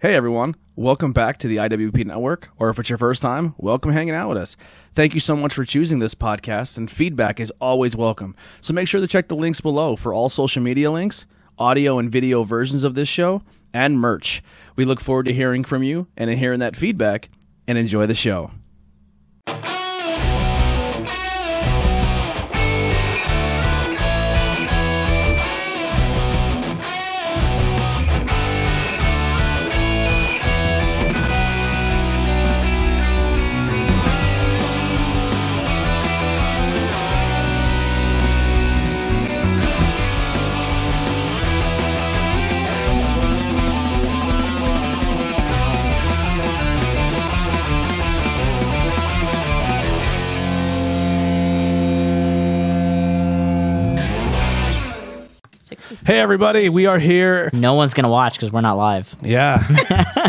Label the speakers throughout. Speaker 1: Hey everyone, welcome back to the IWP Network, or if it's your first time, welcome hanging out with us. Thank you so much for choosing this podcast, and feedback is always welcome. So make sure to check the links below for all social media links, audio and video versions of this show, and merch. We look forward to hearing from you and in hearing that feedback, and enjoy the show. Hey everybody, we are here.
Speaker 2: No one's gonna watch because we're not live.
Speaker 1: Yeah.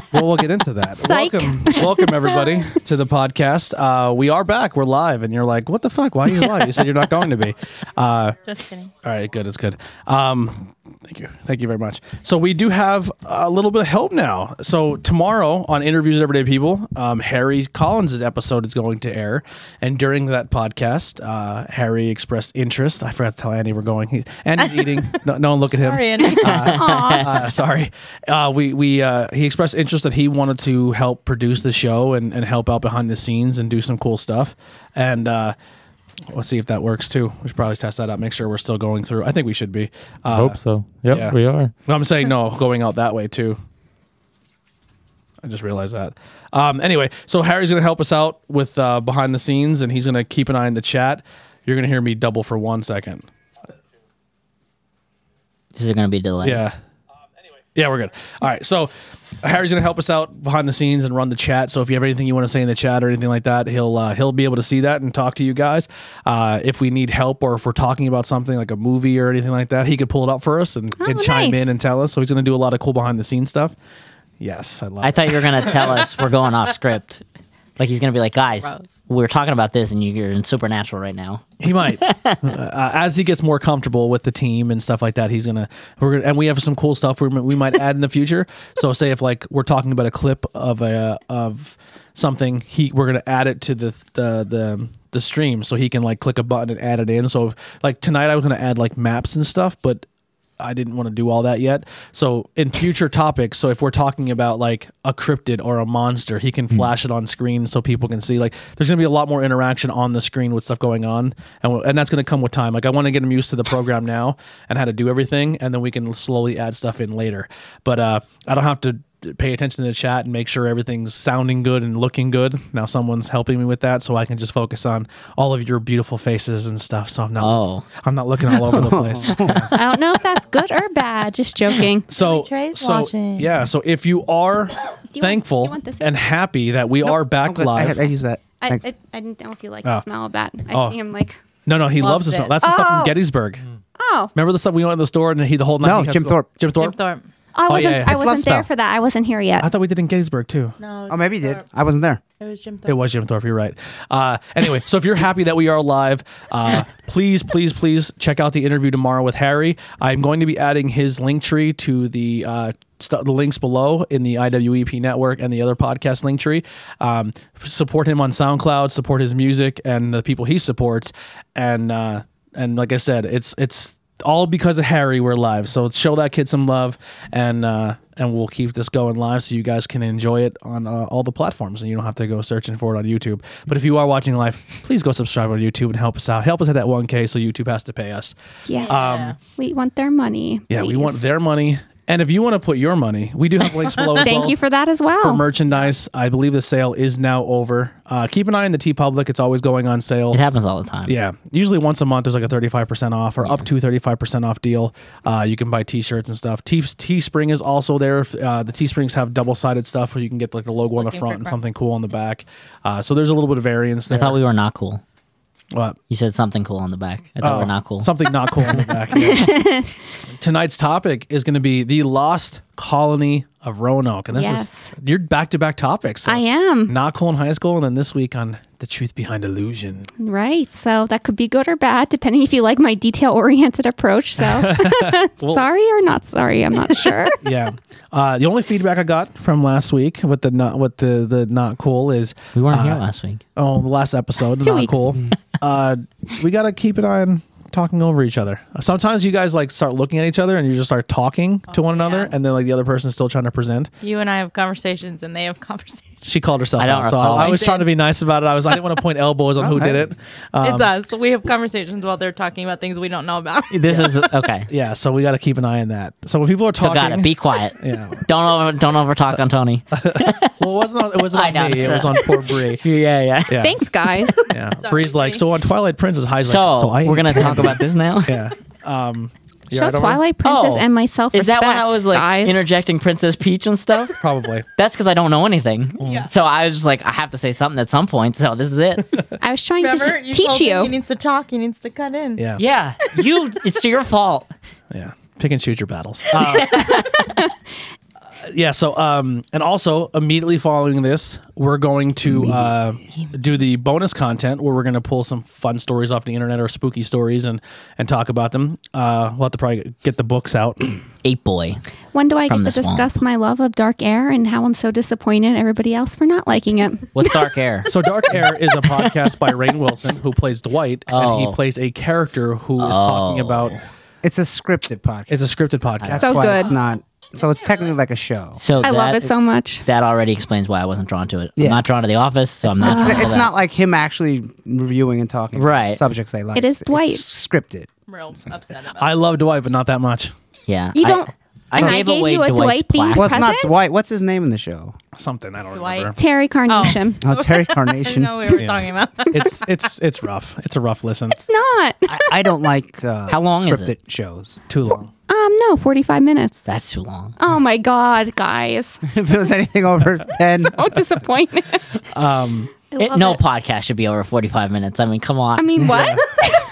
Speaker 1: well, we'll get into that.
Speaker 3: Psych.
Speaker 1: Welcome, welcome everybody to the podcast. Uh, we are back. We're live, and you're like, "What the fuck? Why are you live?" You said you're not going to be. Uh,
Speaker 3: Just kidding.
Speaker 1: all right, good. It's good. Um, thank you, thank you very much. So we do have a little bit of help now. So tomorrow on interviews with everyday people, um, Harry Collins's episode is going to air, and during that podcast, uh, Harry expressed interest. I forgot to tell Andy we're going. He, Andy's eating. No, no one look at him
Speaker 4: Um,
Speaker 3: Sorry, Andy.
Speaker 1: uh, sorry. Uh, we we uh, he expressed interest that he wanted to help produce the show and, and help out behind the scenes and do some cool stuff. And uh, let's see if that works too. We should probably test that out. Make sure we're still going through. I think we should be. Uh,
Speaker 5: Hope so. Yep,
Speaker 1: yeah.
Speaker 5: we are.
Speaker 1: no, I'm saying no, going out that way too. I just realized that. Um, anyway, so Harry's going to help us out with uh, behind the scenes, and he's going to keep an eye on the chat. You're going to hear me double for one second.
Speaker 2: This is gonna be delayed.
Speaker 1: Yeah. Um, Yeah, we're good. All right. So Harry's going to help us out behind the scenes and run the chat. So if you have anything you want to say in the chat or anything like that, he'll uh, he'll be able to see that and talk to you guys. Uh, if we need help or if we're talking about something like a movie or anything like that, he could pull it up for us and, and chime
Speaker 3: nice.
Speaker 1: in and tell us. So he's going to do a lot of cool behind the scenes stuff. Yes, I love.
Speaker 2: I
Speaker 1: it.
Speaker 2: thought you were gonna tell us we're going off script. Like he's gonna be like, guys,
Speaker 3: Gross.
Speaker 2: we're talking about this, and you- you're in supernatural right now.
Speaker 1: He might, uh, as he gets more comfortable with the team and stuff like that. He's gonna, we're gonna, and we have some cool stuff we, we might add in the future. So, say if like we're talking about a clip of a of something, he we're gonna add it to the the the the stream, so he can like click a button and add it in. So, if, like tonight, I was gonna add like maps and stuff, but I didn't want to do all that yet. So in future topics, so if we're talking about like a cryptid or a monster, he
Speaker 5: Hmm.
Speaker 1: can flash it on screen so people can see. Like there's gonna be a lot more interaction on the screen with stuff going on, and we- and that's gonna come with time. Like I want to get him used to the program now and how to do everything, and then we can slowly add stuff in later. But uh, I don't have to pay attention to the chat and make sure everything's sounding good and looking good. Now someone's helping me with that, so I can just focus on all of your beautiful faces and stuff. So I'm not
Speaker 2: Oh,
Speaker 1: I'm not looking all over the place.
Speaker 3: I don't know if that's good or bad. Just joking.
Speaker 1: So,
Speaker 3: Trey's
Speaker 1: so
Speaker 3: watching.
Speaker 1: yeah. So if you are
Speaker 3: you
Speaker 1: thankful
Speaker 3: want- do you want this?
Speaker 1: and happy that we are back
Speaker 6: I'm Oh, good. I,
Speaker 1: live,
Speaker 6: I use that.
Speaker 3: I,
Speaker 6: Thanks.
Speaker 3: I, I didn't know if you like
Speaker 1: Oh.
Speaker 3: the smell of that. I
Speaker 1: Oh.
Speaker 3: see him like,
Speaker 1: no, no, he loves
Speaker 3: Loves
Speaker 1: the smell.
Speaker 3: it.
Speaker 1: That's the stuff from
Speaker 3: Oh.
Speaker 1: Gettysburg.
Speaker 3: oh,
Speaker 1: Remember the stuff we went in the store and he the whole night.
Speaker 6: No,
Speaker 1: he has
Speaker 6: Jim
Speaker 1: the-
Speaker 6: Thorpe.
Speaker 1: Jim Thorpe.
Speaker 3: I wasn't.
Speaker 1: Oh, yeah, yeah.
Speaker 3: I
Speaker 1: It's
Speaker 6: love
Speaker 3: wasn't
Speaker 6: spell.
Speaker 3: there for that. I wasn't here yet.
Speaker 1: I thought we did in Gettysburg too.
Speaker 7: No.
Speaker 6: oh, maybe you did. I wasn't there.
Speaker 7: It was Jim Thorpe.
Speaker 1: It was Jim Thorpe. You're right. Uh, anyway, so if you're happy that we are live, uh, please, please, please check out the interview tomorrow with Harry. I'm going to be adding his link tree to the. Uh, st- the links below in the IWEP network and the other podcast link tree. Um, support him on SoundCloud. Support his music and the people he supports. And uh, and like I said, it's it's all because of Harry. We're live, so show that kid some love, and uh, and we'll keep this going live, so you guys can enjoy it on uh, all the platforms, and you don't have to go searching for it on YouTube. But if you are watching live, please go subscribe on YouTube and help us out. Help us hit that 1K, so YouTube has to pay us.
Speaker 3: yes.
Speaker 1: Um,
Speaker 3: we want their money.
Speaker 1: yeah, we
Speaker 3: please.
Speaker 1: want their money, and if you want to put your money, we do have links below. as
Speaker 3: Thank
Speaker 1: well
Speaker 3: you for that as well.
Speaker 1: for merchandise. I believe the sale is now over. Uh, keep an eye on the T Public; it's always going on sale.
Speaker 2: it happens all the time.
Speaker 1: Yeah, usually once a month there's like a 35% off or up to 35% off deal. Uh, you can buy t-shirts and stuff. Te- Teespring is also there. If, Uh, the Teesprings have double-sided stuff where you can get like the logo on the
Speaker 7: Looking
Speaker 1: front
Speaker 7: for
Speaker 1: and
Speaker 7: crap.
Speaker 1: something cool on the back. Uh, so there's a little bit of variance there.
Speaker 2: I thought we were not cool.
Speaker 1: What?
Speaker 2: You said something cool on the back. I thought
Speaker 1: Oh,
Speaker 2: we're not cool.
Speaker 1: Something not cool in the back. yeah. Tonight's topic is going to be the lost colony
Speaker 4: of Roanoke, and this
Speaker 3: Yes.
Speaker 4: is you're back to back topics. so
Speaker 3: I am.
Speaker 4: not cool in high school, and then this week on the truth behind illusion.
Speaker 3: Right. So that could be good or bad, depending if you like my detail oriented approach. So sorry or not sorry, I'm not sure.
Speaker 4: yeah. Uh, the only feedback I got from last week with the not with the the not cool is
Speaker 2: We weren't
Speaker 4: uh,
Speaker 2: here last week.
Speaker 4: Oh, the last episode,
Speaker 3: Two
Speaker 4: not
Speaker 3: weeks.
Speaker 4: cool. uh, we gotta keep an eye on talking over each other. Sometimes you guys like start looking at each other and you just start talking to one another, and then like the other person's still trying to present.
Speaker 7: You and I have conversations, and they have conversations.
Speaker 4: She called herself
Speaker 2: I don't
Speaker 4: out, so
Speaker 2: recall.
Speaker 4: I, I
Speaker 2: I
Speaker 4: was
Speaker 7: did.
Speaker 4: trying to be nice about it. I was I didn't want to point elbows on who did it. Um,
Speaker 7: it's us. We have conversations while they're talking about things we don't know about.
Speaker 2: This is okay.
Speaker 4: yeah, so we gotta keep an eye on that. So when people are
Speaker 2: So
Speaker 4: talking,
Speaker 2: got it. Be quiet.
Speaker 4: yeah.
Speaker 2: Don't over don't over talk on Tony.
Speaker 4: Well, it wasn't on, it wasn't
Speaker 2: I
Speaker 4: on me.
Speaker 2: noticed
Speaker 4: It was on poor Bree.
Speaker 2: yeah, yeah.
Speaker 4: Yeah.
Speaker 3: Thanks, guys.
Speaker 4: Yeah. Bree's like,
Speaker 7: Bree.
Speaker 4: so on Twilight Princess, High's
Speaker 2: So,
Speaker 4: like, so I
Speaker 2: we're
Speaker 4: ain't
Speaker 2: gonna talk about this now.
Speaker 4: Yeah. Um, you
Speaker 3: Show
Speaker 4: alright over there?
Speaker 3: Twilight Princess
Speaker 2: Oh,
Speaker 3: and myself.
Speaker 2: Is that when I was like
Speaker 3: guys.
Speaker 2: interjecting Princess Peach and stuff?
Speaker 4: Probably.
Speaker 2: That's because I don't know anything.
Speaker 4: Mm-hmm.
Speaker 7: Yeah.
Speaker 2: So I was just like, I have to say something at some point. So this is it.
Speaker 3: I was trying
Speaker 7: Remember,
Speaker 3: to teach
Speaker 7: told him
Speaker 3: you.
Speaker 7: He needs to talk. He needs to cut in.
Speaker 4: Yeah.
Speaker 2: yeah, you. It's your fault.
Speaker 4: Yeah. Pick and shoot your battles. Uh, yeah. So, um, and also immediately following this, we're going to uh, do the bonus content where we're going to pull some fun stories off the internet or spooky stories and and talk about them. Uh, we'll have to probably get the books out.
Speaker 2: Ape boy.
Speaker 3: When do I get
Speaker 2: from
Speaker 3: to
Speaker 2: the swamp.
Speaker 3: discuss my love of dark air and how I'm so disappointed at everybody else for not liking it?
Speaker 2: What's dark air?
Speaker 4: So, Dark Air is a podcast by Rain Wilson, who plays Dwight, and
Speaker 2: Oh.
Speaker 4: he plays a character who is talking about.
Speaker 6: It's a scripted podcast.
Speaker 4: It's a scripted podcast.
Speaker 6: That's
Speaker 3: So
Speaker 6: why It's
Speaker 3: good.
Speaker 6: not. So it's technically like a show.
Speaker 2: So
Speaker 3: I
Speaker 2: that,
Speaker 3: love it so much.
Speaker 2: That already explains why I wasn't drawn to it.
Speaker 6: Yeah.
Speaker 2: I'm not drawn to The Office, so I'm not.
Speaker 6: It's,
Speaker 2: drawn to
Speaker 6: it's
Speaker 2: that.
Speaker 6: not like him actually reviewing and talking about
Speaker 2: Right.
Speaker 6: subjects they like.
Speaker 3: It is
Speaker 6: It's-
Speaker 3: Dwight.
Speaker 6: It's scripted.
Speaker 7: I'm real upset about.
Speaker 4: I love Dwight, but not that much.
Speaker 2: Yeah.
Speaker 3: You
Speaker 2: I-
Speaker 3: don't-
Speaker 2: I,
Speaker 3: and I
Speaker 2: gave
Speaker 3: gave
Speaker 2: away
Speaker 3: you a
Speaker 2: Dwight's
Speaker 3: Dwight theme
Speaker 2: plaque.
Speaker 6: Well, it's not
Speaker 3: Cousins?
Speaker 6: Dwight. What's his name in the show?
Speaker 4: Something I don't
Speaker 7: Dwight.
Speaker 4: remember.
Speaker 3: Terry Carnation.
Speaker 6: Oh, Terry
Speaker 7: I
Speaker 6: Carnation.
Speaker 7: know we were
Speaker 4: Yeah.
Speaker 7: talking about.
Speaker 4: It's it's it's rough. It's a rough listen.
Speaker 3: It's not.
Speaker 6: I, I don't like uh,
Speaker 2: How long is
Speaker 6: scripted
Speaker 2: it?
Speaker 6: shows.
Speaker 4: Too long.
Speaker 3: Um, no, 45 minutes.
Speaker 2: That's too long.
Speaker 3: Oh my God, guys.
Speaker 6: if it was anything over ten,
Speaker 3: I'm disappointed.
Speaker 4: Um,
Speaker 3: I
Speaker 2: It-
Speaker 3: love
Speaker 2: no
Speaker 3: it.
Speaker 2: podcast should be over 45 minutes. I mean, come on.
Speaker 3: I mean, what?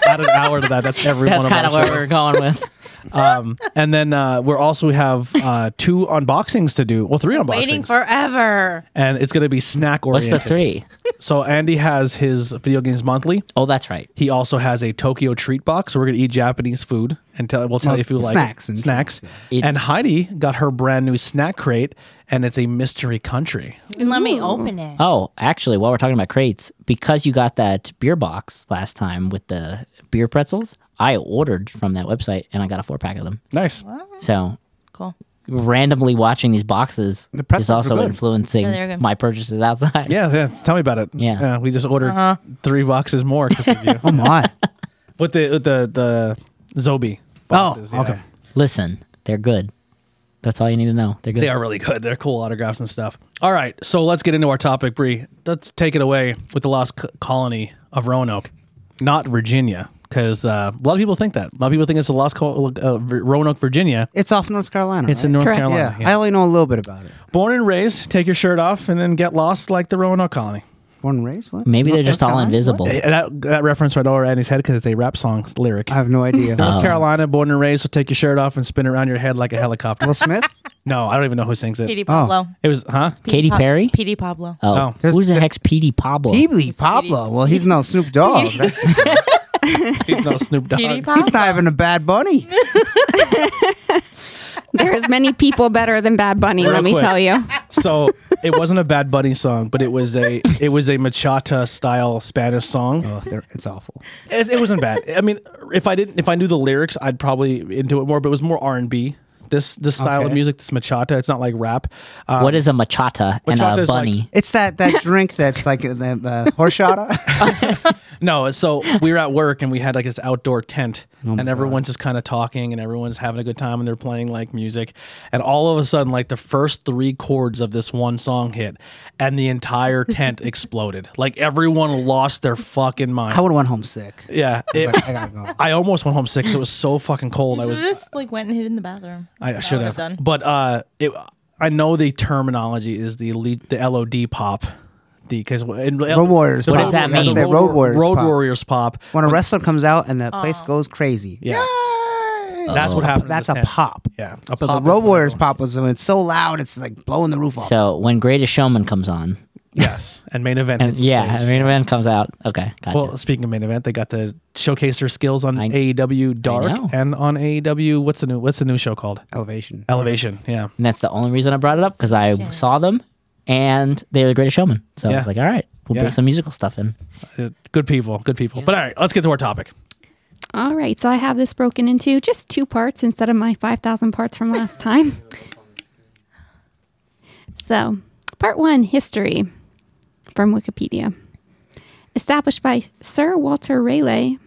Speaker 4: add an hour to that. That's every
Speaker 2: That's
Speaker 4: one
Speaker 2: kind
Speaker 4: of
Speaker 2: of
Speaker 4: our
Speaker 2: where we're
Speaker 4: shows.
Speaker 2: going with.
Speaker 4: Um, and then uh, we're also we have uh, two unboxings to do. Well, three unboxings.
Speaker 7: Waiting forever.
Speaker 4: and it's going to be snack
Speaker 2: What's
Speaker 4: oriented.
Speaker 2: the three?
Speaker 4: So Andy has his video games monthly.
Speaker 2: Oh, that's right.
Speaker 4: He also has a Tokyo treat box. So we're going to eat Japanese food and tell we'll tell
Speaker 6: Well,
Speaker 4: you if you like
Speaker 6: snacks
Speaker 4: it.
Speaker 6: and-
Speaker 4: snacks.
Speaker 2: Eat-
Speaker 4: And Heidi got her brand new snack crate, and it's a mystery country.
Speaker 7: Let me open it.
Speaker 2: Oh, actually, while we're talking about crates, because you got that beer box last time with the beer pretzels, I ordered from that website and I got a four pack of them.
Speaker 4: Nice.
Speaker 2: So
Speaker 7: Cool.
Speaker 4: Uh,
Speaker 2: randomly watching these boxes
Speaker 6: The pretzels
Speaker 2: is also
Speaker 6: were good.
Speaker 2: influencing
Speaker 7: Yeah, they were good.
Speaker 2: my purchases outside.
Speaker 4: Yeah, yeah. Tell me about it.
Speaker 2: Yeah.
Speaker 4: we just ordered three boxes more 'cause of you.
Speaker 6: oh my!
Speaker 4: with the with the the Zobi. Boxes,
Speaker 6: oh,
Speaker 4: yeah.
Speaker 6: okay.
Speaker 2: Listen, they're good. That's all you need to know. They're good.
Speaker 4: They are really good. They're cool autographs and stuff. All right, so let's get into our topic, Bree. Let's take it away with the lost c- colony of Roanoke, not Virginia, because uh, a lot of people think that. A lot of people think it's the lost col uh, Vir- Roanoke, Virginia.
Speaker 6: It's off North Carolina.
Speaker 4: It's
Speaker 6: right?
Speaker 4: in North
Speaker 3: Correct.
Speaker 4: Carolina.
Speaker 6: yeah, I only know a little bit about it.
Speaker 4: Born and raised, take your shirt off and then get lost like the Roanoke colony.
Speaker 6: Born and raised. What?
Speaker 2: Maybe they're
Speaker 6: North
Speaker 2: just all
Speaker 6: Carolina?
Speaker 2: invisible.
Speaker 4: Eh, That, that reference right over Andy's head because they rap songs lyric.
Speaker 6: I have no idea.
Speaker 4: North Carolina, born and raised, so take your shirt off and spin around your head like a helicopter.
Speaker 6: Will Smith.
Speaker 4: no, I don't even know who sings it.
Speaker 7: Petey Pablo.
Speaker 4: It was, huh?
Speaker 2: Katy
Speaker 7: Pa-
Speaker 2: Perry?
Speaker 7: Petey Pablo.
Speaker 2: Oh,
Speaker 6: There's-
Speaker 2: who's the heck's Petey Pablo?
Speaker 6: Peebly Pablo. Well, he's no Snoop Dogg. That's-
Speaker 4: He's no Snoop Dogg.
Speaker 7: Petey
Speaker 6: he's
Speaker 7: Pablo.
Speaker 6: not even a bad bunny.
Speaker 3: There's many people better than Bad Bunny,
Speaker 4: Real
Speaker 3: let me
Speaker 4: quick.
Speaker 3: tell you.
Speaker 4: So it wasn't a Bad Bunny song, but it was a it was a machata style Spanish song.
Speaker 6: Oh, they're- it's awful.
Speaker 4: It, it wasn't bad. I mean, if I didn't if I knew the lyrics, I'd probably into it more. But it was more R and B. This this style of
Speaker 6: Okay.
Speaker 4: music, this machata, it's not like rap. Um,
Speaker 2: What is a machata,
Speaker 4: Machata
Speaker 2: and a
Speaker 4: is like-
Speaker 2: bunny?
Speaker 6: It's that that drink that's like uh, the, uh, horchata.
Speaker 4: No, so we were at work and we had like this outdoor tent,
Speaker 6: Oh
Speaker 4: and everyone's just kind of talking and everyone's having a good time and they're playing like music, and all of a sudden, like the first three chords of this one song hit, and the entire tent exploded. Like everyone lost their fucking mind.
Speaker 6: I would have went home sick.
Speaker 4: yeah, it,
Speaker 6: But I gotta go.
Speaker 4: I almost went home sick 'cause it was so fucking cold. I
Speaker 7: I
Speaker 4: was
Speaker 7: just like went and hid in the bathroom.
Speaker 4: I should have,
Speaker 7: done.
Speaker 4: but uh, it, I know the terminology is the lead, the LOD pop, the because
Speaker 6: Road Warriors.
Speaker 2: What
Speaker 6: pop.
Speaker 2: does that
Speaker 6: You gotta
Speaker 2: mean?
Speaker 6: say Road Warriors.
Speaker 4: Road
Speaker 6: pop.
Speaker 4: Warriors pop.
Speaker 6: When a wrestler comes out and the place goes crazy.
Speaker 4: Yeah. That's what happened. in
Speaker 6: That's
Speaker 4: this
Speaker 6: a
Speaker 4: tent.
Speaker 6: pop.
Speaker 4: Yeah, a
Speaker 6: So
Speaker 4: pop
Speaker 6: the Road
Speaker 4: is-
Speaker 6: Warriors pop was when it's so loud, it's like blowing the roof off.
Speaker 2: So when Greatest Showman comes on,
Speaker 4: Yes, and main event.
Speaker 2: and
Speaker 4: hits the
Speaker 2: yeah,
Speaker 4: stage.
Speaker 2: main event comes out. Okay, gotcha.
Speaker 4: Well, speaking of main event, they got to showcase their skills on
Speaker 2: I-
Speaker 4: AEW Dark
Speaker 2: know.
Speaker 4: and on AEW. What's the new What's the new show called?
Speaker 6: Elevation.
Speaker 4: Elevation. Yeah.
Speaker 2: and that's the only reason I brought it up because I saw them and they were the Greatest Showman. So I
Speaker 4: Yeah.
Speaker 2: was like, all right, we'll
Speaker 4: Yeah.
Speaker 2: bring some musical stuff in.
Speaker 4: Uh, Good people. Good people. But all right, let's get to our topic.
Speaker 3: All right, so I have this broken into just two parts instead of my 5,000 parts from last time. So, part one history from Wikipedia. Established by Sir Walter Raleigh,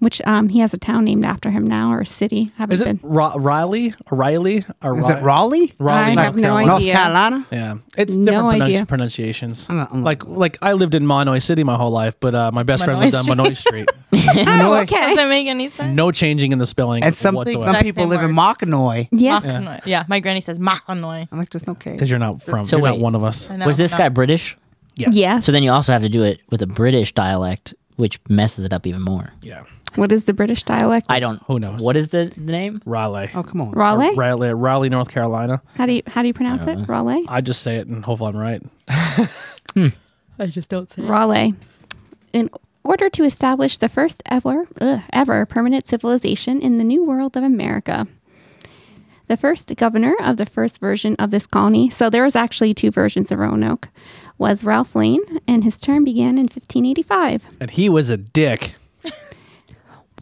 Speaker 3: which um, he has a town named after him now or a city. Haven't
Speaker 4: Is it
Speaker 3: been.
Speaker 4: Ro- Riley? Or Riley? Or
Speaker 6: Is
Speaker 4: Ri-
Speaker 6: it Raleigh?
Speaker 4: Raleigh,
Speaker 3: I
Speaker 4: North
Speaker 3: have no
Speaker 4: Carolina.
Speaker 6: North
Speaker 3: idea.
Speaker 6: Carolina?
Speaker 4: Yeah, it's
Speaker 3: No
Speaker 4: different pronunci-
Speaker 3: idea.
Speaker 4: pronunciations.
Speaker 6: I'm not- I'm not-
Speaker 4: like, like I lived in Monoy City my whole life, but uh, my best friend
Speaker 7: Monoy
Speaker 4: lived on
Speaker 7: Street.
Speaker 4: Monoy Street.
Speaker 6: No,
Speaker 3: Oh,
Speaker 6: I-
Speaker 3: okay.
Speaker 7: Doesn't make any sense.
Speaker 4: No changing in the spelling
Speaker 6: And some, some
Speaker 4: whatsoever
Speaker 7: Exact
Speaker 6: people
Speaker 7: same
Speaker 6: live in
Speaker 7: word.
Speaker 6: Mockanoy.
Speaker 3: Yeah.
Speaker 7: Mahanoy. Yeah, my granny says Mahanoy.
Speaker 6: I'm like, there's no K.
Speaker 4: because you're not from.
Speaker 2: So
Speaker 4: you're not
Speaker 2: wait.
Speaker 4: one of us.
Speaker 7: I know,
Speaker 2: was this
Speaker 7: no.
Speaker 2: guy British?
Speaker 4: Yes.
Speaker 3: Yes.
Speaker 2: So then you also have to do it with a British dialect, which messes it up even more.
Speaker 4: Yeah,
Speaker 3: what is the British dialect?
Speaker 2: I don't.
Speaker 4: Who knows?
Speaker 2: What is the the name?
Speaker 4: Raleigh.
Speaker 6: Oh, come on.
Speaker 3: Raleigh?
Speaker 4: Raleigh, Raleigh, North Carolina.
Speaker 3: How do you how do you pronounce it? Raleigh?
Speaker 4: I just say it and hopefully I'm right.
Speaker 7: I just don't say.
Speaker 3: Raleigh. In order to establish the first ever, ugh, ever permanent civilization in the New World of America. The first governor of the first version of this colony, so there was actually two versions of Roanoke, was Ralph Lane, and his term began in 1585.
Speaker 4: And he was a dick.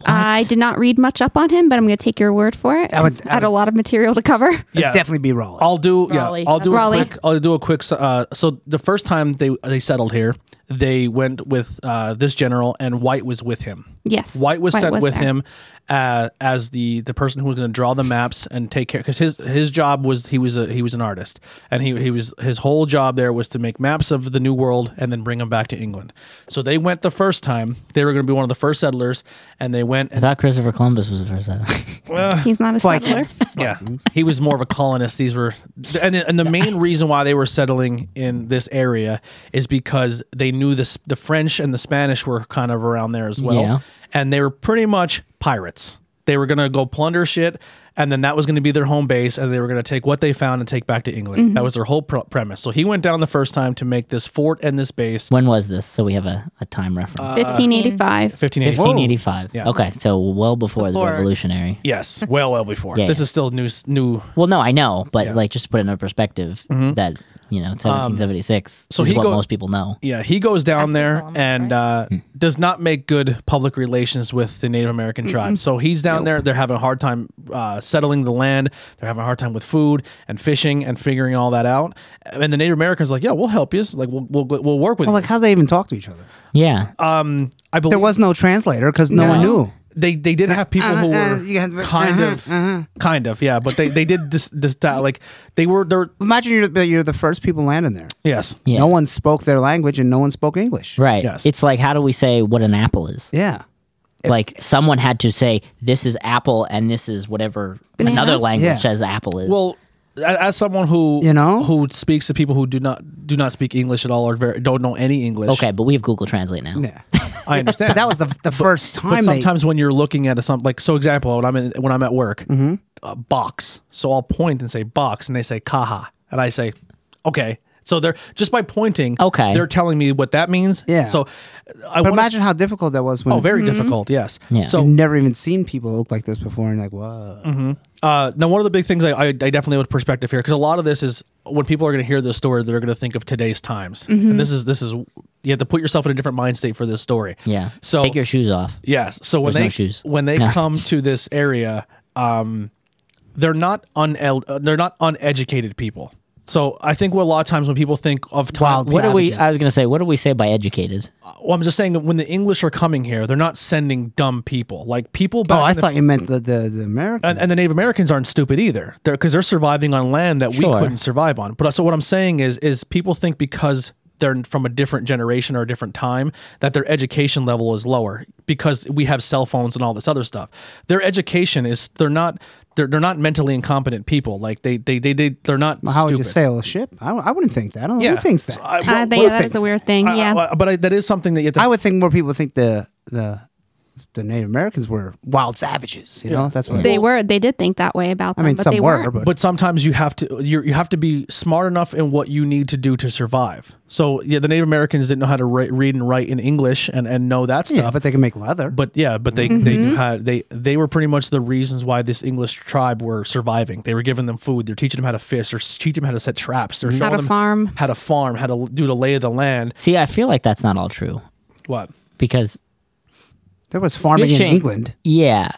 Speaker 3: I did not read much up on him, but I'm going to take your word for it.
Speaker 6: I would- I
Speaker 3: I had a
Speaker 6: would-
Speaker 3: lot of material to cover.
Speaker 4: Yeah,
Speaker 6: Definitely be Raleigh.
Speaker 4: I'll do
Speaker 7: Raleigh.
Speaker 4: yeah. I'll do
Speaker 3: Raleigh.
Speaker 4: a quick. I'll do a quick. Uh, so the first time they they settled here, they went with uh, this general, and White was with him.
Speaker 3: Yes.
Speaker 4: White was sent with
Speaker 3: there.
Speaker 4: him uh, as the the person who was going to draw the maps and take care because his his job was he was a he was an artist and he he was his whole job there was to make maps of the new world and then bring them back to England. So they went the first time. They were going to be one of the first settlers, and they went
Speaker 2: I
Speaker 4: and
Speaker 2: thought Christopher Columbus was the first. one.
Speaker 3: He's not a settler.
Speaker 6: Vikings.
Speaker 4: yeah he was more of a colonist these were and, and the main reason why they were settling in this area is because they knew the, the french and the spanish were kind of around there as well
Speaker 2: Yeah.
Speaker 4: and they were pretty much pirates they were going to go plunder shit and then that was going to be their home base and they were going to take what they found and take back to england
Speaker 2: Mm-hmm.
Speaker 4: that was their whole pr- premise so he went down the first time to make this fort and this base
Speaker 2: when was this? So we have a, a time
Speaker 4: uh,
Speaker 2: reference.
Speaker 3: 1585.
Speaker 4: 1584
Speaker 2: 1585.
Speaker 4: Yeah.
Speaker 2: Okay, so well before,
Speaker 7: Before.
Speaker 2: the revolutionary.
Speaker 4: yes well well before
Speaker 2: Yeah,
Speaker 4: this
Speaker 2: yeah.
Speaker 4: is still new new
Speaker 2: Well, no, I know, but like just to put it in perspective, that you know, 1776
Speaker 4: Mm-hmm. Um, so
Speaker 2: is
Speaker 4: he
Speaker 2: what
Speaker 4: go-
Speaker 2: most people know.
Speaker 4: Yeah, he goes down there
Speaker 7: Columbus,
Speaker 4: and uh,
Speaker 2: Hmm.
Speaker 4: does not make good public relations with the Native American tribes. So he's down there. They're having a hard time uh, settling the land. They're having a hard time with food and fishing and figuring all that out. And the Native Americans like, yeah, we'll help you. Like we'll we'll, we'll work with
Speaker 6: Well,
Speaker 4: you.
Speaker 6: like, how they even talk to each other?
Speaker 4: Uh,
Speaker 2: Yeah,
Speaker 4: I believe
Speaker 6: There was no translator because no, one knew.
Speaker 4: they they did have people who
Speaker 6: Uh, uh,
Speaker 4: were
Speaker 6: you had-
Speaker 4: kind
Speaker 6: uh-huh,
Speaker 4: of kind of yeah, but they they did dis, dis, like they were they're
Speaker 6: Imagine you're the, you're the first people landing there.
Speaker 4: yes
Speaker 2: Yeah.
Speaker 6: No one spoke their language and no one spoke English.
Speaker 2: right.
Speaker 4: yes.
Speaker 2: It's like how do we say what an apple is?
Speaker 6: Yeah.
Speaker 2: like someone had to say this is apple and this is whatever
Speaker 3: Banana?
Speaker 2: another language
Speaker 6: Yeah.
Speaker 2: says apple is.
Speaker 4: Well, a- as someone who
Speaker 6: You know?
Speaker 4: who speaks to people who do not do not speak English at all or very, don't know any English,
Speaker 2: okay, but we have Google Translate now.
Speaker 6: Yeah.
Speaker 4: I understand.
Speaker 6: But that was the, the first time.
Speaker 4: But
Speaker 6: they-
Speaker 4: sometimes when you're looking at a something like so example when I'm in, when I'm at work,
Speaker 6: Mm-hmm.
Speaker 4: a box. So I'll point and say box, and they say kaha, and I say okay. So they're just by pointing.
Speaker 2: Okay.
Speaker 4: they're telling me what that means.
Speaker 6: Yeah.
Speaker 4: So I
Speaker 6: but
Speaker 4: wanna-
Speaker 6: imagine Mm-hmm. how difficult that was when
Speaker 4: Oh, very difficult. Yes.
Speaker 2: Yeah.
Speaker 4: So
Speaker 6: I've never even seen people look like this before and like, whoa.
Speaker 4: Uh, now, one of the big things I, I, I definitely would perspective here because a lot of this is when people are going to hear this story, they're going to think of today's times,
Speaker 6: Mm-hmm.
Speaker 4: and this is this is you have to put yourself in a different mind state for this story.
Speaker 2: Yeah.
Speaker 4: So
Speaker 2: take your shoes off.
Speaker 4: yes. So when
Speaker 2: There's no
Speaker 4: they
Speaker 2: shoes.
Speaker 4: when they come to this area, um, they're not un uh, they're not uneducated people. So I think what a lot of times when people think of time,
Speaker 6: Wild
Speaker 2: What do we?
Speaker 6: Savages.
Speaker 2: I was gonna say, what do we say by educated?
Speaker 4: well, I'm just saying that when the English are coming here, they're not sending dumb people. Like people back
Speaker 6: Oh, I
Speaker 4: in the
Speaker 6: thought you meant the, the, the Americans.
Speaker 4: and, and the Native Americans aren't stupid either. They're because they're surviving on land that we
Speaker 2: Sure.
Speaker 4: couldn't survive on. But so what I'm saying is, is people think because they're from a different generation or a different time that their education level is lower because we have cell phones and all this other stuff. Their education is they're not they're, they're not mentally incompetent people. Like they they they, they they're not
Speaker 6: how would
Speaker 4: stupid.
Speaker 6: you sail a ship? I, don't- I wouldn't think that. I don't know who thinks that.
Speaker 4: So
Speaker 6: I,
Speaker 4: I, well,
Speaker 3: Uh, they-
Speaker 4: well,
Speaker 3: yeah, that is a weird thing.
Speaker 4: I-
Speaker 3: yeah.
Speaker 4: I- but I, that is something that you have to
Speaker 6: would think more people think the the the Native Americans were wild savages. You know, that's what
Speaker 3: They were. They did think that way about
Speaker 6: I
Speaker 3: them,
Speaker 6: mean,
Speaker 3: but
Speaker 6: some
Speaker 3: they
Speaker 6: were,
Speaker 3: weren't.
Speaker 6: but,
Speaker 4: but sometimes you have to you you have to be smart enough in what you need to do to survive. So yeah, the Native Americans didn't know how to ri- read and write in English and and know that
Speaker 6: yeah,
Speaker 4: stuff.
Speaker 6: but they can make leather.
Speaker 4: but yeah, but they they knew how they they were pretty much the reasons why this English tribe were surviving. They were giving them food. They're teaching them how to fish. They're teaching them how to set traps.
Speaker 6: Mm-hmm.
Speaker 4: They're showing
Speaker 3: to
Speaker 4: them
Speaker 3: farm.
Speaker 4: how to farm, how to do the lay of the land.
Speaker 2: See, I feel like that's not all true
Speaker 4: What?
Speaker 2: because
Speaker 6: there was farming
Speaker 2: Fishing.
Speaker 6: in England.
Speaker 2: yeah,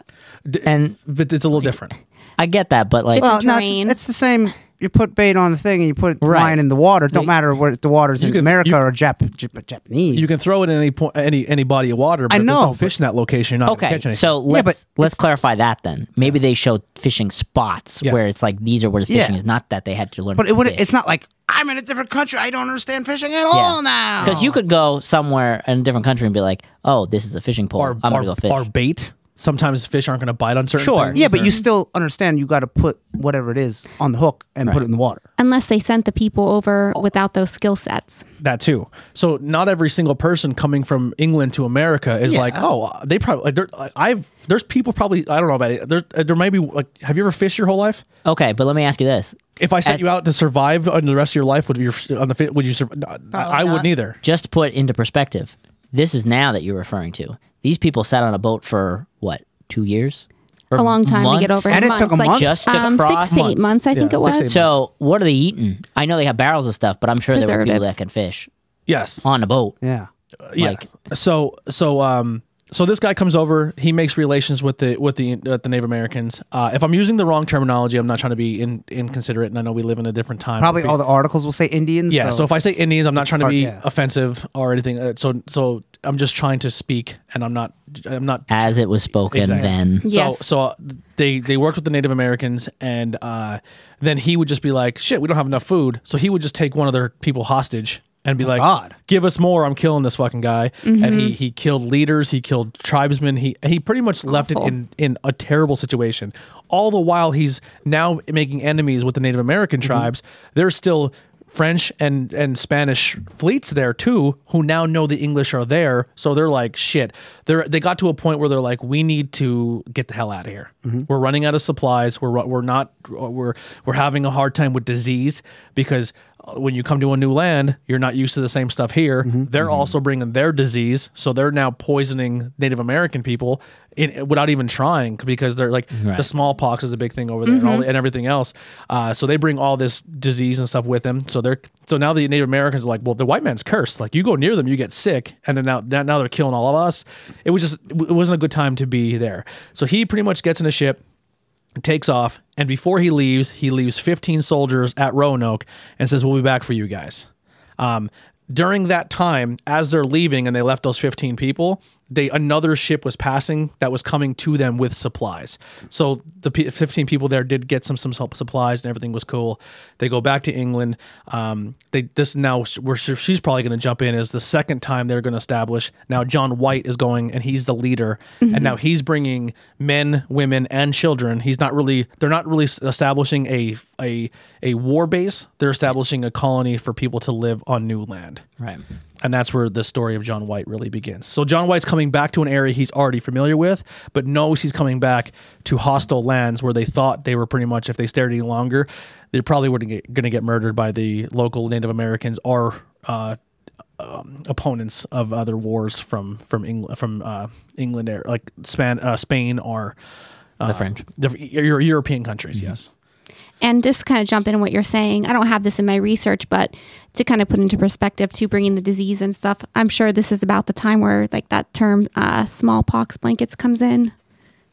Speaker 4: D-
Speaker 2: and
Speaker 4: But it's a little different.
Speaker 2: I get that, but like
Speaker 6: Well, no, it's,
Speaker 3: terrain.
Speaker 6: it's the same. You put bait on the thing and you put
Speaker 2: Right.
Speaker 6: line in the water. Don't matter where the water's in
Speaker 4: can-
Speaker 6: America
Speaker 4: you-
Speaker 6: or Jap- Jap- Japanese.
Speaker 4: You can throw it in any point, any any body of water. But
Speaker 6: I
Speaker 4: if there's
Speaker 6: know,
Speaker 4: no fish in that location. You're not gonna
Speaker 2: Okay,
Speaker 4: catch anything.
Speaker 2: so let's
Speaker 6: but
Speaker 2: let's clarify that then. Maybe they show fishing spots
Speaker 4: Yes.
Speaker 2: where it's like these are where the
Speaker 6: Yeah.
Speaker 2: fishing is. Not that they had to learn,
Speaker 6: but it would.
Speaker 2: would
Speaker 6: It's not like I'm in a different country. I don't understand fishing at all now.
Speaker 2: because you could go somewhere in a different country and be like, "Oh, this is a fishing pole.
Speaker 4: our,
Speaker 2: I'm gonna
Speaker 4: our,
Speaker 2: go fish."
Speaker 4: our bait. Sometimes fish aren't going to bite on certain
Speaker 2: Sure.
Speaker 4: things.
Speaker 6: yeah, but
Speaker 4: or-
Speaker 6: you still understand. You got to put whatever it is on the hook and put it in the water.
Speaker 3: Unless they sent the people over without those skill sets.
Speaker 4: that too. So not every single person coming from England to America is like, oh, uh, they probably. Like, they're- like, I've there's people probably I don't know about it. There uh, there may be like, have you ever fished your whole life?
Speaker 2: okay, but let me ask you this:
Speaker 4: If I sent you out to survive on the rest of your life, would you on the fi- would you survive? I, I
Speaker 7: not.
Speaker 4: wouldn't either.
Speaker 2: just to put into perspective, this is now that you're referring to. These people sat on a boat for what two years? Or
Speaker 3: A long time to get
Speaker 2: months?
Speaker 3: over.
Speaker 6: And it took
Speaker 3: Months,
Speaker 6: a month?
Speaker 2: Just to
Speaker 3: um,
Speaker 2: cross-
Speaker 3: six to eight
Speaker 4: Months.
Speaker 3: months, I think
Speaker 4: Yeah,
Speaker 3: it
Speaker 4: six to
Speaker 3: was.
Speaker 4: eight
Speaker 2: So what are they eating? I know they have barrels of stuff, but I'm sure there were people
Speaker 3: Preservatives.
Speaker 2: that can fish
Speaker 4: Yes.
Speaker 2: on a boat.
Speaker 6: Yeah.
Speaker 4: yeah.
Speaker 2: Uh, Like-
Speaker 4: so so um so this guy comes over he makes relations with the with the uh, the native americans uh, if i'm using the wrong terminology i'm not trying to be in, inconsiderate and i know we live in a different time
Speaker 6: Probably all the articles will say Indians.
Speaker 4: yeah so, if i say indians i'm not trying to
Speaker 6: hard,
Speaker 4: be
Speaker 6: yeah.
Speaker 4: offensive or anything uh, so so i'm just trying to speak and i'm not i'm not
Speaker 2: As it was spoken,
Speaker 4: Exactly.
Speaker 2: then
Speaker 4: so
Speaker 3: Yes.
Speaker 4: so uh, they they worked with the Native Americans, and uh, then he would just be like, "Shit, we don't have enough food." So he would just take one of their people hostage and be like,
Speaker 6: Oh, God.
Speaker 4: "Give us more! I'm killing this fucking guy." And he he killed leaders, he killed tribesmen. He he pretty much left it in in a terrible situation. All the while he's now making enemies with the Native American
Speaker 6: Mm-hmm.
Speaker 4: tribes. There's still French and and Spanish fleets there too, who now know the English are there. So they're like, shit. They're they got to a point where they're like, we need to get the hell out of here. We're running out of supplies. We're ru- we're not we're we're having a hard time with disease because uh, when you come to a new land, you're not used to the same stuff here. They're also bringing their disease, so they're now poisoning Native American people in, without even trying because they're like the smallpox is a big thing over there and, all, the- and everything else. Uh, so they bring all this disease and stuff with them. So they're so now the Native Americans are like, well, the white man's cursed. Like you go near them, you get sick, and then now now now they're killing all of us. It was just it wasn't a good time to be there. So he pretty much gets in a ship takes off, and before he leaves, he leaves 15 soldiers at Roanoke and says, "We'll be back for you guys." Um, during that time, as they're leaving and they left those 15 people, they another ship was passing that was coming to them with supplies. So the p- 15 people there did get some some sup- supplies and everything was cool. They go back to England. Um, they this now where she- she's probably going to jump in is the second time they're going to establish. Now John White is going and he's the leader, and now he's bringing men, women, and children. He's not really they're not really s- establishing a a a war base. They're establishing a colony for people to live on new land.
Speaker 2: right.
Speaker 4: And that's where the story of John White really begins. So John White's coming back to an area he's already familiar with, but knows he's coming back to hostile lands where they thought they were pretty much, if they stared any longer, they probably were going to get murdered by the local Native Americans or uh, um, opponents of other wars from from England, from uh, England, or like Span, uh, Spain, or uh,
Speaker 2: the French. Mm-hmm.
Speaker 4: the Euro- European countries. Yes.
Speaker 3: And just kind of jump into what you're saying. I don't have this in my research, but to kind of put into perspective, to bringing the disease and stuff, I'm sure this is about the time where like that term uh, smallpox blankets comes in.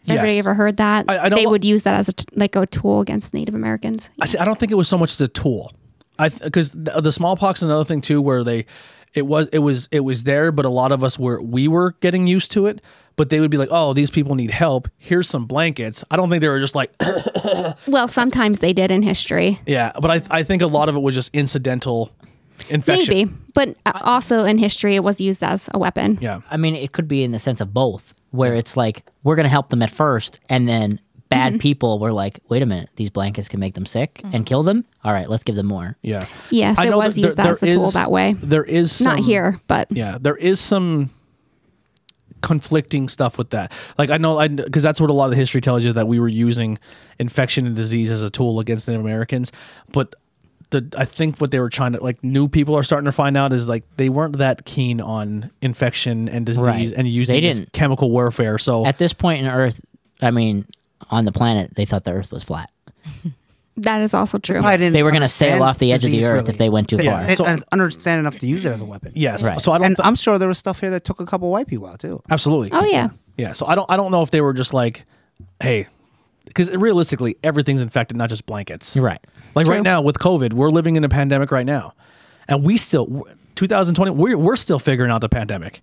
Speaker 3: Yes. Everybody
Speaker 4: Yes.
Speaker 3: ever heard that?
Speaker 4: I- I don't
Speaker 3: they
Speaker 4: wa-
Speaker 3: would use that as a t- like a tool against Native Americans.
Speaker 4: I see. I don't think it was so much as a tool. I because the, the smallpox is another thing too, where they, it was it was it was there, but a lot of us were we were getting used to it. But they would be like, oh, these people need help. Here's some blankets. I don't think they were just like,
Speaker 3: Well, sometimes they did in history,
Speaker 4: yeah. But I I think a lot of it was just incidental infection.
Speaker 3: maybe, but uh, also in history, it was used as a weapon.
Speaker 4: Yeah.
Speaker 2: I mean, it could be in the sense of both, where it's like we're going to help them at first, and then bad
Speaker 3: Mm-hmm.
Speaker 2: people were like, "Wait a minute, these blankets can make them sick and kill them. All right, let's give them more."
Speaker 4: Yeah.
Speaker 3: Yes,
Speaker 4: I
Speaker 3: it
Speaker 4: know
Speaker 3: was
Speaker 4: that there-
Speaker 3: used as a
Speaker 4: there
Speaker 3: tool
Speaker 4: is-
Speaker 3: that way.
Speaker 4: There is some,
Speaker 3: Not here, but
Speaker 4: Yeah, there is some conflicting stuff with that. Like I know, I because that's what a lot of the history tells you that we were using infection and disease as a tool against Native Americans, but the I think what they were trying to like new people are starting to find out is like they weren't that keen on infection and disease
Speaker 2: Right.
Speaker 4: and using
Speaker 2: They
Speaker 4: this
Speaker 2: didn't.
Speaker 4: chemical warfare. So
Speaker 2: At this point in Earth, I mean, on the planet, they thought the Earth was flat.
Speaker 3: That is also true.
Speaker 6: Probably didn't
Speaker 2: They were gonna sail
Speaker 6: understand
Speaker 2: off the edge of the
Speaker 6: disease,
Speaker 2: earth if they went too
Speaker 6: They-
Speaker 2: far.
Speaker 6: They
Speaker 4: So-
Speaker 6: didn't understand enough to use it as a weapon.
Speaker 4: yes,
Speaker 2: Right.
Speaker 4: so I don't
Speaker 6: and
Speaker 4: thi-
Speaker 6: I'm sure there was stuff here that took a couple white people out too.
Speaker 4: absolutely.
Speaker 3: um, Oh yeah.
Speaker 4: Yeah, so I don't I don't know if they were just like, hey, because realistically everything's infected, not just blankets.
Speaker 2: You're right.
Speaker 4: Like
Speaker 3: True.
Speaker 4: right now with COVID, we're living in a pandemic right now, and we still 2020 we're we're still figuring out the pandemic.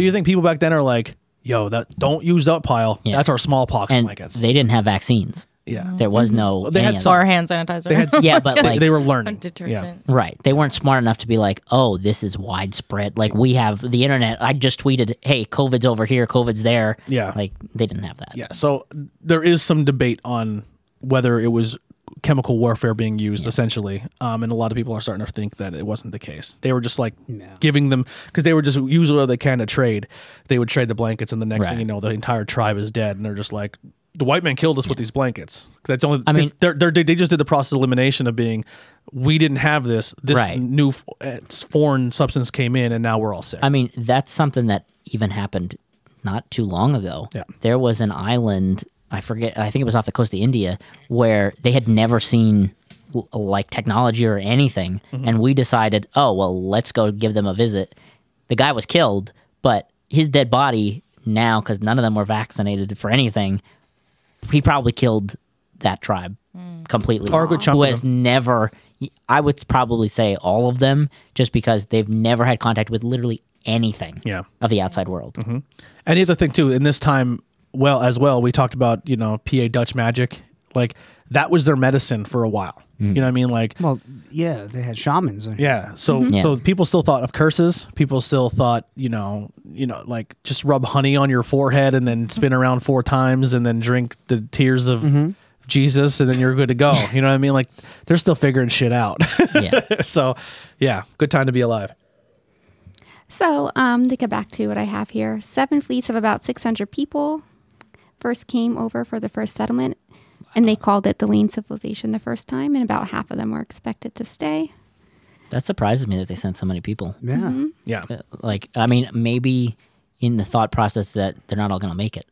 Speaker 2: Hmm.
Speaker 4: you think people back then are like, yo, that don't use that pile.
Speaker 2: Yeah.
Speaker 4: That's our smallpox
Speaker 2: And
Speaker 4: blankets.
Speaker 2: they didn't have vaccines.
Speaker 4: yeah, Mm-hmm.
Speaker 2: There was no.
Speaker 4: they had
Speaker 2: any of
Speaker 4: some-
Speaker 2: that.
Speaker 7: Or hand sanitizer.
Speaker 4: they had
Speaker 2: Yeah, but like
Speaker 4: they were learning. Yeah.
Speaker 7: detergent.
Speaker 2: Right. They weren't smart enough to be like, oh, this is widespread. Like, we have the internet. I just tweeted, hey, COVID's over here, COVID's there.
Speaker 4: Yeah.
Speaker 2: Like, they didn't have that.
Speaker 4: Yeah, so there is some debate on whether it was chemical warfare being used essentially um, and a lot of people are starting to think that it wasn't the case they were just like giving them because they were just usually what they can to trade they would trade the blankets and the next thing
Speaker 2: Right.
Speaker 4: you know the entire tribe is dead and they're just like the white man killed us with these blankets that's only i
Speaker 2: mean-
Speaker 4: mean they're, they're, they just did the process of elimination of being we didn't have this this
Speaker 2: Right.
Speaker 4: new f- uh, foreign substance came in and now we're all sick
Speaker 2: I mean, that's something that even happened not too long ago.
Speaker 4: Yeah.
Speaker 2: There was an island, I forget, I think it was off the coast of India, where they had never seen l- like technology or anything.
Speaker 4: Mm-hmm.
Speaker 2: And we decided, oh, well, let's go give them a visit. The guy was killed, but his dead body now, because none of them were vaccinated for anything, he probably killed that tribe completely.
Speaker 4: Or a good chunk
Speaker 2: who
Speaker 4: of
Speaker 2: has never, I would probably say all of them, just because they've never had contact with literally anything
Speaker 4: Yeah. Mm-hmm.
Speaker 2: of the outside world.
Speaker 4: And here's the thing too. In this time, well, as well, we talked about you know PA Dutch magic. Like that was their medicine for a while. You know what I mean? Like
Speaker 6: Well, yeah, they had shamans. in here.
Speaker 4: yeah. So
Speaker 2: Yeah.
Speaker 4: so people still thought of curses. People still thought you know you know like just rub honey on your forehead and then spin around four times and then drink the tears of. Jesus, and then you're good to go. You know what I mean? Like they're still figuring shit out.
Speaker 2: Yeah.
Speaker 4: so, yeah, good time to be alive.
Speaker 3: So, um, to get back to what I have here, seven fleets of about 600 people first came over for the first settlement, and they called it the Lean Civilization the first time, and about half of them were expected to stay.
Speaker 2: That surprises me that they sent so many people. Uh,
Speaker 6: Yeah.
Speaker 4: Yeah,
Speaker 2: Like, I mean, maybe in the thought process that they're not all going to make it.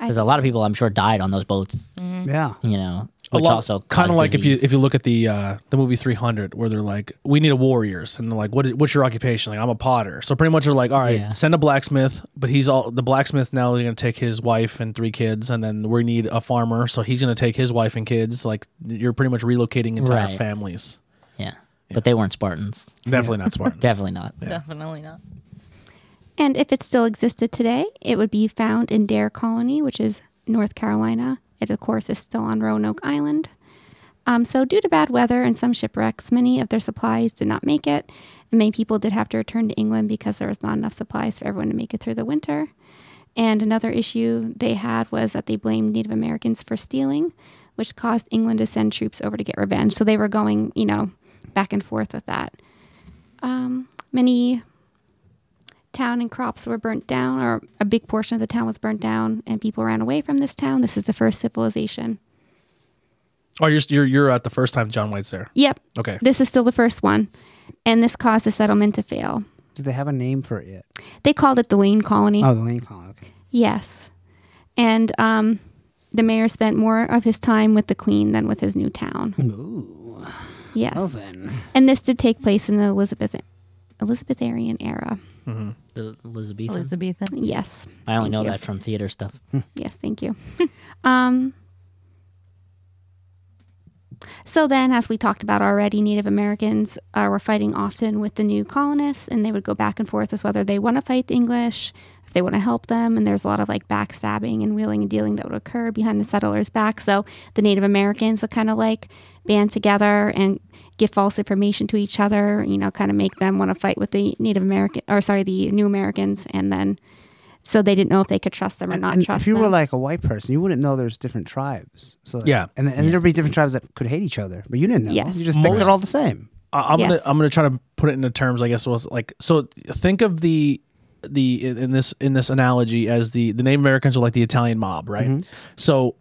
Speaker 3: I-
Speaker 2: Because a lot of people, I'm sure, died on those boats,
Speaker 6: Yeah.
Speaker 2: you know,
Speaker 4: a
Speaker 2: which
Speaker 4: lot,
Speaker 2: also
Speaker 4: kind of like if
Speaker 2: disease.
Speaker 4: you if you look at the uh, the movie 300 where they're like we need a warriors and they're like what is, what's your occupation like I'm a potter so pretty much they're like all right
Speaker 2: Yeah.
Speaker 4: send a blacksmith but he's all the blacksmith now is going to take his wife and three kids and then we need a farmer so he's going to take his wife and kids like you're pretty much relocating entire
Speaker 2: Right.
Speaker 4: families
Speaker 2: Yeah. But they weren't Spartans.
Speaker 4: definitely not smart
Speaker 2: Definitely not.
Speaker 7: Definitely not.
Speaker 3: And if it still existed today, it would be found in Dare Colony, which is North Carolina. It, of course, is still on Roanoke Island. Um, so, due to bad weather and some shipwrecks, many of their supplies did not make it, and many people did have to return to England because there was not enough supplies for everyone to make it through the winter. And another issue they had was that they blamed Native Americans for stealing, which caused England to send troops over to get revenge. So they were going, you know, back and forth with that. Um, many town and crops were burnt down, or a big portion of the town was burnt down, and people ran away from this town. This is the first civilization.
Speaker 4: oh you're you're you're at the first time John White's there
Speaker 3: Yep.
Speaker 4: okay
Speaker 3: This is still the first one. And this caused the settlement to fail.
Speaker 6: Do they have a name for it yet?
Speaker 3: They called it the Lane Colony.
Speaker 6: Oh, the Lane Colony. Okay.
Speaker 3: Yes. And um, the mayor spent more of his time with the queen than with his new town.
Speaker 6: Ooh.
Speaker 3: Yes.
Speaker 6: Well then.
Speaker 3: And this did take place in the Elizabeth Elizabetharian era.
Speaker 2: The Elizabethan.
Speaker 7: Elizabethan.
Speaker 3: Yes.
Speaker 2: I only
Speaker 3: Thank
Speaker 2: know
Speaker 3: you.
Speaker 2: that from theater stuff.
Speaker 3: Yes, thank you. um, so then, as we talked about already, Native Americans uh, were fighting often with the new colonists, and they would go back and forth with whether they want to fight the English, if they want to help them, and there's a lot of like backstabbing and wheeling and dealing that would occur behind the settlers' back. So the Native Americans would kind of like band together and give false information to each other, you know, kind of make them want to fight with the Native American, or sorry, the New Americans, and then. So they didn't know if they could trust them or not
Speaker 6: and
Speaker 3: trust
Speaker 6: if you
Speaker 3: them.
Speaker 6: were like a white person, you wouldn't know there's different tribes. So
Speaker 4: Yeah.
Speaker 6: and, and there'd be different tribes that could hate each other, but you didn't know.
Speaker 3: Yes.
Speaker 6: you just think
Speaker 4: Most-
Speaker 6: they're all the same.
Speaker 4: I- I'm
Speaker 3: Yes.
Speaker 4: gonna I'm gonna try to put it into terms. I guess was like so. Think of the the in in this in this analogy as the the Native Americans are like the Italian mob, right? So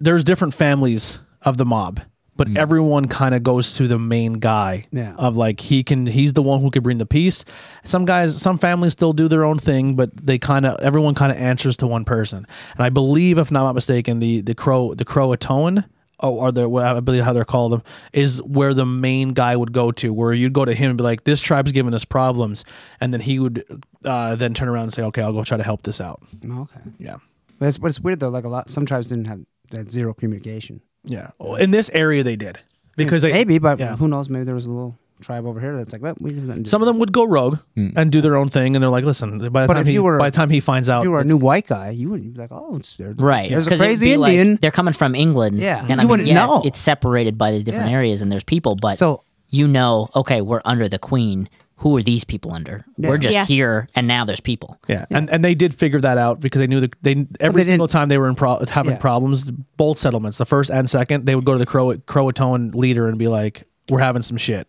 Speaker 4: there's different families of the mob, but everyone kind of goes to the main guy
Speaker 6: Yeah.
Speaker 4: of like he can he's the one who can bring the peace. Some guys, some families still do their own thing, but they kind of everyone kind of answers to one person. And I believe, if I'm not mistaken, the the crow the Croatoan. Oh, are there? I believe how they're called them is where the main guy would go to, where you'd go to him and be like, "This tribe's giving us problems," and then he would uh, then turn around and say, "Okay, I'll go try to help this out."
Speaker 6: No, Oh, okay.
Speaker 4: Yeah.
Speaker 6: But it's, but it's weird though. Like a lot, some tribes didn't have that zero communication.
Speaker 4: Yeah. Well, In this area, they did because they,
Speaker 6: maybe, but
Speaker 4: yeah.
Speaker 6: who knows? Maybe there was a little tribe over here that's like, well, we have nothing to
Speaker 4: some of them would go rogue and do their own thing, and they're like, "Listen, by
Speaker 6: But
Speaker 4: the time
Speaker 6: if
Speaker 4: he
Speaker 6: you were-
Speaker 4: by the time he finds out,
Speaker 6: If you were a
Speaker 4: it's-
Speaker 6: new white guy, you wouldn't be like, oh, it's there.
Speaker 2: Right.
Speaker 6: There's a
Speaker 2: 'cause it'd
Speaker 6: crazy
Speaker 2: be like,
Speaker 6: Indian.
Speaker 2: they're coming from England.
Speaker 6: Yeah,
Speaker 2: And
Speaker 6: you
Speaker 2: I mean,
Speaker 6: wouldn't
Speaker 2: yeah,
Speaker 6: know.
Speaker 2: It's separated by these different
Speaker 6: Yeah.
Speaker 2: areas and there's people, but
Speaker 6: So-
Speaker 2: you know, okay, we're under the queen. Who are these people under? We're just
Speaker 3: Yes.
Speaker 2: here and now there's people.
Speaker 4: Yeah. and and they did figure that out because they knew that they every
Speaker 6: didn't-
Speaker 4: single time they were in pro- having
Speaker 6: Yeah.
Speaker 4: problems, both settlements, the first and second, they would go to the Crow- Croatoan leader and be like, "We're having some shit,"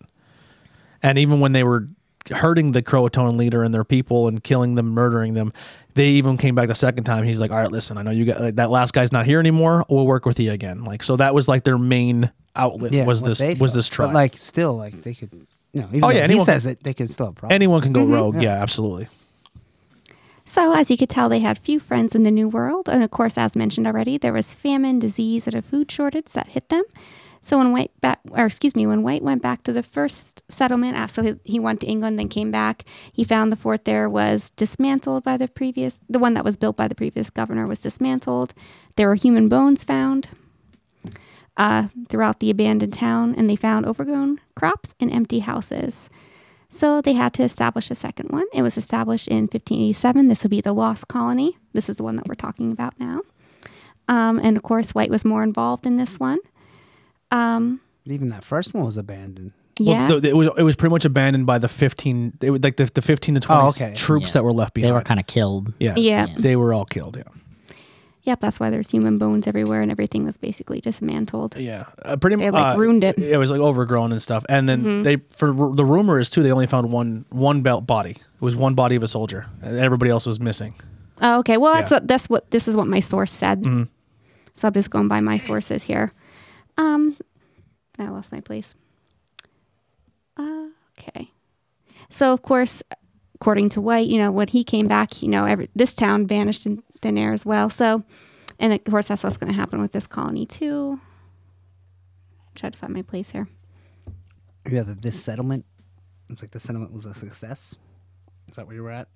Speaker 4: and even when they were hurting the Croatoan leader and their people and killing them, murdering them, they even came back the second time. He's like, "All right, listen, I know you got like, that last guy's not here anymore. We'll work with you again." Like so, that was like their main outlet
Speaker 6: Yeah,
Speaker 4: was
Speaker 6: what
Speaker 4: this
Speaker 6: they
Speaker 4: was
Speaker 6: felt.
Speaker 4: this tribe.
Speaker 6: But like, still, like they could. You know, even
Speaker 4: Oh, yeah,
Speaker 6: if he
Speaker 4: anyone
Speaker 6: says it, they can still have problems.
Speaker 4: anyone can go rogue. Yeah, absolutely.
Speaker 3: So, as you could tell, they had few friends in the New World, and of course, as mentioned already, there was famine, disease, and a food shortage that hit them. So when White, back, or excuse me, when White went back to the first settlement after he, he went to England, then came back, he found the fort there was dismantled by the previous, the one that was built by the previous governor was dismantled. There were human bones found uh, throughout the abandoned town, and they found overgrown crops and empty houses. So they had to establish a second one. It was established in 1587. This would be the Lost Colony. This is the one that we're talking about now. Um, and of course, White was more involved in this one.
Speaker 6: But even that first one was abandoned.
Speaker 3: Yeah.
Speaker 4: Well, th- it was it was pretty much abandoned by the fifteen, it was like the, the fifteen to twenty
Speaker 6: Oh, okay.
Speaker 4: troops
Speaker 2: Yeah.
Speaker 4: that were left
Speaker 2: They
Speaker 4: behind.
Speaker 2: were kind of killed.
Speaker 4: yeah,
Speaker 3: Yeah.
Speaker 4: they were all killed. Yeah,
Speaker 3: yep, that's why there's human bones everywhere and everything was basically dismantled.
Speaker 4: yeah, uh, pretty
Speaker 3: They,
Speaker 4: much
Speaker 3: like, ruined it. Mm-hmm.
Speaker 4: It was like overgrown and stuff. And then they for r- the rumor is too they only found one one belt body. It was one body of a soldier, and everybody else was missing.
Speaker 3: Oh, okay. Well, that's
Speaker 4: Yeah.
Speaker 3: what that's what this is what my source said.
Speaker 6: Mm-hmm.
Speaker 3: So I'm just going by my sources here. Um, I lost my place. Uh, okay. So of course, according to White, you know when he came back, you know every, this town vanished in thin air as well. So, and of course that's what's going to happen with this colony too. Try to find my place here.
Speaker 6: Yeah, the, this settlement. It's like the settlement was a success. Is that where you were at?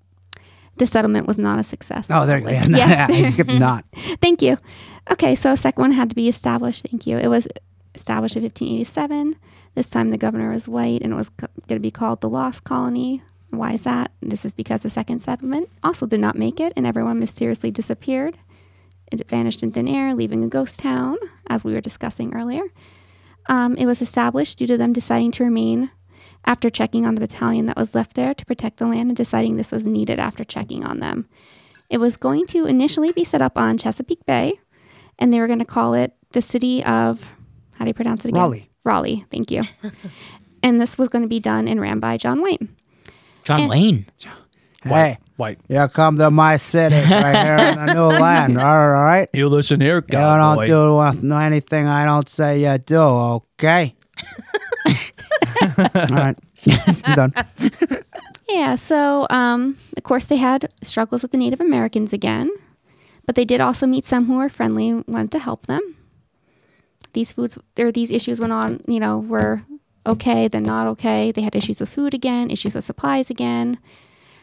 Speaker 3: This settlement was not a success.
Speaker 6: Oh, there you go. Yeah,
Speaker 3: Yeah.
Speaker 6: yeah. I skipped not.
Speaker 3: Thank you. Okay, so a second one had to be established. Thank you. It was established in 1587. This time the governor was white and it was co- going to be called the Lost Colony. Why is that? This is because the second settlement also did not make it and everyone mysteriously disappeared. It vanished in thin air, leaving a ghost town, as we were discussing earlier. Um, it was established due to them deciding to remain after checking on the battalion that was left there to protect the land and deciding this was needed after checking on them. It was going to initially be set up on Chesapeake Bay, and they were going to call it the city of, how do you pronounce it again?
Speaker 6: Raleigh.
Speaker 3: Raleigh, thank you. and this was going to be done and ran by John White.
Speaker 2: John
Speaker 3: Eh.
Speaker 2: Wayne.
Speaker 6: Hey,
Speaker 4: White,
Speaker 6: here come to my city right here in the new land. All right.
Speaker 4: you listen here,
Speaker 6: You don't do uh, no- anything I don't say you do, okay? All right. I'm done.
Speaker 3: Yeah, so um, of course they had struggles with the Native Americans again, but they did also meet some who were friendly and wanted to help them. These foods or these issues went on, you know, were okay, then not okay. They had issues with food again, issues with supplies again.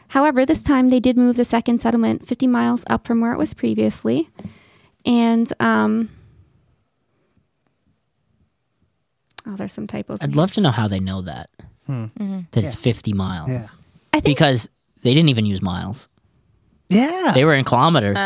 Speaker 3: However, this time they did move the second settlement 50 miles up from where it was previously. And um, oh, there's some typos. in
Speaker 2: I'd
Speaker 3: here.
Speaker 2: love to know how they know that. That it's 50 miles.
Speaker 6: Hmm. Yeah.
Speaker 3: I think
Speaker 2: Because they didn't even use miles.
Speaker 6: Yeah.
Speaker 2: They were in kilometers.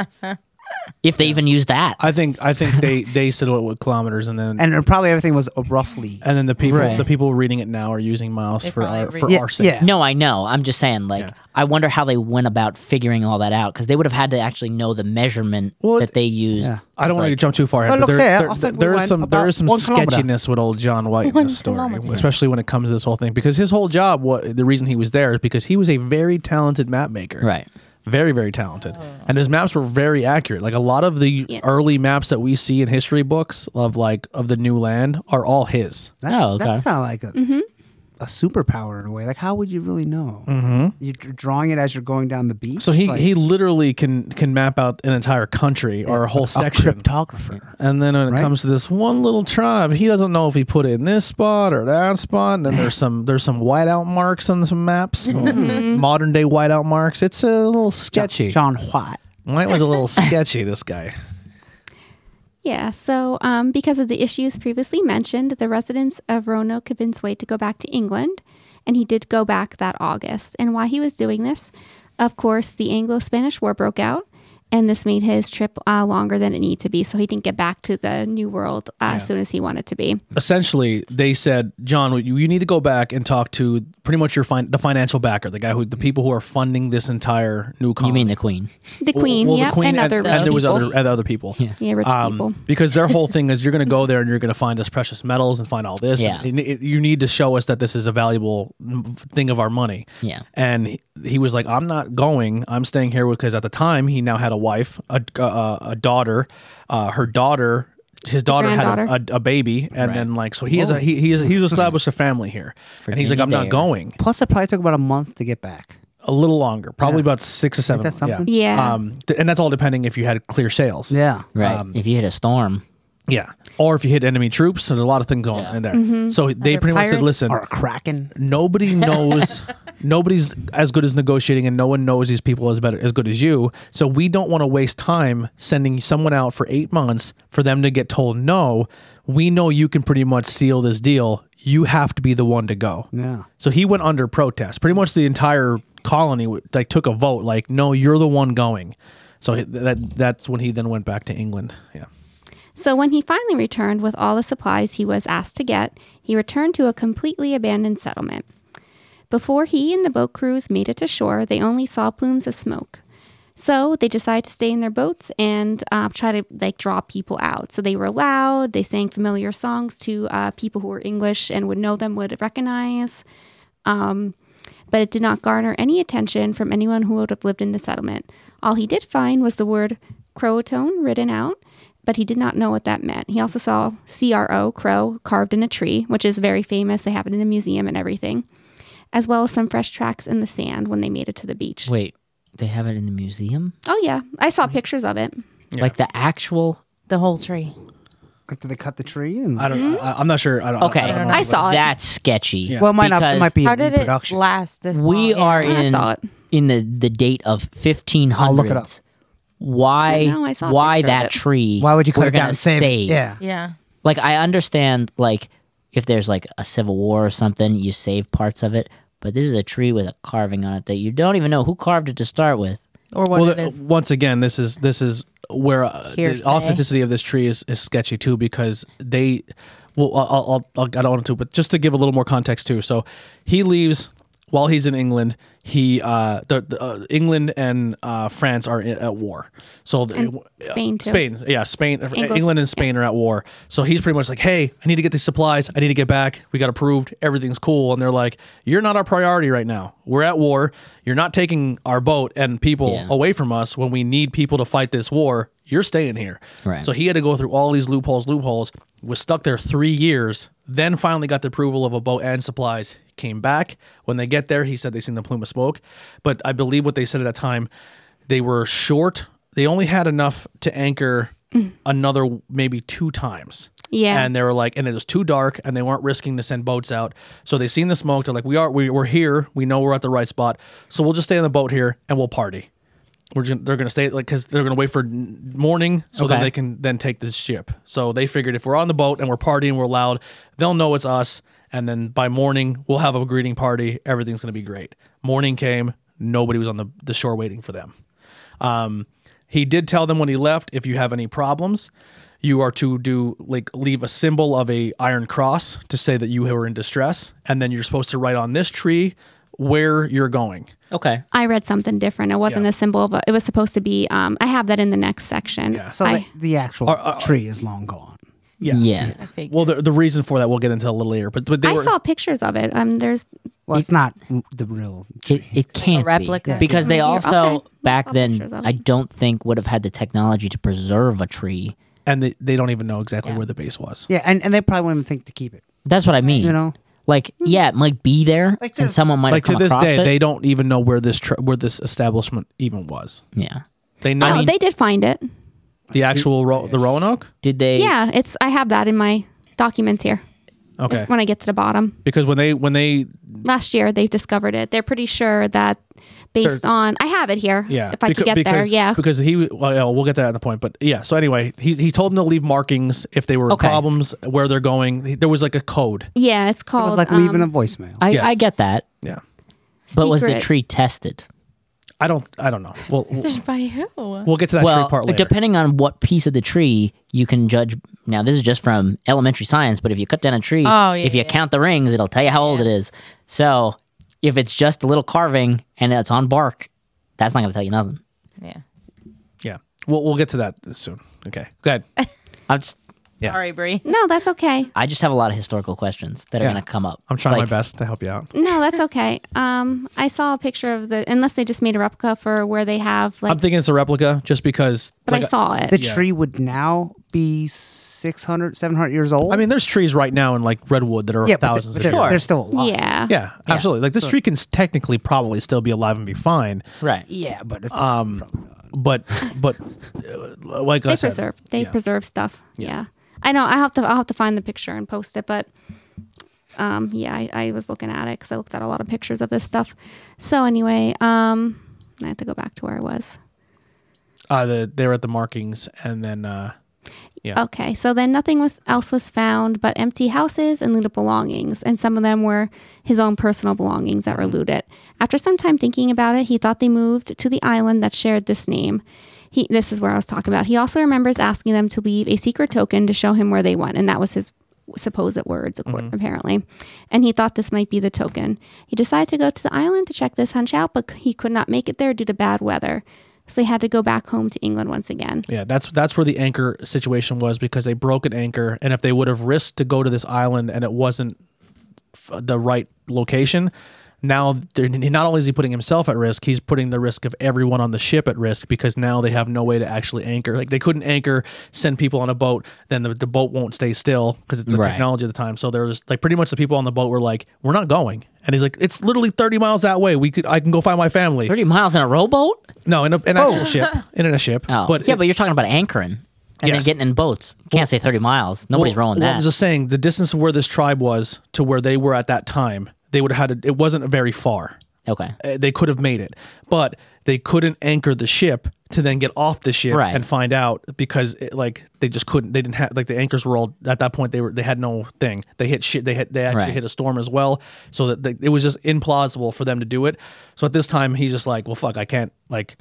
Speaker 2: if they even use that.
Speaker 4: I think I think they they settle it with kilometers, and then and,
Speaker 6: and then probably everything was uh, roughly.
Speaker 4: then the people
Speaker 2: Right.
Speaker 4: the people reading it now are using miles
Speaker 7: They
Speaker 4: for
Speaker 7: probably
Speaker 4: our for
Speaker 7: read-
Speaker 4: our sake.
Speaker 6: yeah.
Speaker 2: No, I know. I'm just saying, like,
Speaker 4: Yeah.
Speaker 2: I wonder how they went about figuring all that out because they would have had to actually know the measurement
Speaker 4: Well,
Speaker 2: that they used.
Speaker 6: yeah.
Speaker 4: I don't want to
Speaker 2: Like-
Speaker 4: jump too far
Speaker 6: Well,
Speaker 4: ahead, but
Speaker 6: look
Speaker 4: there,
Speaker 6: here,
Speaker 4: there,
Speaker 6: I think we
Speaker 4: there is
Speaker 6: went
Speaker 4: some there is some
Speaker 6: about one kilometer.
Speaker 4: sketchiness with old John White in
Speaker 7: One
Speaker 4: this story,
Speaker 7: kilometer.
Speaker 4: especially when it comes to this whole thing. Because his whole job, what the reason he was there is because he was a very talented map maker,
Speaker 2: Right.
Speaker 4: Very very talented, and his maps were very accurate. Like a lot of the
Speaker 3: Yeah.
Speaker 4: early maps that we see in history books of like of the new land are all his.
Speaker 6: That's,
Speaker 2: Oh, okay.
Speaker 6: that's kind of like a, a superpower in a way. Like, how would you really know? You're dr- drawing it as you're going down the beach.
Speaker 4: Mm-hmm. So he
Speaker 6: like,
Speaker 4: he literally can can map out an entire country or a whole
Speaker 6: a
Speaker 4: section.
Speaker 6: cryptographer.
Speaker 4: And then when it
Speaker 6: Right.
Speaker 4: comes to this one little tribe, he doesn't know if he put it in this spot or that spot. And then there's some there's some whiteout marks on some maps,
Speaker 3: Mm-hmm.
Speaker 4: modern day whiteout marks. It's a little sketchy.
Speaker 6: John White.
Speaker 4: Mine was a little sketchy. This guy.
Speaker 3: Yeah, so um, because of the issues previously mentioned, the residents of Roanoke convinced Wade to go back to England, and he did go back that August. And while he was doing this, of course, the Anglo Spanish War broke out, and this made his trip uh, longer than it needed to be. So he didn't get back to the New World uh, as soon as he wanted to be.
Speaker 4: Essentially, they said, John, you, you need to go back and talk to pretty much your fin- the financial backer, the guy who the people who are funding this entire new colony.
Speaker 2: You mean
Speaker 6: Um,
Speaker 2: the queen?
Speaker 3: The Queen,
Speaker 4: well,
Speaker 3: yep,
Speaker 4: the queen
Speaker 3: and
Speaker 4: and,
Speaker 3: other
Speaker 4: and there was
Speaker 3: people.
Speaker 4: other e- um, and other people.
Speaker 2: Yeah.
Speaker 3: yeah, rich people.
Speaker 4: because their whole thing is you're going to go there and you're going to find us precious metals and find all this.
Speaker 2: Yeah.
Speaker 4: And it- you need to show us that this is a valuable mm, thing of our money.
Speaker 2: Yeah.
Speaker 4: And he, he was like, I'm not going. I'm staying here because at the time he now had a wife, a, a, a daughter. Uh, her daughter, his daughter had a,
Speaker 3: Granddaughter.
Speaker 4: a, a baby. And then, like, so he has
Speaker 6: Oh.
Speaker 4: a, he, he has, he's established a family here. and he's like,
Speaker 2: any
Speaker 4: I'm
Speaker 2: day
Speaker 4: not
Speaker 2: or-
Speaker 4: going.
Speaker 6: Plus, it probably took about a month to get back.
Speaker 4: A little longer, probably about six or seven.
Speaker 6: that
Speaker 4: yeah.
Speaker 6: something?
Speaker 3: Yeah.
Speaker 4: Um, th- and that's all depending if you had clear sales.
Speaker 6: Yeah.
Speaker 2: Right. if you hit a storm,
Speaker 4: Yeah. Or if you hit enemy troops, so there's a lot of things going on in there. So they pretty much said,
Speaker 7: pirates?
Speaker 4: listen,
Speaker 6: Or a kraken.
Speaker 4: nobody knows, nobody's as good as negotiating, and no one knows these people as better as good as you. So we don't want to waste time sending someone out for eight months for them to get told no. We know you can pretty much seal this deal. You have to be the one to go.
Speaker 6: Yeah.
Speaker 4: So he went under protest. Pretty much the entire colony w- like took a vote, like, no, you're the one going. So he- that that's when he then went back to England. Yeah.
Speaker 3: So when he finally returned with all the supplies he was asked to get, he returned to a completely abandoned settlement. Before he and the boat crews made it to shore, they only saw plumes of smoke. So they decided to stay in their boats and uh, try to like draw people out. So they were loud. They sang familiar songs to uh, people who were English and would know them would recognize. Um, but it did not garner any attention from anyone who would have lived in the settlement. All he did find was the word crotone written out, but he did not know what that meant. He also saw CRO, crow, carved in a tree, which is very famous. They have it in a museum and everything, as well as some fresh tracks in the sand when they made it to the beach.
Speaker 2: wait, Mm-hmm. they have it in the museum?
Speaker 3: Oh, yeah. I saw pictures of it.
Speaker 2: Like the actual.
Speaker 7: The whole tree.
Speaker 6: Like, did they cut the tree? And
Speaker 4: I don't. I, I'm not sure. I don't.
Speaker 2: Okay.
Speaker 4: I don't know.
Speaker 3: Mm-hmm. I saw it.
Speaker 2: That's sketchy.
Speaker 6: well, it might not. It
Speaker 2: Because
Speaker 6: might be
Speaker 7: How
Speaker 6: in
Speaker 7: did it
Speaker 6: production.
Speaker 7: last this
Speaker 2: We
Speaker 7: long?
Speaker 2: are
Speaker 3: I
Speaker 2: in
Speaker 3: saw it.
Speaker 2: in the the date of 1500s. I'll
Speaker 6: look it up.
Speaker 2: Why?
Speaker 3: I know, I saw a
Speaker 2: why
Speaker 3: picture of
Speaker 2: that
Speaker 3: it.
Speaker 2: tree?
Speaker 6: Why would you cut
Speaker 2: we're
Speaker 6: it down
Speaker 2: gonna
Speaker 6: and save? it?
Speaker 2: save?
Speaker 6: Yeah.
Speaker 7: Yeah.
Speaker 2: Like I understand, like if there's like a civil war or something, you save parts of it. But this is a tree with a carving on it that you don't even know who carved it to start with.
Speaker 7: Or what
Speaker 4: Well,
Speaker 7: it
Speaker 4: th-
Speaker 7: is.
Speaker 4: once again, this is this is where uh, the
Speaker 7: Hearsay.
Speaker 4: authenticity of this tree is, is sketchy too because they. Well, I'll, I'll, I'll, I don't want to, but just to give a little more context too. So he leaves while he's in England. He uh, the, the uh, England and uh, France are in, at war. So the,
Speaker 3: Spain, too.
Speaker 4: Spain, yeah, Spain, uh,
Speaker 3: Angles-
Speaker 4: England and Spain are at war. So he's pretty much like, hey, I need to get these supplies. I need to get back. We got approved. Everything's cool. And they're like, you're not our priority right now. We're at war. You're not taking our boat and people
Speaker 2: Yeah.
Speaker 4: away from us when we need people to fight this war. You're staying here.
Speaker 2: Right.
Speaker 4: So he had to go through all these loopholes, loopholes, was stuck there three years, then finally got the approval of a boat and supplies, came back. When they get there, he said they seen the plume of smoke. But I believe what they said at that time, they were short. They only had enough to anchor another maybe two times.
Speaker 3: Yeah.
Speaker 4: And they were like, and it was too dark, and they weren't risking to send boats out. So they seen the smoke. They're like, we are, we, we're here. We know we're at the right spot. So we'll just stay on the boat here and we'll party. We're just, they're going to stay like because they're going to wait for n- morning so that
Speaker 2: Okay.
Speaker 4: they can then take this ship. So they figured if we're on the boat and we're partying, we're loud, they'll know it's us. And then by morning, we'll have a greeting party. Everything's going to be great. Morning came. Nobody was on the, the shore waiting for them. Um, He did tell them when he left, if you have any problems, you are to do like leave a symbol of a iron cross to say that you were in distress, and then you're supposed to write on this tree where you're going.
Speaker 2: Okay.
Speaker 3: I read something different. It wasn't
Speaker 4: Yeah.
Speaker 3: a symbol of a, it was supposed to be um I have that in the next section.
Speaker 6: So
Speaker 3: I-
Speaker 6: the, the actual tree is long gone.
Speaker 4: Yeah.
Speaker 2: Yeah.
Speaker 4: Well, the, the reason for that we'll get into a little later, but but they
Speaker 3: I
Speaker 4: were
Speaker 3: saw pictures of it. Um there's
Speaker 6: Well, it's not the real
Speaker 2: It,
Speaker 6: tree.
Speaker 2: it can't
Speaker 7: replica.
Speaker 2: be because they
Speaker 3: Maybe.
Speaker 2: also
Speaker 3: Okay.
Speaker 2: back
Speaker 3: I'll
Speaker 2: then
Speaker 3: pictures of
Speaker 2: I
Speaker 3: them.
Speaker 2: don't think would have had the technology to preserve a tree.
Speaker 4: and they, they don't even know exactly where the base was.
Speaker 6: yeah, and, and they probably wouldn't even think to keep it.
Speaker 2: That's what I mean.
Speaker 6: You know,
Speaker 2: like yeah, it might be there,
Speaker 6: Like
Speaker 2: and
Speaker 6: the-
Speaker 2: someone might
Speaker 4: Like
Speaker 2: have
Speaker 4: to
Speaker 2: come
Speaker 4: this
Speaker 2: across
Speaker 4: day,
Speaker 2: it.
Speaker 4: they don't even know where this tr- where this establishment even was.
Speaker 2: yeah.
Speaker 4: They know
Speaker 3: Oh, they did find it.
Speaker 4: the actual Ro- the Roanoke.
Speaker 2: Did they?
Speaker 3: Yeah, it's I have that in my documents here.
Speaker 4: Okay,
Speaker 3: When I get to the bottom.
Speaker 4: because when they when they
Speaker 3: Last year they discovered it. They're pretty sure that based on I have it here.
Speaker 4: Yeah.
Speaker 3: If I
Speaker 4: becau-
Speaker 3: could get there.
Speaker 4: because,
Speaker 3: Yeah.
Speaker 4: Because he, well, yeah, we'll get to that in a point. But yeah. So anyway, he, he told them to leave markings if they were in
Speaker 2: Okay.
Speaker 4: problems, where they're going. He- There was like a code.
Speaker 3: yeah, it's
Speaker 6: it
Speaker 3: called
Speaker 6: was like
Speaker 3: um,
Speaker 6: leaving a voicemail.
Speaker 2: I, I
Speaker 4: Yes.
Speaker 2: get that,
Speaker 4: Yeah.
Speaker 2: but was the
Speaker 3: Secret.
Speaker 2: tree tested?
Speaker 4: I don't, I don't know. We'll, we'll,
Speaker 7: By who?
Speaker 4: we'll get to that
Speaker 2: well,
Speaker 4: tree part later.
Speaker 2: depending on what piece of the tree you can judge. Now, this is just from elementary science, but if you cut down a tree,
Speaker 7: Oh, yeah,
Speaker 2: if you
Speaker 7: yeah.
Speaker 2: count the rings, it'll tell you how old it is. So, if it's just a little carving and it's on bark, that's not going to tell you nothing.
Speaker 7: Yeah.
Speaker 4: yeah. We'll, we'll get to that soon. Okay. Go ahead.
Speaker 2: I'm just,
Speaker 4: Yeah.
Speaker 7: Sorry, Brie.
Speaker 3: No, that's okay.
Speaker 2: I just have a lot of historical questions that are
Speaker 4: Yeah.
Speaker 2: going to come up.
Speaker 4: I'm trying
Speaker 2: Like,
Speaker 4: my best to help you out.
Speaker 3: No, that's okay. Um, I saw a picture of the unless they just made a replica for where they have like,
Speaker 4: I'm thinking it's a replica just because,
Speaker 3: but
Speaker 4: like,
Speaker 3: I saw it.
Speaker 6: The tree would now be 600, 700 years old.
Speaker 4: I mean, there's trees right now in like redwood that are
Speaker 6: yeah, but
Speaker 4: thousands
Speaker 6: they-
Speaker 4: of
Speaker 6: but
Speaker 4: years.
Speaker 6: they're, they're still alive.
Speaker 3: yeah.
Speaker 4: Yeah, absolutely. Like this tree can s- technically probably still be alive and be fine,
Speaker 2: Right.
Speaker 6: Yeah, but it's,
Speaker 4: but but uh, like I
Speaker 3: They
Speaker 4: said,
Speaker 3: preserve. They
Speaker 4: yeah.
Speaker 3: preserve stuff. Yeah. I know. I have to. I'll have to find the picture and post it. But um, yeah, I, I was looking at it because I looked at a lot of pictures of this stuff. So anyway, um, I have to go back to where I was.
Speaker 4: uh, the, they were at the markings and then uh, Yeah.
Speaker 3: Okay, so then nothing was else was found but empty houses and looted belongings, and some of them were his own personal belongings that
Speaker 4: Mm-hmm.
Speaker 3: were looted. After some time thinking about it, he thought they moved to the island that shared this name. He this is where I was talking about. He also remembers asking them to leave a secret token to show him where they went, and that was his supposed words accord-
Speaker 4: Mm-hmm.
Speaker 3: apparently and he thought this might be the token he decided to go to the island to check this hunch out but c- he could not make it there due to bad weather so he had to go back home to england once again
Speaker 4: Yeah, that's that's where the anchor situation was because they broke an anchor, and if they would have risked to go to this island and it wasn't f- the right location, now they're, not only is he putting himself at risk, he's putting the risk of everyone on the ship at risk because now they have no way to actually anchor. Like they couldn't anchor, send people on a boat, then the, the boat won't stay still because the
Speaker 2: Right.
Speaker 4: technology at the time. So there's like pretty much the people on the boat were like, "We're not going," and he's like, "It's literally thirty miles that way. We could I can go find my family."
Speaker 2: 30 miles in a rowboat?
Speaker 4: No, in a, an actual ship, in a ship.
Speaker 2: Oh. yeah,
Speaker 4: it-
Speaker 2: but you're talking about anchoring and then
Speaker 4: Yes.
Speaker 2: getting in boats. You can't say 30 miles. Nobody's
Speaker 4: Well,
Speaker 2: rowing
Speaker 4: well,
Speaker 2: that.
Speaker 4: I'm just saying the distance of where this tribe was to where they were at that time, they would have had to, it wasn't very far.
Speaker 2: okay.
Speaker 4: Uh, They could have made it, but they couldn't anchor the ship to then get off the ship
Speaker 2: Right.
Speaker 4: and find out because it, like they just couldn't. They didn't have like the anchors were all at that point. They were they had no thing. They hit shit. They hit they actually
Speaker 2: Right.
Speaker 4: hit a storm as well. So that they, it was just implausible for them to do it. So at this time, he's just like, well, fuck, I can't like.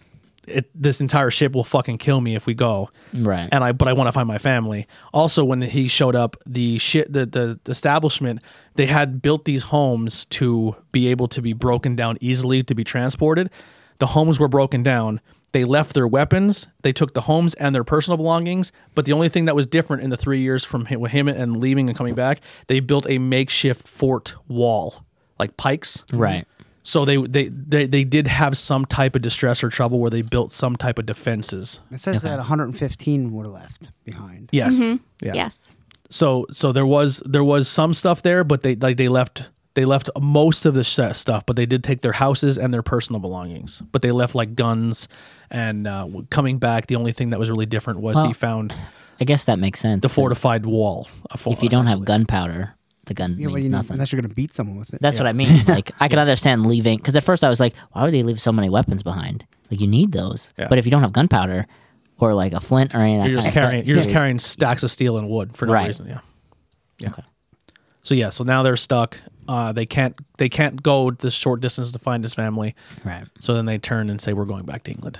Speaker 4: It, this entire ship will fucking kill me if we go
Speaker 2: Right.
Speaker 4: and I but I want to find my family. Also, when he showed up, the shit the, the the establishment they had built these homes to be able to be broken down easily to be transported. The homes were broken down. They left their weapons. They took the homes and their personal belongings. But the only thing that was different in the three years from him, him and leaving and coming back, they built a makeshift fort wall, like pikes.
Speaker 2: Right.
Speaker 4: So they, they they they did have some type of distress or trouble where they built some type of defenses.
Speaker 6: it says that 115 were left behind.
Speaker 4: Yes. Yeah
Speaker 3: yes
Speaker 4: so so there was there was some stuff there but they like they left they left most of the sh- stuff but they did take their houses and their personal belongings but they left like guns and uh, w- coming back the only thing that was really different was he
Speaker 2: Well,
Speaker 4: found
Speaker 2: I guess that makes sense.
Speaker 4: the fortified wall a fort,
Speaker 2: if you don't have
Speaker 4: essentially.
Speaker 2: gunpowder, the gun
Speaker 6: Yeah, well,
Speaker 2: means
Speaker 6: you know,
Speaker 2: nothing.
Speaker 6: unless you're going to beat someone with it.
Speaker 2: That's what I mean. Like I can understand leaving because at first I was like, why would they leave so many weapons behind? Like you need those,
Speaker 4: Yeah.
Speaker 2: but if you don't have gunpowder or like a flint or any of that,
Speaker 4: you're just
Speaker 2: kind of
Speaker 4: carrying
Speaker 2: stuff,
Speaker 4: you're just carrying stacks of steel and wood for no
Speaker 2: Right.
Speaker 4: reason yeah yeah
Speaker 2: Okay.
Speaker 4: so yeah so now they're stuck uh, they can't they can't go the short distance to find his family
Speaker 2: right?
Speaker 4: so then they turn and say we're going back to england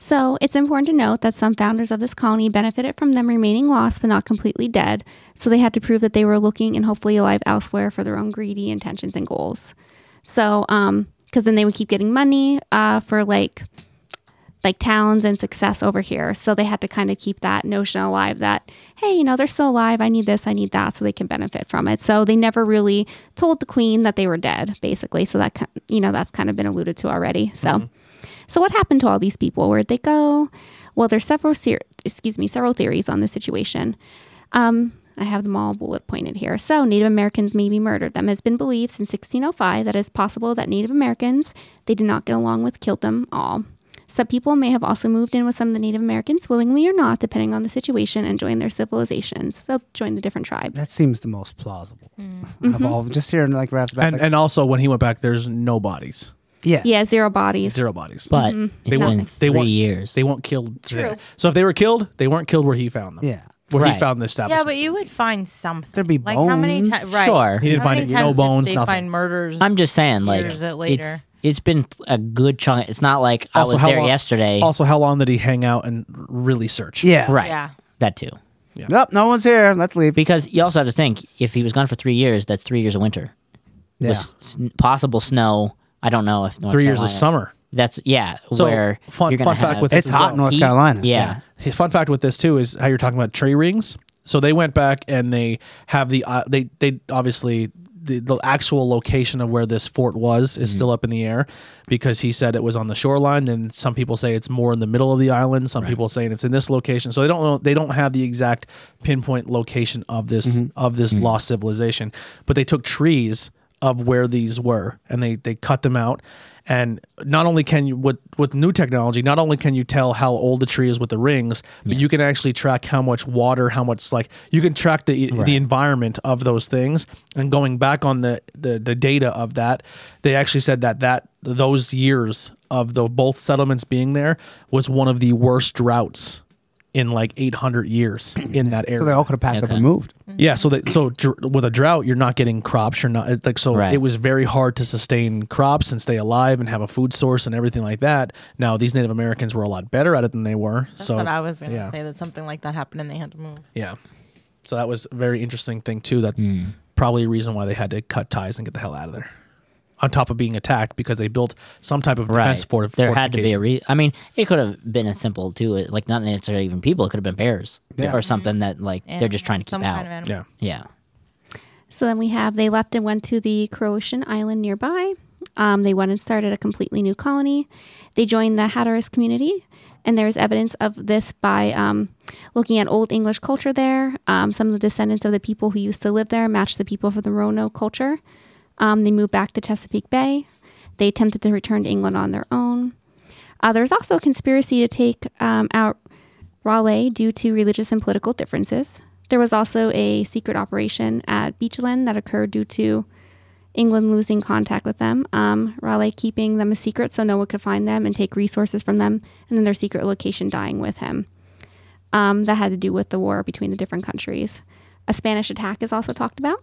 Speaker 3: So it's important to note that some founders of this colony benefited from them remaining lost but not completely dead, so they had to prove that they were looking and hopefully alive elsewhere for their own greedy intentions and goals. So, um, because then they would keep getting money uh, for like like towns and success over here. So they had to kind of keep that notion alive that, hey, you know, they're still alive. I need this, I need that, so they can benefit from it. So they never really told the queen that they were dead, basically. So that, ki- you know, that's kind of been alluded to already. So, so what happened to all these people? Where'd they go? Well, there's several, ser- excuse me, several theories on the situation. Um, I have them all bullet pointed here. So, Native Americans maybe murdered them. Has been believed since 1605 that it's possible that Native Americans they did not get along with killed them all. Some people may have also moved in with some of the Native Americans, willingly or not, depending on the situation, and joined their civilizations. So, joined the different tribes.
Speaker 6: That seems the most plausible
Speaker 2: Mm-hmm.
Speaker 6: of all. Just hearing like right off the bat,
Speaker 4: And
Speaker 6: like,
Speaker 4: and also when he went back, there's no bodies,
Speaker 6: yeah,
Speaker 3: yeah, zero bodies.
Speaker 4: zero bodies.
Speaker 2: But
Speaker 7: Mm-hmm.
Speaker 2: it's
Speaker 4: They
Speaker 2: been
Speaker 4: weren't- they
Speaker 2: three
Speaker 4: weren't-
Speaker 2: years.
Speaker 4: they weren't killed. there. So if they were killed, they weren't killed where he found them.
Speaker 6: Yeah.
Speaker 4: where he
Speaker 2: Right.
Speaker 4: found the
Speaker 7: Yeah,
Speaker 4: establishment.
Speaker 7: but you would find something.
Speaker 6: There'd be
Speaker 7: like how many
Speaker 6: bones.
Speaker 7: times? Right.
Speaker 2: Sure.
Speaker 4: He didn't
Speaker 7: How
Speaker 4: find
Speaker 7: many
Speaker 4: it. No
Speaker 7: times did
Speaker 4: bones,
Speaker 7: They
Speaker 4: nothing.
Speaker 7: find murders.
Speaker 2: I'm just saying, like,
Speaker 7: Years
Speaker 2: it's,
Speaker 7: later.
Speaker 2: it's been a good chunk. It's not like I was there yesterday.
Speaker 4: Also, how long did he hang out and really search?
Speaker 6: yeah.
Speaker 2: right.
Speaker 7: Yeah.
Speaker 2: That too.
Speaker 6: Nope, no one's here. Let's leave.
Speaker 2: Because you also have to think if he was gone for three years, that's three years of winter. With
Speaker 6: Yeah.
Speaker 2: s- possible snow. I don't know if North
Speaker 4: three years of
Speaker 2: Carolina-
Speaker 4: summer.
Speaker 2: That's yeah.
Speaker 4: So,
Speaker 2: where
Speaker 4: fun-
Speaker 2: you're gonna
Speaker 4: fun fact
Speaker 2: have-
Speaker 4: with
Speaker 6: It's
Speaker 4: as
Speaker 6: hot
Speaker 4: well.
Speaker 6: in North
Speaker 2: Heat-
Speaker 6: Carolina.
Speaker 2: Yeah.
Speaker 4: His fun fact with this too is how you're talking about tree rings. So they went back and they have the uh, they they obviously the, the actual location of where this fort was is still up in the air because he said it was on the shoreline. Then some people say it's more in the middle of the island. Some people saying it's in this location. So they don't know they don't have the exact pinpoint location of this of this lost civilization. But they took trees of where these were and they they cut them out and not only can you with with new technology not only can you tell how old the tree is with the rings but you can actually track how much water how much like you can track the the environment of those things and going back on the, the the data of that they actually said that that those years of the both settlements being there was one of the worst droughts in like 800 years in that area
Speaker 6: So they all could have packed up
Speaker 2: Okay.
Speaker 6: and moved.
Speaker 4: yeah, so that so dr- with a drought, you're not getting crops. You're not it- like so.
Speaker 2: Right.
Speaker 4: It was very hard to sustain crops and stay alive and have a food source and everything like that. Now these Native Americans were a lot better at it than they were.
Speaker 7: That's
Speaker 4: so
Speaker 7: what I was gonna
Speaker 4: yeah.
Speaker 7: say. That something like that happened and they had to move.
Speaker 4: yeah, so that was a very interesting thing too. That
Speaker 2: Hmm.
Speaker 4: probably a reason why they had to cut ties and get the hell out of there. On top of being attacked because they built some type of
Speaker 2: Right.
Speaker 4: defense fort.
Speaker 2: there had to be a
Speaker 4: fortifications.
Speaker 2: reason. I mean, it could have been as simple too, uh, like not necessarily even people. It could have been bears
Speaker 6: Yeah.
Speaker 2: or something that like they're just trying to keep
Speaker 7: Some
Speaker 2: out.
Speaker 7: Kind of animal.
Speaker 4: Yeah,
Speaker 2: yeah.
Speaker 3: So then we have they left and went to the Croatian island nearby. Um, they went and started a completely new colony. They joined the Hatteras community, and there's evidence of this by um, looking at old English culture there. Um, some of the descendants of the people who used to live there matched the people from the Roanoke culture. Um, they moved back to Chesapeake Bay. They attempted to return to England on their own. Uh, there's also a conspiracy to take um, out Raleigh due to religious and political differences. There was also a secret operation at Beachland that occurred due to England losing contact with them, um, Raleigh keeping them a secret so no one could find them and take resources from them, and then their secret location dying with him. Um, that had to do with the war between the different countries. A Spanish attack is also talked about.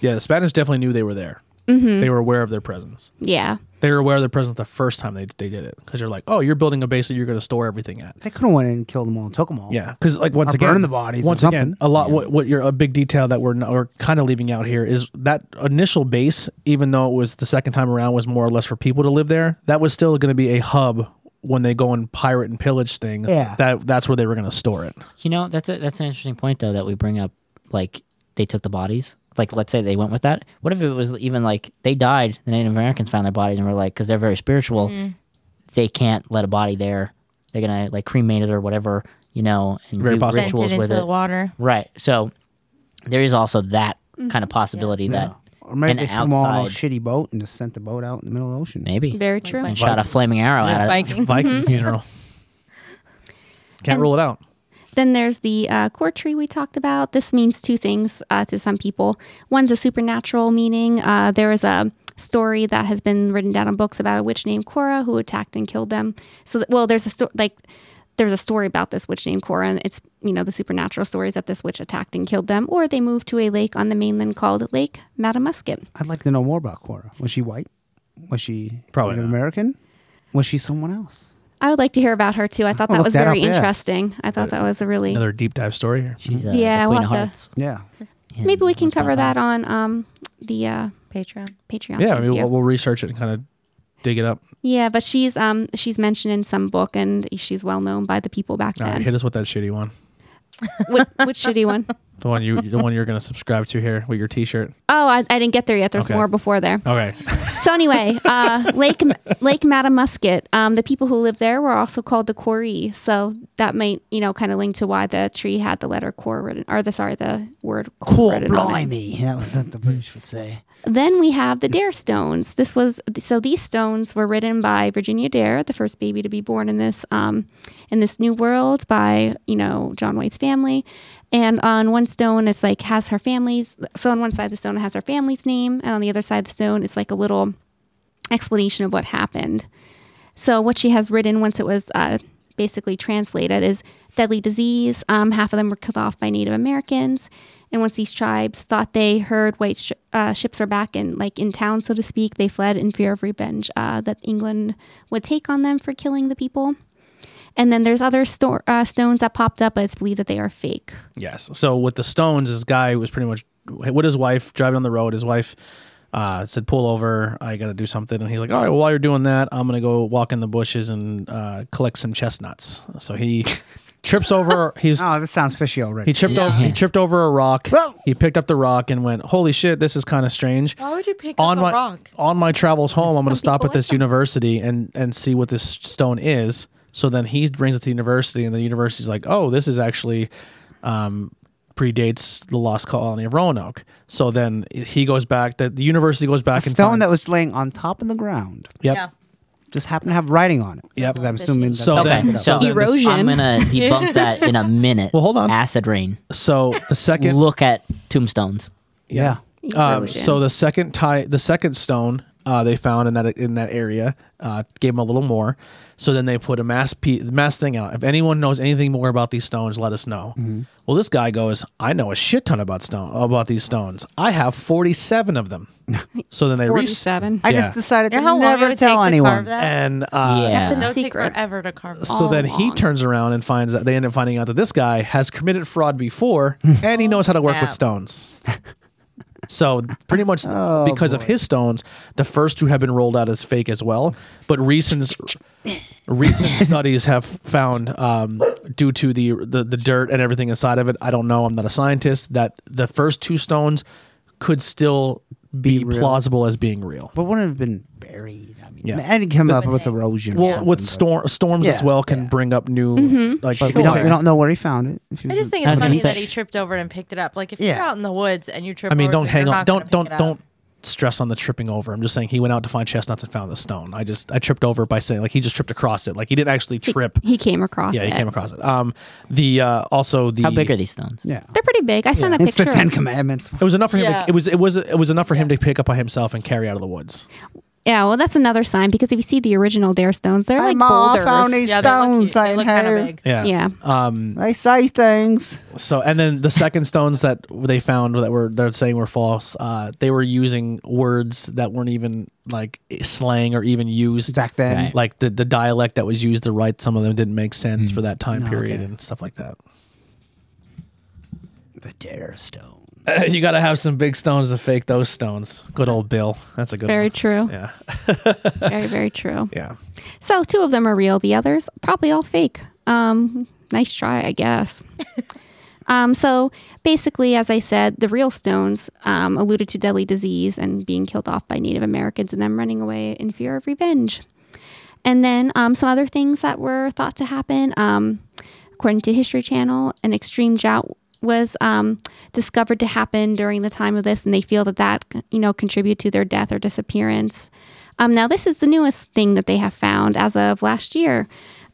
Speaker 4: yeah. The Spanish definitely knew they were there.
Speaker 7: Mm-hmm.
Speaker 4: They were aware of their presence.
Speaker 3: Yeah.
Speaker 4: They were aware of their presence the first time they they did it because you're like, oh, you're building a base that you're going to store everything at.
Speaker 6: They could have went in and killed them all and took them all.
Speaker 4: Yeah, because like once
Speaker 6: Or
Speaker 4: again,
Speaker 6: burn the bodies or
Speaker 4: Once again,
Speaker 6: something.
Speaker 4: a lot. What, what you're a big detail that we're not, we're kind of leaving out here is that initial base, even though it was the second time around, was more or less for people to live there. That was still going to be a hub when they go and pirate and pillage things.
Speaker 6: Yeah.
Speaker 4: that that's where they were going to store it.
Speaker 6: Mm-hmm.
Speaker 2: You know, that's a, that's an interesting point though that we bring up. Like they took the bodies. Like let's say they went with that. What if it was even like they died? The Native Americans found their bodies and were like, because they're very spiritual,
Speaker 7: Mm-hmm.
Speaker 2: they can't let a body there. They're gonna like cremate it or whatever, you know, and
Speaker 4: Very
Speaker 2: do
Speaker 4: possible.
Speaker 7: Sent it
Speaker 2: rituals
Speaker 7: into
Speaker 2: with
Speaker 7: the
Speaker 2: it.
Speaker 7: water.
Speaker 2: Right. So there is also that
Speaker 7: Mm-hmm.
Speaker 2: kind of possibility that
Speaker 6: Or maybe
Speaker 2: an
Speaker 6: they threw them all on a
Speaker 2: outside-
Speaker 6: shitty boat and just sent the boat out in the middle of the ocean.
Speaker 2: maybe
Speaker 3: Very true.
Speaker 2: and shot a flaming arrow at it.
Speaker 7: Viking.
Speaker 4: Viking funeral. Can't rule it out.
Speaker 3: Then there's the uh, core tree we talked about. This means two things uh, to some people. One's a supernatural meaning. Uh, there is a story that has been written down in books about a witch named Cora who attacked and killed them. So, th- well, there's a sto- like there's a story about this witch named Cora, and it's you know the supernatural stories that this witch attacked and killed them, or they moved to a lake on the mainland called Lake Matamusket.
Speaker 6: I'd like to know more about Cora. Was she white? Was she
Speaker 4: Probably
Speaker 6: Native
Speaker 4: not.
Speaker 6: American? Was she someone else?
Speaker 3: I would like to hear about her too. I thought
Speaker 4: Oh,
Speaker 3: that
Speaker 6: I'll look
Speaker 3: was
Speaker 6: that
Speaker 3: very
Speaker 6: up, yeah.
Speaker 3: interesting. I thought that was a really
Speaker 4: Another deep dive story here.
Speaker 2: She's uh,
Speaker 3: Yeah,
Speaker 2: yeah,
Speaker 3: we'll
Speaker 2: Queen of
Speaker 3: have to-
Speaker 2: Hearts.
Speaker 6: Yeah.
Speaker 2: and
Speaker 3: maybe we can
Speaker 2: once upon
Speaker 3: cover
Speaker 2: a time.
Speaker 3: that on um the uh,
Speaker 7: Patreon.
Speaker 3: Patreon.
Speaker 4: Yeah, I
Speaker 3: Thank
Speaker 4: mean,
Speaker 3: you.
Speaker 4: we'll, we'll research it and kind of dig it up.
Speaker 3: yeah, but she's um she's mentioned in some book and she's well known by the people back
Speaker 4: All right,
Speaker 3: then.
Speaker 4: hit us with that shitty one.
Speaker 3: Which, which shitty one?
Speaker 4: The one you, the one you're gonna subscribe to here with your T-shirt.
Speaker 3: Oh, I, I didn't get there yet. There's
Speaker 4: Okay. Oh.
Speaker 3: more before there.
Speaker 4: Okay.
Speaker 3: So anyway, uh, Lake Lake Matamusket. Um, the people who lived there were also called the Quarry. So that might you know kind of link to why the tree had the letter Cor written, or the sorry, the word Cor
Speaker 6: Cool,
Speaker 3: written on it.
Speaker 6: blimey. That was what the British would say.
Speaker 3: Then we have the Dare stones. This was so these stones were written by Virginia Dare, the first baby to be born in this um, in this new world by you know John White's family. And on one stone, it's like has her family's. So on one side of the stone it has her family's name, and on the other side of the stone, it's like a little explanation of what happened. So what she has written once it was uh, basically translated is deadly disease. Um, half of them were killed off by Native Americans, and once these tribes thought they heard white sh- uh, ships were back in like in town, so to speak, they fled in fear of revenge uh, that England would take on them for killing the people. And then there's other sto- uh, stones that popped up, but it's believed that they are fake.
Speaker 4: Yes. So with the Stones, this guy was pretty much with his wife driving on the road. His wife uh, said, "Pull over. I got to do something." And he's like, "All right. Well, while you're doing that, I'm gonna go walk in the bushes and uh, collect some chestnuts." So he trips over. He's
Speaker 6: Oh, this sounds fishy already.
Speaker 4: he tripped over. He tripped over a rock.
Speaker 6: Well-
Speaker 4: He picked up the rock and went, "Holy shit! This is kind of strange."
Speaker 7: Why would you pick
Speaker 4: on
Speaker 7: up
Speaker 4: my
Speaker 7: a rock?
Speaker 4: on my travels home, I'm going to stop
Speaker 3: people
Speaker 4: at this university and and see what this stone is. So then he brings it to the university, and the university's like, "Oh, this is actually um, predates the lost colony of Roanoke." So then he goes back. That the university goes back
Speaker 6: a
Speaker 4: and
Speaker 6: stone
Speaker 4: finds-
Speaker 6: that was laying on top of the ground
Speaker 4: yep.
Speaker 7: Yeah.
Speaker 6: just happened to have writing on it.
Speaker 4: Yep.
Speaker 6: Because I'm assuming that's
Speaker 4: So
Speaker 6: how they
Speaker 4: then-
Speaker 6: picked it
Speaker 2: Okay,
Speaker 6: up.
Speaker 2: so
Speaker 4: then the-
Speaker 3: Erosion.
Speaker 2: I'm gonna debunk that in a minute.
Speaker 4: Well, hold on.
Speaker 2: Acid rain.
Speaker 4: So the second
Speaker 2: Look at tombstones.
Speaker 6: yeah.
Speaker 4: Um,
Speaker 3: Erosion.
Speaker 4: so the second tie, the second stone uh, they found in that in that area uh, gave them a little more. So then they put a mass pe- mass thing out. If anyone knows anything more about these stones, let us know. Well, this guy goes, I know a shit ton about stone about these stones. I have forty seven of them. so then they re-
Speaker 3: 47.
Speaker 6: I
Speaker 4: Yeah.
Speaker 6: just decided
Speaker 7: You
Speaker 6: to
Speaker 7: know how long it
Speaker 6: never
Speaker 7: would take to
Speaker 6: tell
Speaker 7: carve
Speaker 6: anyone.
Speaker 7: that?
Speaker 4: and uh,
Speaker 2: yeah.
Speaker 3: Captain-
Speaker 7: That would take
Speaker 3: Secret.
Speaker 7: forever to carve. that.
Speaker 4: So then he
Speaker 3: along.
Speaker 4: turns around and finds that they end up finding out that this guy has committed fraud before and he knows how to work with
Speaker 7: snap.
Speaker 4: stones. so pretty much
Speaker 6: Oh,
Speaker 4: because of his stones, the first two have been rolled out as fake as well. But recent recent studies have found um, due to the, the the dirt and everything inside of it, I don't know, I'm not a scientist, that the first two stones could still be, plausible as being real.
Speaker 6: But wouldn't have been buried. I mean,
Speaker 4: Yeah.
Speaker 6: and it came up with erosion. or
Speaker 4: Well, with
Speaker 6: something,
Speaker 4: storm, storms as
Speaker 6: Yeah,
Speaker 4: well can
Speaker 6: yeah. Mm-hmm.
Speaker 4: bring up new like
Speaker 6: but- But we don't, we don't know where he found it. If he
Speaker 7: I
Speaker 6: was
Speaker 7: just think
Speaker 2: I
Speaker 7: it's
Speaker 2: was gonna
Speaker 7: funny that
Speaker 2: say-
Speaker 7: he tripped over it and picked it up. Like if you're
Speaker 6: Yeah.
Speaker 7: out in the woods and you trip,
Speaker 4: I mean,
Speaker 7: over
Speaker 4: don't
Speaker 7: something, you're
Speaker 4: hang on.
Speaker 7: not gonna
Speaker 4: Don't
Speaker 7: pick
Speaker 4: don't
Speaker 7: it up.
Speaker 4: don't stress on the tripping over. I'm just saying he went out to find chestnuts and found the stone. I just I tripped over it by saying like he just tripped across it. Like he didn't actually trip.
Speaker 3: He came across
Speaker 4: Yeah, he
Speaker 3: it.
Speaker 4: came across it. Um, the uh, also the
Speaker 2: How big are these stones?
Speaker 6: yeah.
Speaker 3: They're pretty big. I sent a
Speaker 6: It's the
Speaker 3: picture.
Speaker 6: Ten Commandments.
Speaker 4: It was enough for him.
Speaker 7: Yeah.
Speaker 4: To, it was it was it was enough for him to pick up by himself and carry out of the woods.
Speaker 3: yeah, well, that's another sign because if you see the original Dare stones, they're
Speaker 6: Hey,
Speaker 3: like
Speaker 6: Ma, I
Speaker 3: boulders.
Speaker 6: found these
Speaker 7: Yeah, they look,
Speaker 6: stones
Speaker 7: they
Speaker 6: I
Speaker 7: look kind of
Speaker 6: have.
Speaker 7: big.
Speaker 4: Yeah. Um,
Speaker 3: Yeah.
Speaker 6: Mm. They say things.
Speaker 4: So and then the second stones that they found that were they're saying were false. Uh, they were using words that weren't even like slang or even used
Speaker 6: Back then.
Speaker 2: Right.
Speaker 4: Like the the dialect that was used to write some of them didn't make sense for that time period and stuff like that.
Speaker 6: The Dare Stone.
Speaker 4: Uh, you got to have some big stones to fake those stones. Good old Bill. That's a good
Speaker 3: Very
Speaker 4: one.
Speaker 3: true.
Speaker 4: Yeah.
Speaker 3: Very, very true.
Speaker 4: Yeah.
Speaker 3: So two of them are real. The others probably all fake. Um, nice try, I guess. um, so basically, as I said, the real stones um, alluded to deadly disease and being killed off by Native Americans and them running away in fear of revenge. And then um, some other things that were thought to happen. Um, according to History Channel, an extreme drought was um, discovered to happen during the time of this, and they feel that that you know contribute to their death or disappearance. Um, now, this is the newest thing that they have found as of last year.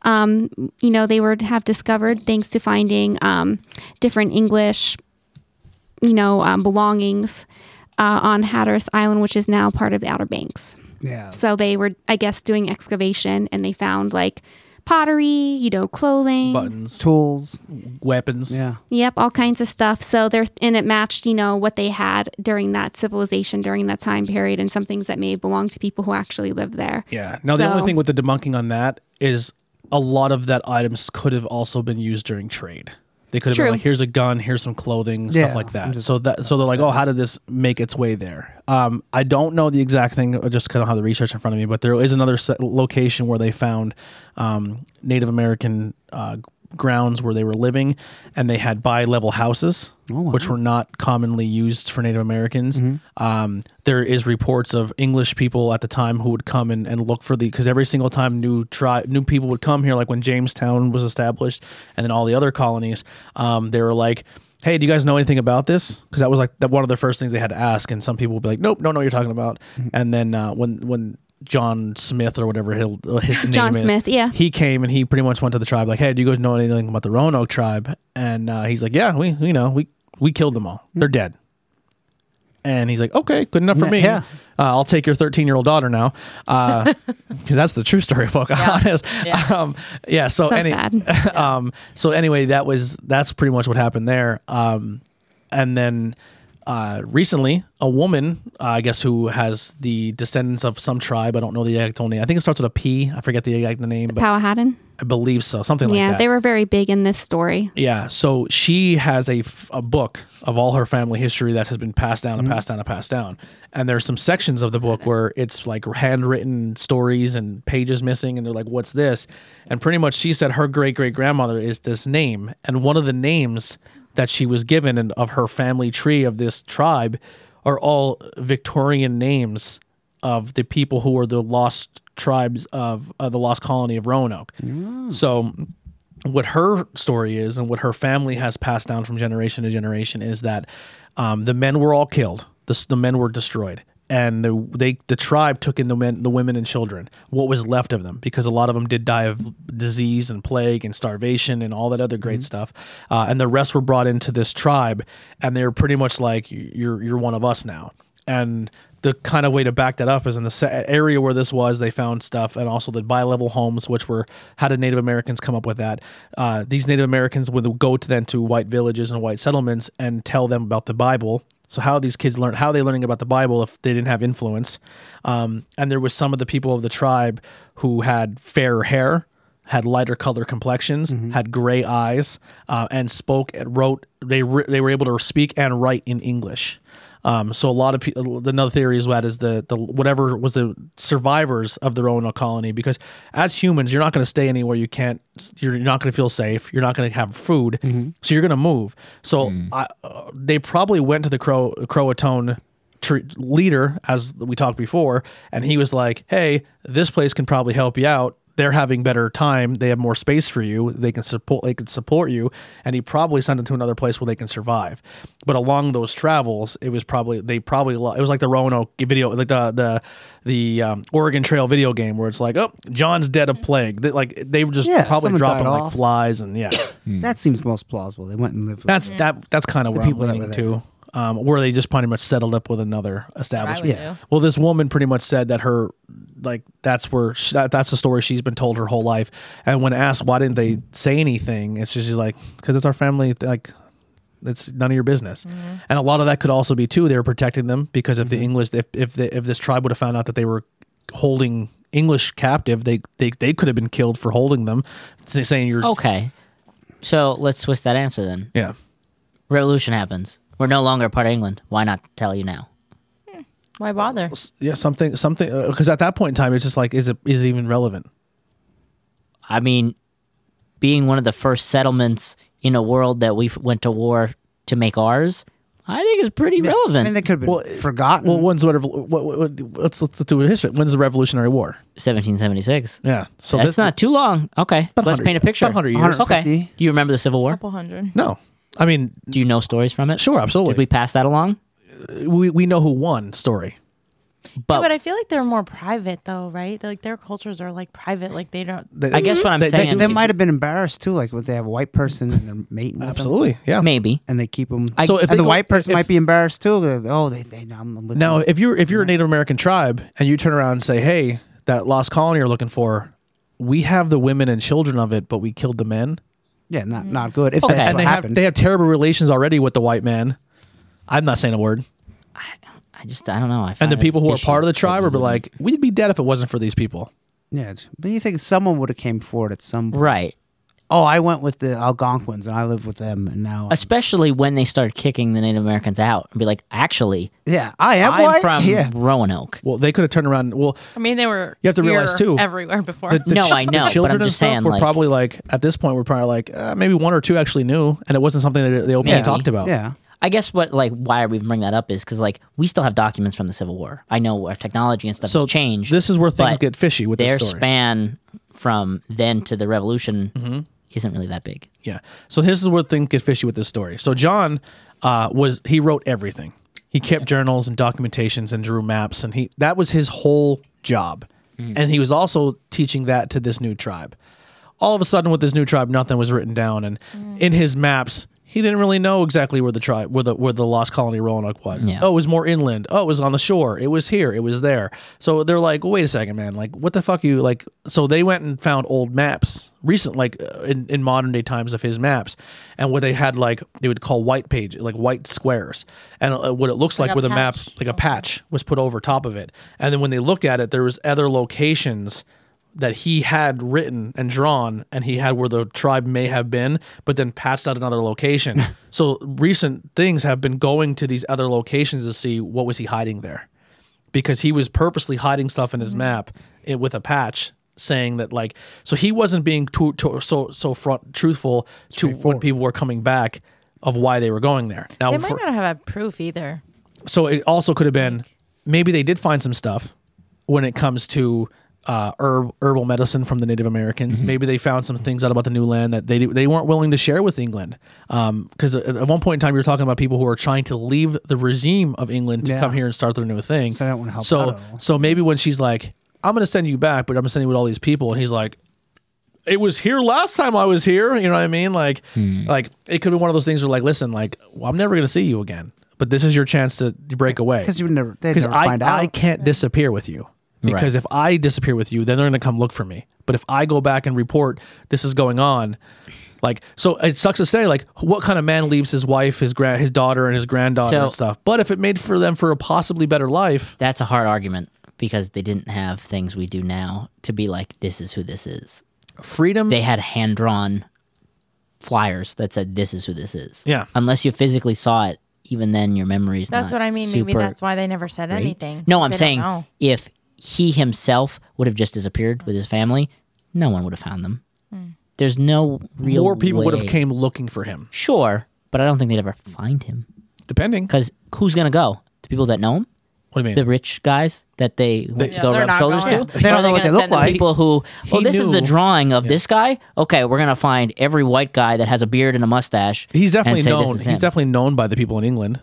Speaker 3: Um, you know, they were to have discovered thanks to finding um, different English you know, um, belongings uh, on Hatteras Island, which is now part of the Outer Banks.
Speaker 6: Yeah.
Speaker 3: So they were, I guess, doing excavation and they found like pottery, you know, clothing.
Speaker 4: Buttons,
Speaker 6: Tools.
Speaker 4: weapons.
Speaker 6: Yeah.
Speaker 3: Yep, all kinds of stuff. So they're and it matched, you know, what they had during that civilization during that time period, and some things that may belong to people who actually lived there.
Speaker 4: Yeah. Now the only
Speaker 3: So-
Speaker 4: thing with the debunking on that is a lot of that items could have also been used during trade. They could have
Speaker 3: True.
Speaker 4: been like, here's a gun, here's some clothing,
Speaker 6: Yeah,
Speaker 4: stuff like
Speaker 6: I'm
Speaker 4: that.
Speaker 6: just-
Speaker 4: so that so they're like, oh, how did this make its way there? Um, I don't know the exact thing, I just kind of have the research in front of me, but there is another se- location where they found um, Native American uh, grounds where they were living, and they had bi-level houses,
Speaker 6: Oh,
Speaker 4: which were not commonly used for Native Americans.
Speaker 6: Mm-hmm.
Speaker 4: Um, there is reports of English people at the time who would come and, and look for the because every single time new tri- new people would come here, like when Jamestown was established, and then all the other colonies, um, they were like. Hey, do you guys know anything about this? Because that was like that one of the first things they had to ask, and some people would be like, "Nope, don't know what you're talking about." And then uh, when when John Smith or whatever he'll, uh, his
Speaker 3: John
Speaker 4: name is,
Speaker 3: Smith, yeah.
Speaker 4: he came and he pretty much went to the tribe like, "Hey, do you guys know anything about the Roanoke tribe?" And uh, he's like, "Yeah, we you know we we killed them all. They're dead." And he's like, "Okay, good enough for
Speaker 6: Yeah,
Speaker 4: me.
Speaker 6: yeah.
Speaker 4: Uh, I'll take your 13 year old daughter now." Uh, 'cause that's the true story of Pocahontas.
Speaker 7: yeah.
Speaker 4: Um, yeah. So,
Speaker 3: So
Speaker 4: any-
Speaker 3: sad.
Speaker 4: um, so anyway, that was that's pretty much what happened there. Um, and then uh, recently, a woman, uh, I guess, who has the descendants of some tribe. I don't know the exact name. I think it starts with a P. I forget the exact name, but
Speaker 3: Powhatan.
Speaker 4: I believe so. Something like
Speaker 3: yeah,
Speaker 4: that.
Speaker 3: they were very big in this story.
Speaker 4: Yeah. So she has a, f- a book of all her family history that has been passed down and passed down and passed down. And there's some sections of the book where it's like handwritten stories and pages missing. And they're like, what's this? And pretty much she said her great great grandmother is this name. And one of the names that she was given and of her family tree of this tribe are all Victorian names of the people who were the lost tribes of uh, the lost colony of Roanoke. So what her story is and what her family has passed down from generation to generation is that um, the men were all killed. The, s- the men were destroyed, and the they the tribe took in the men, the women and children. What was left of them, because a lot of them did die of disease and plague and starvation and all that other great stuff. Uh, and the rest were brought into this tribe, and they were pretty much like you're you're one of us now and the kind of way to back that up is in the sa- area where this was they found stuff and also the bi-level homes which were how did native americans come up with that uh, these native americans would go to then to white villages and white settlements and tell them about the bible so how these kids learn how are they learning about the bible if they didn't have influence um, and there was some of the people of the tribe who had fair hair had lighter color complexions, had gray eyes, uh, and spoke and wrote. They re- they were able to speak and write in English. Um, so a lot of people. Another theory is that is the the whatever was the survivors of the Roanoke colony because as humans you're not going to stay anywhere you can't you're not going to feel safe you're not going to have food so you're going to move so I, uh, they probably went to the Crow Croatone tr- leader, as we talked before, and he was like, "Hey, this place can probably help you out. They're having better time. They have more space for you. They can support. They can support you." And he probably sent them to another place where they can survive. But along those travels, it was probably they probably lo- it was like the Roanoke video, like the the the um, Oregon Trail video game, where it's like, "Oh, John's dead of plague." They, like they were just
Speaker 6: Yeah,
Speaker 4: probably
Speaker 6: someone
Speaker 4: dropping
Speaker 6: died
Speaker 4: like
Speaker 6: off.
Speaker 4: flies and yeah.
Speaker 7: Hmm.
Speaker 6: That seems most plausible. They went and lived. With
Speaker 4: That's that. That's kind of where I'm
Speaker 6: people that
Speaker 4: leaning
Speaker 6: were
Speaker 4: to. Um, where they just pretty much settled up with another establishment.
Speaker 7: Yeah. do.
Speaker 4: Well, this woman pretty much said that her, like, that's where she, that, that's the story she's been told her whole life. And when asked why didn't they say anything, it's just she's like, because it's our family. Like, it's none of your business. And a lot of that could also be too. They were protecting them because if the English, if if the, if this tribe would have found out that they were holding English captive, they they they could have been killed for holding them, saying you're
Speaker 2: Okay. So let's twist that answer then.
Speaker 4: yeah.
Speaker 2: Revolution happens. We're no longer part of England. Why not tell you now?
Speaker 7: Why bother?
Speaker 4: yeah something something because at that point in time it's just like is it is it even relevant
Speaker 2: I mean, being one of the first settlements in a world that we f- went to war to make ours, I think is pretty
Speaker 6: I
Speaker 2: relevant.
Speaker 6: mean, they could have been
Speaker 4: Well,
Speaker 6: forgotten.
Speaker 2: Mm-hmm.
Speaker 4: well when's whatever what, what, what- let's let's do a history when's the revolutionary war
Speaker 2: 1776.
Speaker 4: yeah so
Speaker 2: That's
Speaker 4: this-
Speaker 2: not too long. Okay, let's
Speaker 4: 100
Speaker 2: paint a picture.
Speaker 4: about 100 years
Speaker 2: Okay.
Speaker 6: 150.
Speaker 2: Do you remember the Civil War?
Speaker 7: Couple hundred.
Speaker 4: no i mean
Speaker 2: Do you know stories from it?
Speaker 4: sure
Speaker 2: Did we
Speaker 4: absolutely
Speaker 2: pass that along?
Speaker 4: we, we, know who won story
Speaker 2: But,
Speaker 7: But I feel like they're more private though, right? Like their cultures are like private. Like they don't.
Speaker 4: They-
Speaker 2: I guess what I'm
Speaker 4: they- they
Speaker 2: saying-
Speaker 4: do-
Speaker 6: they might have been embarrassed too. Like, would they have a white person and they're mating? with them,
Speaker 4: absolutely yeah
Speaker 2: maybe.
Speaker 6: and they keep them.
Speaker 2: I- So
Speaker 4: if
Speaker 6: and
Speaker 4: they
Speaker 6: the
Speaker 4: go-
Speaker 6: white person
Speaker 4: if-
Speaker 6: might be embarrassed too. They're- Oh, they, they, I'm with
Speaker 4: now
Speaker 6: this.
Speaker 4: if you're if you're a native american tribe and you turn around and say hey that lost colony you're looking for we have the women and children of it but we killed the men
Speaker 6: yeah, not not good. If
Speaker 2: Okay. And
Speaker 6: that's what
Speaker 4: and they have
Speaker 6: happened,
Speaker 4: they have terrible relations already with the white man i'm not saying a word
Speaker 2: I just I don't know. I
Speaker 4: and
Speaker 2: find
Speaker 4: the
Speaker 2: it
Speaker 4: people who are
Speaker 2: fishy
Speaker 4: part of the
Speaker 2: that
Speaker 4: tribe
Speaker 2: you
Speaker 4: would be
Speaker 2: would-
Speaker 4: like, we'd be dead if it wasn't for these people.
Speaker 6: Yeah, it's- but you think someone would have came forward at some point.
Speaker 2: Right.
Speaker 6: Oh, I went with the Algonquins and I live with them, and now
Speaker 2: Especially when they started kicking the Native Americans out and be like, actually,
Speaker 6: yeah, I am
Speaker 2: I'm
Speaker 6: white.
Speaker 2: from
Speaker 6: yeah,
Speaker 2: Roanoke.
Speaker 4: Well, they could have turned around. Well,
Speaker 7: I mean, they were.
Speaker 4: You have to realize,
Speaker 7: here
Speaker 4: too,
Speaker 7: everywhere before.
Speaker 4: the, the
Speaker 2: No, I
Speaker 4: the
Speaker 2: know, but I'm
Speaker 4: children and
Speaker 2: just
Speaker 4: stuff
Speaker 2: saying,
Speaker 4: were
Speaker 2: like-
Speaker 4: probably like at this point we're probably like uh, maybe one or two actually knew, and it wasn't something that they openly
Speaker 2: Maybe.
Speaker 4: talked about.
Speaker 6: yeah.
Speaker 2: I guess what like why we even bring that up is because like we still have documents from the Civil War. I know our technology and stuff
Speaker 4: So
Speaker 2: has changed.
Speaker 4: This is where things
Speaker 2: but
Speaker 4: get fishy with
Speaker 2: their
Speaker 4: this story.
Speaker 2: span from then to the Revolution
Speaker 4: Mm-hmm.
Speaker 2: isn't really that big.
Speaker 4: Yeah. So this is where things get fishy with this story. So John uh, was he wrote everything. He kept journals and documentations and drew maps and he that was his whole job. And he was also teaching that to this new tribe. All of a sudden with this new tribe nothing was written down and in his maps he didn't really know exactly where the tribe where the where the lost colony Roanoke was.
Speaker 2: Yeah.
Speaker 4: Oh, it was more inland. Oh, it was on the shore. It was here. It was there. So they're like, wait a second, man. Like, what the fuck you like? So they went and found old maps, recent like uh, in, in modern day times of his maps, and what they had like they would call white page, like white squares, and uh, what it looks like,
Speaker 7: a
Speaker 4: with a map,
Speaker 7: patch.
Speaker 4: like a patch, was put over top of it. And then when they look at it, there was other locations that he had written and drawn and he had where the tribe may have been but then passed out another location so recent things have been going to these other locations to see what was he hiding there because he was purposely hiding stuff in his map it, with a patch saying that like so he wasn't being too, too, so so front truthful to when people were coming back of why they were going there now
Speaker 7: they might
Speaker 4: for-
Speaker 7: not have had proof either.
Speaker 4: so it also could have been maybe they did find some stuff when it comes to uh, herb herbal medicine from the Native Americans.
Speaker 6: Mm-hmm.
Speaker 4: Maybe they found some things out about the new land that they they weren't willing to share with England. Because at at one point in time, you were talking about people who are trying to leave the regime of England to
Speaker 6: Yeah.
Speaker 4: come here and start their new thing.
Speaker 6: So that wouldn't help out
Speaker 4: So
Speaker 6: at all.
Speaker 4: so maybe when she's like, "I'm going to send you back," but I'm going to send you with all these people, and he's like, it was here last time I was here. You know what I mean? Like, like it could be one of those things where, like, listen, like, well, I'm never gonna see you again, but this is your chance to break away.
Speaker 6: Because you would never, they'd
Speaker 4: because
Speaker 6: never
Speaker 4: I,
Speaker 6: find out.
Speaker 4: I can't disappear with you. Because if I disappear with you, then they're gonna come look for me. But if I go back and report this is going on, like, so it sucks to say, like, what kind of man leaves his wife, his grand, his daughter, and his granddaughter
Speaker 2: So-
Speaker 4: and stuff? But if it made for them for a possibly better life,
Speaker 2: That's a hard argument because they didn't have things we do now to be like this is who this is.
Speaker 4: freedom.
Speaker 2: They had hand drawn flyers that said this is who this is.
Speaker 4: Yeah.
Speaker 2: Unless you physically saw it, even then your memory's
Speaker 7: That's
Speaker 2: not
Speaker 7: what I mean.
Speaker 2: Super
Speaker 7: Maybe that's why they never said anything.
Speaker 2: No,
Speaker 7: They
Speaker 2: I'm
Speaker 7: don't
Speaker 2: saying
Speaker 7: know.
Speaker 2: if he himself would have just disappeared with his family, no one would have found them.
Speaker 7: Hmm.
Speaker 2: There's no real
Speaker 4: more people would have
Speaker 2: way-
Speaker 4: came looking for him.
Speaker 2: Sure, but I don't think they'd ever find him
Speaker 4: Depending.
Speaker 2: because who's gonna go? The people that know him,
Speaker 4: What do you mean?
Speaker 2: the rich guys that they want
Speaker 7: Yeah,
Speaker 2: to go
Speaker 7: they're
Speaker 2: rub
Speaker 7: not
Speaker 2: shoulders
Speaker 7: going.
Speaker 2: to.
Speaker 6: They don't
Speaker 7: Or
Speaker 6: know what
Speaker 7: gonna
Speaker 6: they look
Speaker 7: send them
Speaker 6: like.
Speaker 2: People who, oh, this is
Speaker 4: knew-
Speaker 2: the drawing of this guy. Okay, we're gonna find every white guy that has a beard and a mustache.
Speaker 4: He's definitely
Speaker 2: and say, this
Speaker 4: known.
Speaker 2: is
Speaker 4: He's
Speaker 2: him.
Speaker 4: definitely known by the people in England.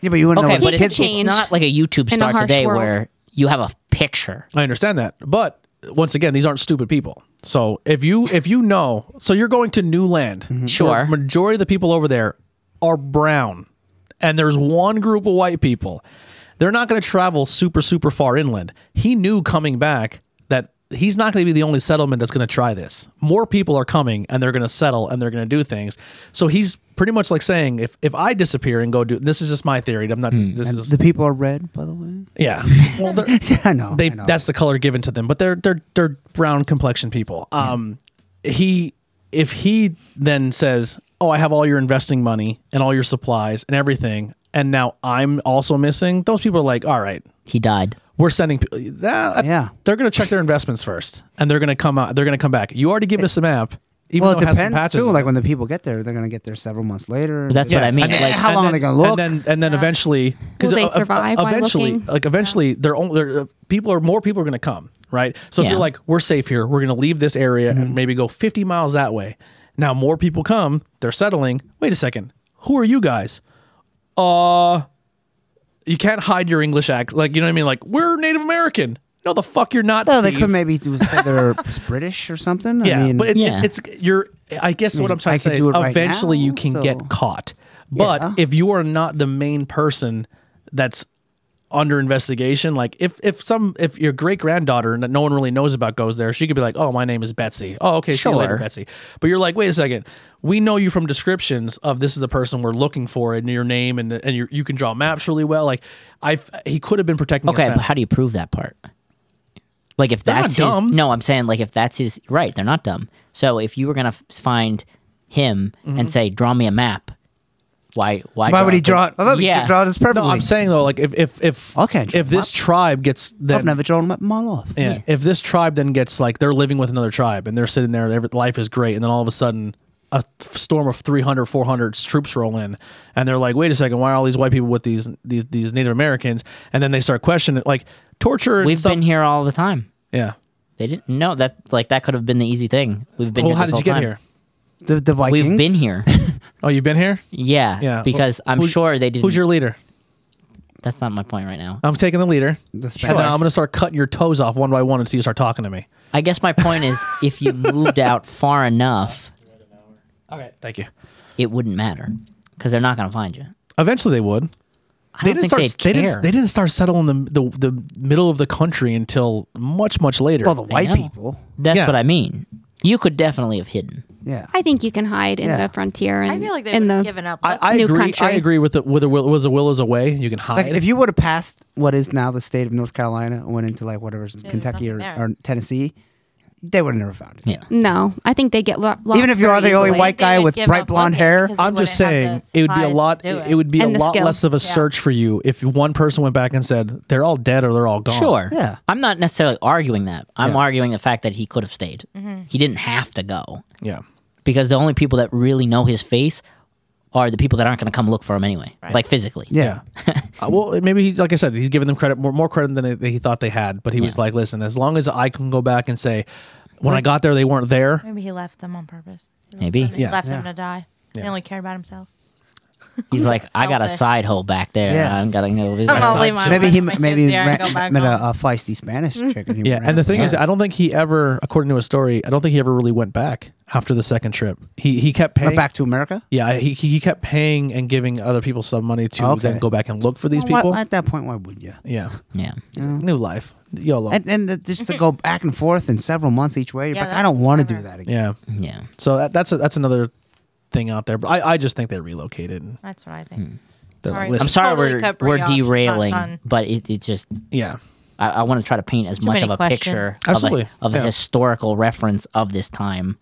Speaker 6: yeah, but you wouldn't
Speaker 2: okay,
Speaker 6: know what
Speaker 2: but
Speaker 6: the
Speaker 3: He could
Speaker 2: it's,
Speaker 6: kids.
Speaker 2: it's
Speaker 3: change
Speaker 2: not like a YouTube
Speaker 3: in a
Speaker 2: star
Speaker 3: harsh
Speaker 2: today
Speaker 3: world.
Speaker 2: where you have a picture.
Speaker 4: I understand that, but once again, these aren't stupid people. So if you if you know, so you're going to new land.
Speaker 2: Mm-hmm. Sure.
Speaker 4: The majority of the people over there are brown, and there's one group of white people. They're not going to travel super super far inland. He knew coming back that he's not going to be the only settlement that's going to try this. More people are coming, and they're going to settle, and they're going to do things. So he's pretty much like saying, if if I disappear and go do this is just my theory. I'm not.
Speaker 2: Hmm.
Speaker 4: This is
Speaker 6: The people are red, by the way.
Speaker 4: yeah. Well, they're-
Speaker 6: Yeah, I know.
Speaker 4: they
Speaker 6: I know.
Speaker 4: that's the color given to them but they're they're they're brown complexion people um he if he then says oh i have all your investing money and all your supplies and everything and now i'm also missing those people are like all right
Speaker 2: He died.
Speaker 4: we're sending people that,
Speaker 6: Yeah.
Speaker 4: they're going to check their investments first and they're going to come out they're going to come back you already give us a map even
Speaker 6: well, it
Speaker 4: though it has some
Speaker 6: depends
Speaker 4: patches
Speaker 6: too.
Speaker 4: in it.
Speaker 6: Like when the people get there, they're gonna get there several months later.
Speaker 2: But that's what I mean.
Speaker 4: And then-
Speaker 2: like,
Speaker 6: how
Speaker 4: and
Speaker 6: long
Speaker 4: then-
Speaker 6: are they gonna look?
Speaker 4: And then, and then eventually,
Speaker 3: Will they
Speaker 4: uh, uh,
Speaker 3: survive while
Speaker 4: eventually,
Speaker 3: looking?
Speaker 4: like eventually, they're only they're, uh, people are more people are going to come, right? So if
Speaker 2: Yeah.
Speaker 4: you're like, we're safe here, we're going to leave this area
Speaker 6: Mm-hmm.
Speaker 4: and maybe go 50 miles that way. Now more people come, they're settling. Wait a second, who are you guys? Uh, you can't hide your English act, like you know what I mean. Like we're Native American. No, the fuck you're not.
Speaker 6: No, they
Speaker 4: Steve.
Speaker 6: could maybe do they're British or something.
Speaker 4: Yeah,
Speaker 6: I mean,
Speaker 4: but it,
Speaker 2: Yeah.
Speaker 4: it- it's you're. I guess what I'm trying
Speaker 6: I
Speaker 4: to say
Speaker 6: could
Speaker 4: is
Speaker 6: do it right
Speaker 4: eventually
Speaker 6: now,
Speaker 4: you can
Speaker 6: so-
Speaker 4: get caught, but
Speaker 6: Yeah.
Speaker 4: if you are not the main person that's under investigation, like if if some if your great granddaughter that no one really knows about goes there, she could be like, "Oh, my name is Betsy." Oh, okay, see you later,
Speaker 2: Sure.
Speaker 4: Betsy. But you're like, wait a second. We know you from descriptions of this is the person we're looking for, and your name, and the, and your, you can draw maps really well. Like, I he could have been protecting. his
Speaker 2: Okay,
Speaker 4: family.
Speaker 2: but how do you prove that part? Like if
Speaker 4: They're not
Speaker 2: that's
Speaker 4: dumb.
Speaker 2: his no, I'm saying like if that's his right, they're not dumb. So if you were gonna f- find him and say, draw me a map, why why
Speaker 6: Why would he
Speaker 2: it?
Speaker 6: draw it? Oh, yeah.
Speaker 2: Yeah.
Speaker 6: draw this perfectly.
Speaker 4: No, I'm saying though, like if if if
Speaker 6: Okay,
Speaker 4: if this tribe gets
Speaker 6: I've
Speaker 4: that
Speaker 6: never drawn them all off.
Speaker 4: Yeah. If this tribe then gets like they're living with another tribe and they're sitting there, every, life is great, and then all of a sudden a th- storm of 300, 400 troops roll in, and they're like, "Wait a second, why are all these white people with these these these Native Americans?" And then they start questioning, like torture. And
Speaker 2: We've
Speaker 4: stuff.
Speaker 2: been here all the time.
Speaker 4: yeah.
Speaker 2: They didn't know that like that could have been the easy thing. We've been
Speaker 4: Well,
Speaker 2: here
Speaker 4: how
Speaker 2: this
Speaker 4: did you
Speaker 2: whole
Speaker 4: get
Speaker 2: time.
Speaker 4: here?
Speaker 6: The, the Vikings.
Speaker 2: We've been here.
Speaker 4: Oh, you've been here.
Speaker 2: Yeah.
Speaker 4: Yeah.
Speaker 2: Because I'm
Speaker 4: Who's-
Speaker 2: sure they didn't
Speaker 4: Who's your leader?
Speaker 2: that's not my point right now.
Speaker 4: I'm taking the leader,
Speaker 6: The
Speaker 4: and then I'm
Speaker 6: Spanish.
Speaker 4: gonna start cutting your toes off one by one until you start talking to me.
Speaker 2: I guess my point is if you moved out far enough,
Speaker 4: Okay, thank you.
Speaker 2: it wouldn't matter. Because they're not gonna find you.
Speaker 4: Eventually, they would.
Speaker 2: I don't think
Speaker 4: start.
Speaker 2: they'd care.
Speaker 4: they didn't. They didn't start settling the, the the middle of the country until much much later.
Speaker 6: Well, the white
Speaker 2: know.
Speaker 6: people.
Speaker 2: That's
Speaker 4: Yeah.
Speaker 2: what I mean. You could definitely have hidden.
Speaker 6: Yeah.
Speaker 3: I think you can hide in
Speaker 6: Yeah.
Speaker 3: the frontier. And,
Speaker 7: I feel like they
Speaker 3: in
Speaker 7: would
Speaker 3: the
Speaker 7: have given up.
Speaker 4: I, I
Speaker 3: New
Speaker 4: agree.
Speaker 3: country.
Speaker 4: I agree with the with the will, with the will is away. You can hide.
Speaker 6: Like if you would have passed what is now the state of North Carolina and went into like whatever is Kentucky or,
Speaker 7: nothing there.
Speaker 6: or Tennessee, they would have never found it.
Speaker 2: Yeah.
Speaker 3: No, I think they get lo- lost.
Speaker 6: Even if you
Speaker 3: very
Speaker 6: are the only
Speaker 3: easily.
Speaker 6: white guy
Speaker 7: would
Speaker 6: with
Speaker 7: give
Speaker 6: bright
Speaker 7: up
Speaker 6: blonde
Speaker 7: looking
Speaker 6: hair,
Speaker 7: because they
Speaker 4: I'm just
Speaker 7: wouldn't have
Speaker 4: saying
Speaker 7: the
Speaker 4: it would be a
Speaker 7: supplies to
Speaker 4: lot.
Speaker 7: do
Speaker 4: It. would be
Speaker 3: And
Speaker 4: a
Speaker 3: the
Speaker 4: lot
Speaker 3: skill.
Speaker 4: less of a
Speaker 7: Yeah.
Speaker 4: search for you if one person went back and said they're all dead or they're all gone.
Speaker 2: Sure.
Speaker 6: Yeah.
Speaker 2: I'm not necessarily arguing that. I'm
Speaker 4: Oh, Yeah.
Speaker 2: arguing the fact that he could have stayed. He didn't have to go
Speaker 4: Yeah.
Speaker 2: because the only people that really know his face are the people that aren't going to come look for him anyway, like physically.
Speaker 6: yeah.
Speaker 4: Uh, well, maybe he, like I said, he's giving them credit more more credit than they- he thought they had. But he was like, "Listen, as long as I can go back and say, when I got there, they weren't there."
Speaker 7: Maybe he left them on purpose.
Speaker 2: Maybe.
Speaker 7: He
Speaker 4: Yeah.
Speaker 7: left
Speaker 6: Yeah.
Speaker 7: them to die. He only cared about himself.
Speaker 2: He's like, I got a
Speaker 7: selfish.
Speaker 2: side hole back there.
Speaker 6: Yeah.
Speaker 2: I'm going to go visit.
Speaker 7: I'm
Speaker 2: my
Speaker 7: gonna leave
Speaker 2: side-
Speaker 7: my-
Speaker 6: maybe he
Speaker 7: my kids
Speaker 6: maybe he
Speaker 7: there and
Speaker 6: ran-
Speaker 7: go back
Speaker 6: met a,
Speaker 7: home.
Speaker 6: a feisty Spanish chick. And he
Speaker 4: Mm-hmm. Yeah,
Speaker 6: ran
Speaker 4: and the
Speaker 6: with
Speaker 4: thing
Speaker 6: her.
Speaker 4: is, I don't think he ever, according to his story, I don't think he ever really went back after the second trip. He he kept
Speaker 6: Went
Speaker 4: paying
Speaker 6: back to America.
Speaker 4: Yeah, he he kept paying and giving other people some money to
Speaker 6: Okay.
Speaker 4: then go back and look for these
Speaker 6: Well, why-
Speaker 4: people.
Speaker 6: at that point, why would you?
Speaker 4: Yeah,
Speaker 2: Yeah.
Speaker 4: new life, YOLO.
Speaker 6: And, and the, just to go back and forth in several months each way, you're
Speaker 7: Yeah,
Speaker 6: like,
Speaker 7: that
Speaker 6: I don't
Speaker 7: was
Speaker 6: want to do
Speaker 7: clever.
Speaker 6: that again.
Speaker 4: yeah,
Speaker 2: Yeah.
Speaker 4: so that, that's a, that's another thing out there. But I, I just think they relocated. And
Speaker 7: That's what I think.
Speaker 4: they're
Speaker 7: All
Speaker 4: like,
Speaker 7: right.
Speaker 4: listen,
Speaker 2: I'm sorry
Speaker 7: Totally
Speaker 2: we're,
Speaker 7: cut Brie
Speaker 2: we're
Speaker 7: off. Not
Speaker 2: derailing,
Speaker 7: fun.
Speaker 2: but it, it just,
Speaker 4: yeah,
Speaker 2: I, I want to try to paint as much
Speaker 7: many
Speaker 2: of a
Speaker 7: questions.
Speaker 2: picture of,
Speaker 4: Absolutely.
Speaker 2: a, of
Speaker 4: Yeah. Mm-hmm.
Speaker 2: a historical reference of this time.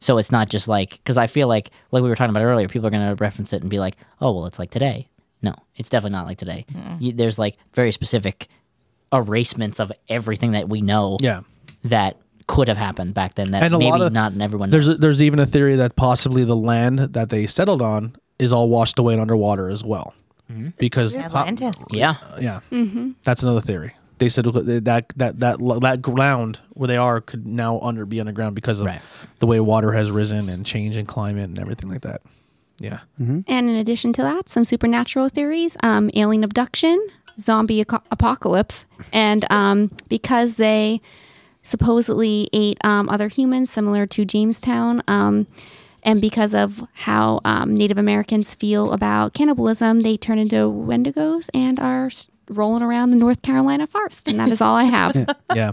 Speaker 2: So it's not just like, because I feel like, like we were talking about earlier, people are going to reference it and be like, oh, well, it's like today. No, it's definitely not like today. You, there's like very specific erasement of everything that we know
Speaker 4: yeah.
Speaker 2: that could have happened back then that
Speaker 4: And a
Speaker 2: maybe
Speaker 4: lot of-
Speaker 2: not everyone
Speaker 4: There's there's even a theory that possibly the land that they settled on is all washed away and underwater as well, because
Speaker 7: Atlantis.
Speaker 2: Yeah.
Speaker 4: yeah, that's another theory. They said that that that that ground where they are could now under be underground because of
Speaker 2: Right.
Speaker 4: the way water has risen and change in climate and everything like that. Yeah,
Speaker 3: And in addition to that, some supernatural theories, um, alien abduction, zombie aco- apocalypse, and um, because they supposedly ate um, other humans similar to Jamestown, um, and because of how um, Native Americans feel about cannibalism, they turn into Wendigos and are s- rolling around the North Carolina forest. And that is all I have.
Speaker 4: yeah.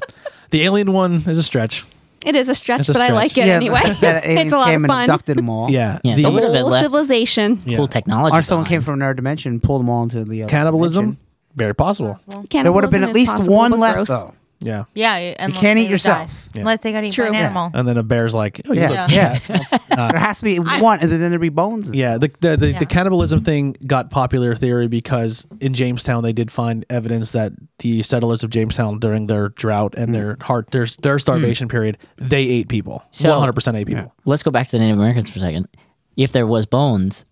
Speaker 4: The alien one is a stretch.
Speaker 3: It is a stretch,
Speaker 4: It's a
Speaker 3: but I
Speaker 4: stretch.
Speaker 3: like it anyway.
Speaker 6: that aliens
Speaker 3: it's a lot
Speaker 6: came
Speaker 3: of
Speaker 6: and
Speaker 3: fun.
Speaker 6: abducted them all.
Speaker 4: Yeah,
Speaker 2: Yeah,
Speaker 4: The
Speaker 2: they would- Would've been
Speaker 3: Whole
Speaker 2: left-
Speaker 3: civilization.
Speaker 4: yeah.
Speaker 2: Cool technology.
Speaker 6: Or someone came
Speaker 2: behind.
Speaker 6: from another dimension, pulled them all into the other
Speaker 4: cannibalism,
Speaker 6: dimension.
Speaker 4: very possible.
Speaker 6: There would have been
Speaker 3: Cannibalism
Speaker 6: at
Speaker 3: is
Speaker 6: least
Speaker 3: possible,
Speaker 6: one
Speaker 3: but
Speaker 6: left
Speaker 3: gross.
Speaker 6: though.
Speaker 4: Yeah,
Speaker 7: Yeah. unless
Speaker 6: can't
Speaker 7: they
Speaker 6: eat
Speaker 7: would die.
Speaker 6: yourself.
Speaker 4: Yeah.
Speaker 7: Unless they got eaten by an
Speaker 3: True. Yeah.
Speaker 7: animal.
Speaker 4: and then a bear's like, oh, you look
Speaker 6: Yeah, yeah. there has to be one, and then there'd be bones.
Speaker 4: Uh, Yeah, the the, the,
Speaker 7: Yeah.
Speaker 4: the cannibalism thing got popular theory because in Jamestown they did find evidence that the settlers of Jamestown during their drought and their heart their their starvation period they ate people.
Speaker 2: So-
Speaker 4: One hundred percent ate people.
Speaker 2: Let's go back to the Native Americans for a second. If there was bones,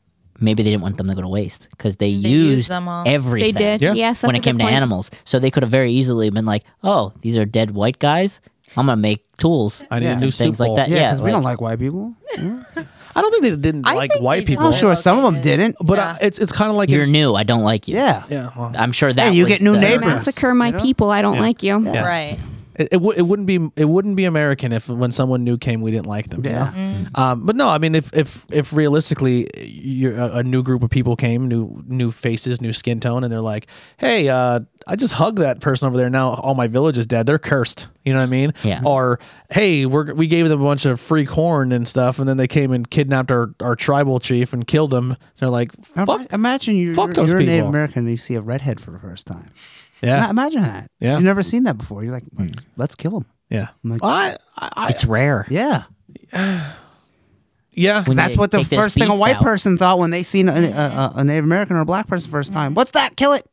Speaker 2: maybe they didn't want them to go to waste because they,
Speaker 7: used
Speaker 2: used
Speaker 7: them all.
Speaker 3: They
Speaker 2: everything.
Speaker 3: did.
Speaker 4: Yeah.
Speaker 3: Yes, that's
Speaker 2: when
Speaker 3: a
Speaker 2: it came
Speaker 3: good
Speaker 2: to
Speaker 3: point.
Speaker 2: animals, so they could have very easily been like, "Oh, these are dead white guys. I'm gonna make tools.
Speaker 4: I need a
Speaker 6: Yeah.
Speaker 4: new
Speaker 2: and
Speaker 4: soup
Speaker 2: things like
Speaker 4: bowl.
Speaker 2: that."
Speaker 6: yeah,
Speaker 2: Yeah,
Speaker 6: because we don't
Speaker 2: like-
Speaker 6: like white people.
Speaker 4: I don't think they didn't
Speaker 7: I
Speaker 4: like
Speaker 7: think
Speaker 4: white
Speaker 7: they just-
Speaker 4: people,
Speaker 6: I'm sure some of them didn't.
Speaker 4: but uh, it's it's kind of like
Speaker 2: you're
Speaker 4: in-
Speaker 2: new. I don't like you.
Speaker 6: Yeah,
Speaker 4: yeah. Well,
Speaker 2: I'm sure that
Speaker 6: Yeah, you
Speaker 2: was
Speaker 6: get new
Speaker 2: the-
Speaker 6: neighbors.
Speaker 3: Massacre my
Speaker 6: You know?
Speaker 3: people. I don't like you.
Speaker 4: Yeah.
Speaker 7: Right.
Speaker 4: It, it, w- it wouldn't be it wouldn't be American if when someone new came we didn't like them. you
Speaker 6: Yeah.
Speaker 4: know?
Speaker 2: Mm-hmm.
Speaker 4: Um, but no, I mean if if if realistically you're, a, a new group of people came, new new faces, new skin tone, and they're like, hey, uh, I just hug that person over there. Now all my village is dead. They're cursed. You know what I mean?
Speaker 2: Yeah.
Speaker 4: Or hey, we're, we gave them a bunch of free corn and stuff, and then they came and kidnapped our, our tribal chief and killed him. They're like,
Speaker 6: Ima-
Speaker 4: fuck.
Speaker 6: Imagine you're,
Speaker 4: fuck those
Speaker 6: you're a Native
Speaker 4: people.
Speaker 6: American and you see a redhead for the first time. Ma-
Speaker 4: Yeah.
Speaker 6: Imagine that.
Speaker 4: Yeah. Hmm.
Speaker 6: You've never seen that before. You're like, let's, let's kill him.
Speaker 4: Yeah.
Speaker 6: I'm like-
Speaker 4: I, I, I
Speaker 2: It's rare.
Speaker 6: Yeah.
Speaker 4: yeah.
Speaker 2: When
Speaker 6: That's
Speaker 2: you
Speaker 6: what the
Speaker 2: take this
Speaker 6: first thing a
Speaker 2: beast
Speaker 6: white
Speaker 2: out.
Speaker 6: person thought when they seen a, a, a- a Native American or a black person first time. What's that? Kill it.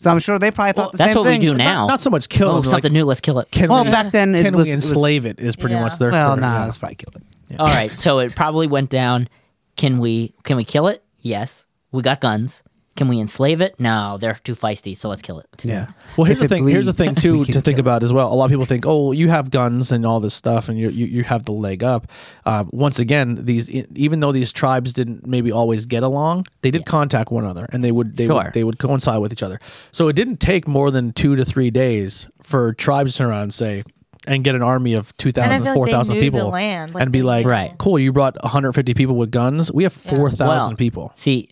Speaker 6: So I'm sure they probably thought the
Speaker 2: That's
Speaker 6: same
Speaker 2: what
Speaker 6: thing.
Speaker 2: we do now.
Speaker 4: Not so much kill
Speaker 2: oh,
Speaker 4: them,
Speaker 2: something new. Let's kill it.
Speaker 4: Can
Speaker 6: Well,
Speaker 4: we,
Speaker 6: back then it
Speaker 4: can
Speaker 6: was
Speaker 4: we
Speaker 6: it was-
Speaker 4: enslave it? Is pretty
Speaker 7: Yeah.
Speaker 4: much their
Speaker 6: Well,
Speaker 4: their-
Speaker 6: nah,
Speaker 4: yeah.
Speaker 6: let's probably kill it.
Speaker 2: All right, so it probably went down. Can we can we kill it? Yes, we got guns. Can we enslave it? No, they're too feisty, so let's kill it.
Speaker 4: Yeah. Well, here's
Speaker 6: If
Speaker 4: the
Speaker 6: it
Speaker 4: thing. here's the thing
Speaker 6: bleeds,
Speaker 4: too
Speaker 6: we can
Speaker 4: to think
Speaker 6: kill it.
Speaker 4: about as well. A lot of people think, oh, you have guns and all this stuff, and you you, you have the leg up. Um, once again, these e, even though these tribes didn't maybe always get along, they did contact one another, and they would they
Speaker 2: Sure.
Speaker 4: would, they would coincide with each other. So it didn't take more than two to three days for tribes to turn around and say. And get an army of 2,000,
Speaker 7: And I feel like they
Speaker 4: 4,000
Speaker 7: knew the
Speaker 4: people
Speaker 7: land, like
Speaker 4: and be
Speaker 7: they
Speaker 4: like,
Speaker 7: knew.
Speaker 2: Right.
Speaker 4: cool, you brought 150 people with guns. We have 4,000 people.
Speaker 2: See,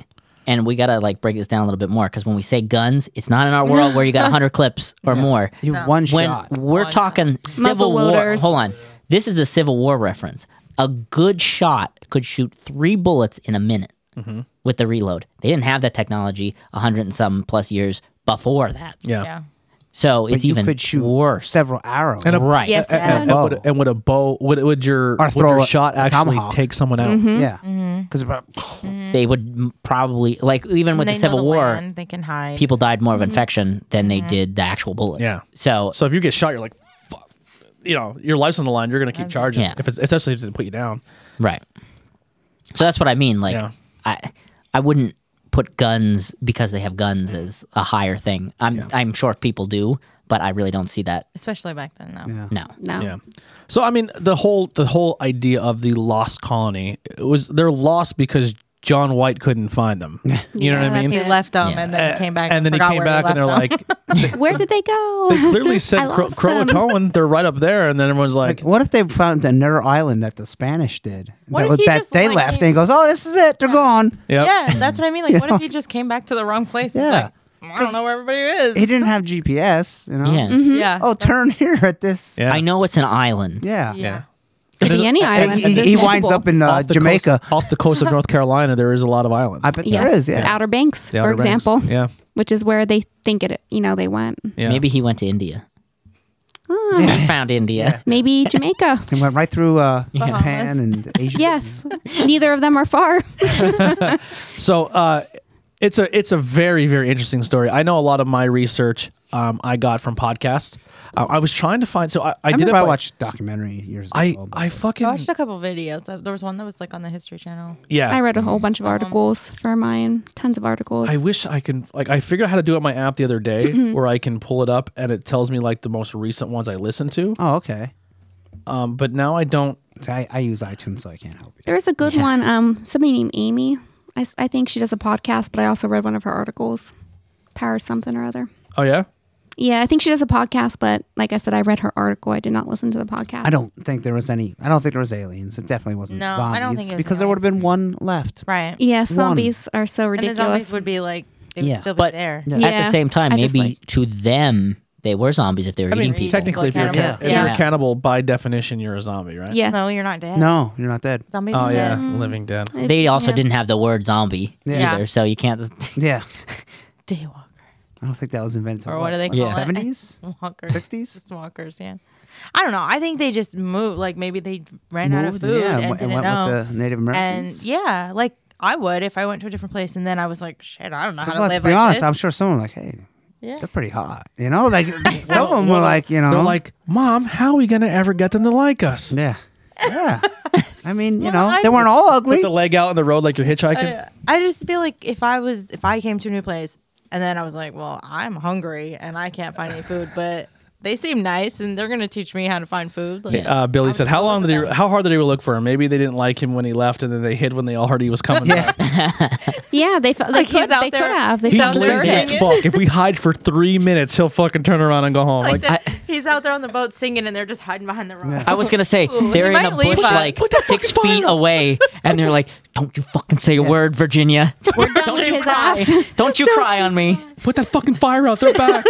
Speaker 2: and we gotta like break this down a little bit more because when we say guns, it's not in our world where you got hundred clips or more.
Speaker 6: You have one
Speaker 2: When
Speaker 6: shot.
Speaker 2: we're talking civil war,
Speaker 3: loaders.
Speaker 2: hold on. This is the Civil War reference. A good shot could shoot three bullets in a minute
Speaker 6: Mm-hmm.
Speaker 2: with the reload. They didn't have that technology a hundred and some plus years before that.
Speaker 4: Yeah.
Speaker 7: Yeah.
Speaker 2: So it's
Speaker 6: you
Speaker 2: even
Speaker 6: could shoot
Speaker 2: worse.
Speaker 6: several arrows.
Speaker 4: And a,
Speaker 2: Right.
Speaker 3: Yes,
Speaker 4: a- a-
Speaker 3: yeah.
Speaker 4: and, would, and would a bow would would your,
Speaker 6: Or
Speaker 4: would
Speaker 6: throw
Speaker 4: your
Speaker 6: a-
Speaker 4: shot
Speaker 6: a
Speaker 4: actually
Speaker 6: tomahawk.
Speaker 4: take someone out?
Speaker 6: yeah.
Speaker 2: Mm-hmm.
Speaker 6: Because
Speaker 2: They would m- probably like even with
Speaker 7: Mm-hmm. They
Speaker 2: the
Speaker 7: know
Speaker 2: Civil
Speaker 7: the
Speaker 2: War,
Speaker 7: land, Mm-hmm. they can hide.
Speaker 2: people died more of infection than they did the actual bullet.
Speaker 4: Yeah.
Speaker 2: So
Speaker 4: So if you get shot, you're like, fuck. you know, your life's on the line. You're gonna keep charging.
Speaker 2: Yeah.
Speaker 4: If it's especially if it didn't put you down.
Speaker 2: Right. So that's what I mean. Like,
Speaker 4: Yeah.
Speaker 2: I I wouldn't put guns because they have guns as a higher thing. I'm I'm sure people do, but I really don't see that.
Speaker 7: especially back then, though.
Speaker 6: Yeah.
Speaker 2: No.
Speaker 3: No.
Speaker 4: Yeah. So I mean, the whole the whole idea of the lost colony it was they're lost because John White couldn't find them. You know what I mean?
Speaker 7: He left them
Speaker 2: Yeah.
Speaker 7: and then came back.
Speaker 4: Uh, and then he
Speaker 7: forgot
Speaker 4: came
Speaker 7: where
Speaker 4: back, and they're
Speaker 7: left 'em.
Speaker 4: like,
Speaker 3: Where did they go?
Speaker 4: they clearly said
Speaker 3: I
Speaker 4: Cro-
Speaker 3: lost them.
Speaker 4: Croatoan. They're right up there, and then everyone's like,
Speaker 6: what if they found another island that the Spanish did?
Speaker 7: What
Speaker 6: that
Speaker 7: if
Speaker 6: was,
Speaker 7: he
Speaker 6: that
Speaker 7: just,
Speaker 6: they
Speaker 7: like,
Speaker 6: left
Speaker 7: came-
Speaker 6: and he goes, oh, this is it. They're gone.
Speaker 4: yep.
Speaker 7: Yeah, that's what I mean. Like, what if he just came back to the wrong place? It's
Speaker 6: Yeah.
Speaker 7: like, "Mm, I don't know where everybody is.
Speaker 6: He didn't have GPS, you know?
Speaker 2: Yeah.
Speaker 7: yeah.
Speaker 6: Oh, turn here at this.
Speaker 4: Yeah.
Speaker 2: I know it's an island.
Speaker 6: Yeah.
Speaker 4: Yeah.
Speaker 3: Could be any
Speaker 6: And
Speaker 3: island.
Speaker 6: he,
Speaker 3: There's
Speaker 6: he winds
Speaker 3: multiple.
Speaker 6: up in uh,
Speaker 4: Off the
Speaker 6: Jamaica.
Speaker 4: coast, off the coast of North Carolina, there is a lot of islands.
Speaker 6: I bet
Speaker 3: Yes.
Speaker 6: there is, yeah.
Speaker 3: Outer Banks,
Speaker 4: The
Speaker 3: for
Speaker 4: Outer Banks.
Speaker 3: example.
Speaker 4: Yeah.
Speaker 3: Which is where they think it. You know, they went.
Speaker 4: Yeah.
Speaker 2: Maybe he went to India. He found India.
Speaker 3: Maybe Jamaica.
Speaker 6: He went right through uh,
Speaker 7: Bahamas.
Speaker 6: Japan and Asia.
Speaker 3: yes. Neither of them are far.
Speaker 4: So uh, it's a it's a very very interesting story. I know a lot of my research um, I got from podcasts. Uh, I was trying to find. So I, I,
Speaker 6: I,
Speaker 4: did it.
Speaker 6: remember I
Speaker 4: by-
Speaker 6: watched Oh a documentary years
Speaker 4: I
Speaker 6: ago. but-
Speaker 4: I fucking
Speaker 7: I watched a couple videos. Uh, There was one that was like on the History Channel.
Speaker 4: yeah.
Speaker 3: I read a whole bunch of
Speaker 6: Uh-huh.
Speaker 3: articles for mine. Tons of articles.
Speaker 4: I wish I can like I figured out how to do it on my app the other day where I can pull it up and it tells me like the most recent ones I listened to.
Speaker 6: oh, okay.
Speaker 4: Um, but now I don't.
Speaker 6: So I, I use iTunes, so I can't help you.
Speaker 3: There is a good one. Um, somebody named Amy. I, s- I think she does a podcast, but I also read one of her articles, Power something or other.
Speaker 4: Oh yeah.
Speaker 3: Yeah, I think she does a podcast, but like I said, I read her article. I did not listen to the podcast.
Speaker 6: I don't think there was any. I don't think there was aliens. It definitely wasn't
Speaker 7: No, I
Speaker 6: zombies.
Speaker 7: don't think it was
Speaker 6: because there would have been one left.
Speaker 7: Right.
Speaker 3: Yeah, zombies are so
Speaker 7: And the
Speaker 3: ridiculous.
Speaker 7: zombies would be like, they would
Speaker 6: Yeah.
Speaker 7: still be
Speaker 2: But
Speaker 7: there.
Speaker 6: Yeah.
Speaker 2: At the
Speaker 3: Yeah.
Speaker 2: same time,
Speaker 3: I just
Speaker 2: maybe
Speaker 3: like-
Speaker 2: to them they were zombies if they were
Speaker 4: I mean,
Speaker 2: eating people.
Speaker 4: technically, if you're, a
Speaker 7: Cannibals,
Speaker 4: ca- if you're
Speaker 7: yeah.
Speaker 4: a cannibal by definition, you're a zombie, right?
Speaker 3: Yes.
Speaker 7: No, you're not dead.
Speaker 6: No, you're not dead.
Speaker 7: Zombies
Speaker 4: Oh
Speaker 7: are
Speaker 4: yeah,
Speaker 7: dead.
Speaker 4: living dead.
Speaker 2: They also
Speaker 3: Yeah.
Speaker 2: didn't have the word zombie
Speaker 6: Yeah.
Speaker 2: either, so you can't.
Speaker 6: Yeah,
Speaker 7: Daywalker.
Speaker 6: I don't think that was invented.
Speaker 7: Or what do they
Speaker 6: like,
Speaker 7: call it?
Speaker 6: Seventies,
Speaker 7: Walkers.
Speaker 6: sixties.
Speaker 7: Just walkers, yeah. I don't know. I think they just moved. Like maybe they ran out of food
Speaker 6: yeah,
Speaker 7: and,
Speaker 6: went-
Speaker 7: didn't
Speaker 6: went
Speaker 7: know.
Speaker 6: with the Native
Speaker 7: and
Speaker 6: Americans.
Speaker 7: yeah, like I would if I went to a different place and then I was like, shit, I don't know how
Speaker 6: Because
Speaker 7: to
Speaker 6: let's
Speaker 7: live
Speaker 6: be
Speaker 7: like
Speaker 6: honest,
Speaker 7: this.
Speaker 6: I'm sure someone like, hey,
Speaker 7: Yeah.
Speaker 6: they're pretty hot. You know, like some of them were like, you know,
Speaker 4: They're like, Mom, how are we gonna ever get them to like us?
Speaker 6: yeah, yeah. I mean, you
Speaker 7: Well,
Speaker 6: know,
Speaker 7: I-
Speaker 6: they weren't all
Speaker 4: Put
Speaker 6: ugly.
Speaker 4: the leg out on the road like you're hitchhiking.
Speaker 7: I, I just feel like if I was if I came to a new place and then I was like, well, I'm hungry and I can't find any food, but they seem nice and they're gonna teach me how to find food. Like,
Speaker 4: Uh, Billy said, "How long did he? How hard did he look for him? Maybe they didn't like him when he left, and then they hid when they all heard he was coming back.
Speaker 3: Yeah, they felt
Speaker 7: Like,
Speaker 3: they,
Speaker 7: he's
Speaker 3: could,
Speaker 7: out
Speaker 3: they
Speaker 7: there.
Speaker 3: could have. They
Speaker 4: He's
Speaker 3: felt
Speaker 7: Sounds
Speaker 4: lazy
Speaker 7: deserving.
Speaker 4: as
Speaker 3: deserted.
Speaker 4: fuck. If we hide for three minutes, he'll fucking turn around and go home.
Speaker 7: Like
Speaker 4: Like,
Speaker 7: the, he's out there on the boat singing and they're just hiding behind the rock.
Speaker 2: I was gonna say
Speaker 7: Ooh,
Speaker 2: they're
Speaker 7: you
Speaker 2: in a
Speaker 7: might leave
Speaker 2: bush
Speaker 7: us.
Speaker 2: like
Speaker 4: Put that
Speaker 2: six
Speaker 4: fucking
Speaker 2: feet
Speaker 4: file.
Speaker 2: away, and they're like, "Don't you fucking say a word, Virginia!
Speaker 3: We're done with
Speaker 2: you
Speaker 3: his
Speaker 2: cry!
Speaker 3: ass.
Speaker 2: Don't you cry on me!"
Speaker 4: put that fucking fire out their back.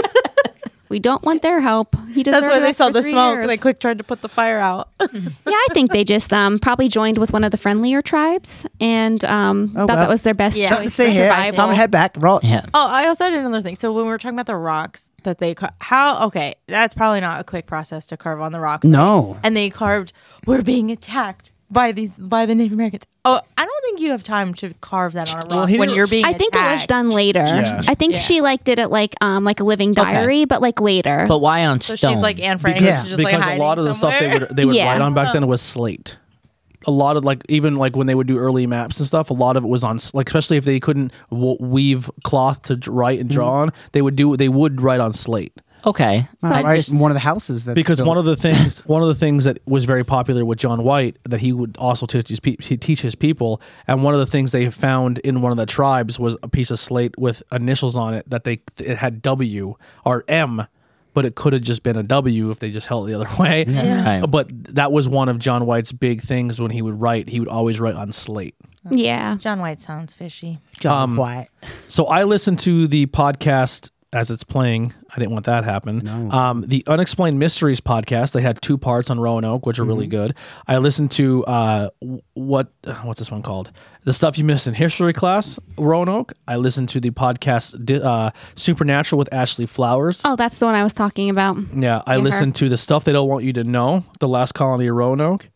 Speaker 3: We don't want their help. He
Speaker 7: That's why
Speaker 3: deserted
Speaker 7: they
Speaker 3: us
Speaker 7: saw
Speaker 3: for
Speaker 7: the
Speaker 3: three
Speaker 7: smoke.
Speaker 3: years.
Speaker 7: They quick tried to put the fire out.
Speaker 3: yeah, I think they just um, probably joined with one of the friendlier tribes and um,
Speaker 6: Oh,
Speaker 3: thought
Speaker 6: well.
Speaker 3: that was their best
Speaker 7: Yeah.
Speaker 3: choice
Speaker 7: Time
Speaker 6: Time to
Speaker 3: for
Speaker 6: say hey,
Speaker 3: survival.
Speaker 6: time to head back. Roll.
Speaker 2: Yeah.
Speaker 7: Oh, I also had another thing. So when we were talking about the rocks that they car- how okay, that's probably not a quick process to carve on the rock.
Speaker 6: No.
Speaker 7: And they carved we're being attacked by these by the Native Americans. Oh, I don't think you have time to carve that on a rock
Speaker 4: he
Speaker 7: when
Speaker 4: didn't-
Speaker 7: you're being
Speaker 3: I think it was
Speaker 7: attacked.
Speaker 3: done later.
Speaker 4: Yeah.
Speaker 3: I think
Speaker 7: Yeah.
Speaker 3: she like did it like um like a living diary, but like later.
Speaker 2: But why on
Speaker 7: So
Speaker 2: stone?
Speaker 7: she's like Anne Frank,
Speaker 6: Because-
Speaker 7: she's just
Speaker 4: because
Speaker 7: like hiding
Speaker 4: a lot of the stuff they
Speaker 7: somewhere.
Speaker 4: would they would
Speaker 3: Yeah.
Speaker 4: write on back then was slate. A lot of like even like when they would do early maps and stuff, a lot of it was on s- like especially if they couldn't w- weave cloth to d- write and draw on, they would do they would write on slate
Speaker 2: okay. I
Speaker 6: Right,
Speaker 2: just-
Speaker 6: one of the houses that's
Speaker 4: because
Speaker 6: built.
Speaker 4: one of the things one of the things that was very popular with John White that he would also teach his pe- he- teach his people, and one of the things they found in one of the tribes was a piece of slate with initials on it that they it had W or M, but it could have just been a W if they just held it the other way.
Speaker 2: Right.
Speaker 4: But that was one of John White's big things when he would write. He would always write on slate.
Speaker 3: yeah.
Speaker 7: John White sounds fishy.
Speaker 6: John
Speaker 4: um,
Speaker 6: White.
Speaker 4: So I listened to the podcast as it's playing. I didn't want that to happen. Um, the Unexplained Mysteries podcast. They had two parts on Roanoke, which are really good. I listened to uh, w- what what's this one called? The stuff you missed in history class, Roanoke. I listened to the podcast di- uh, Supernatural with Ashley Flowers.
Speaker 3: Oh, that's the one I was talking about.
Speaker 4: Yeah, I
Speaker 3: her.
Speaker 4: listened to the stuff they don't want you to know, the last colony of Roanoke,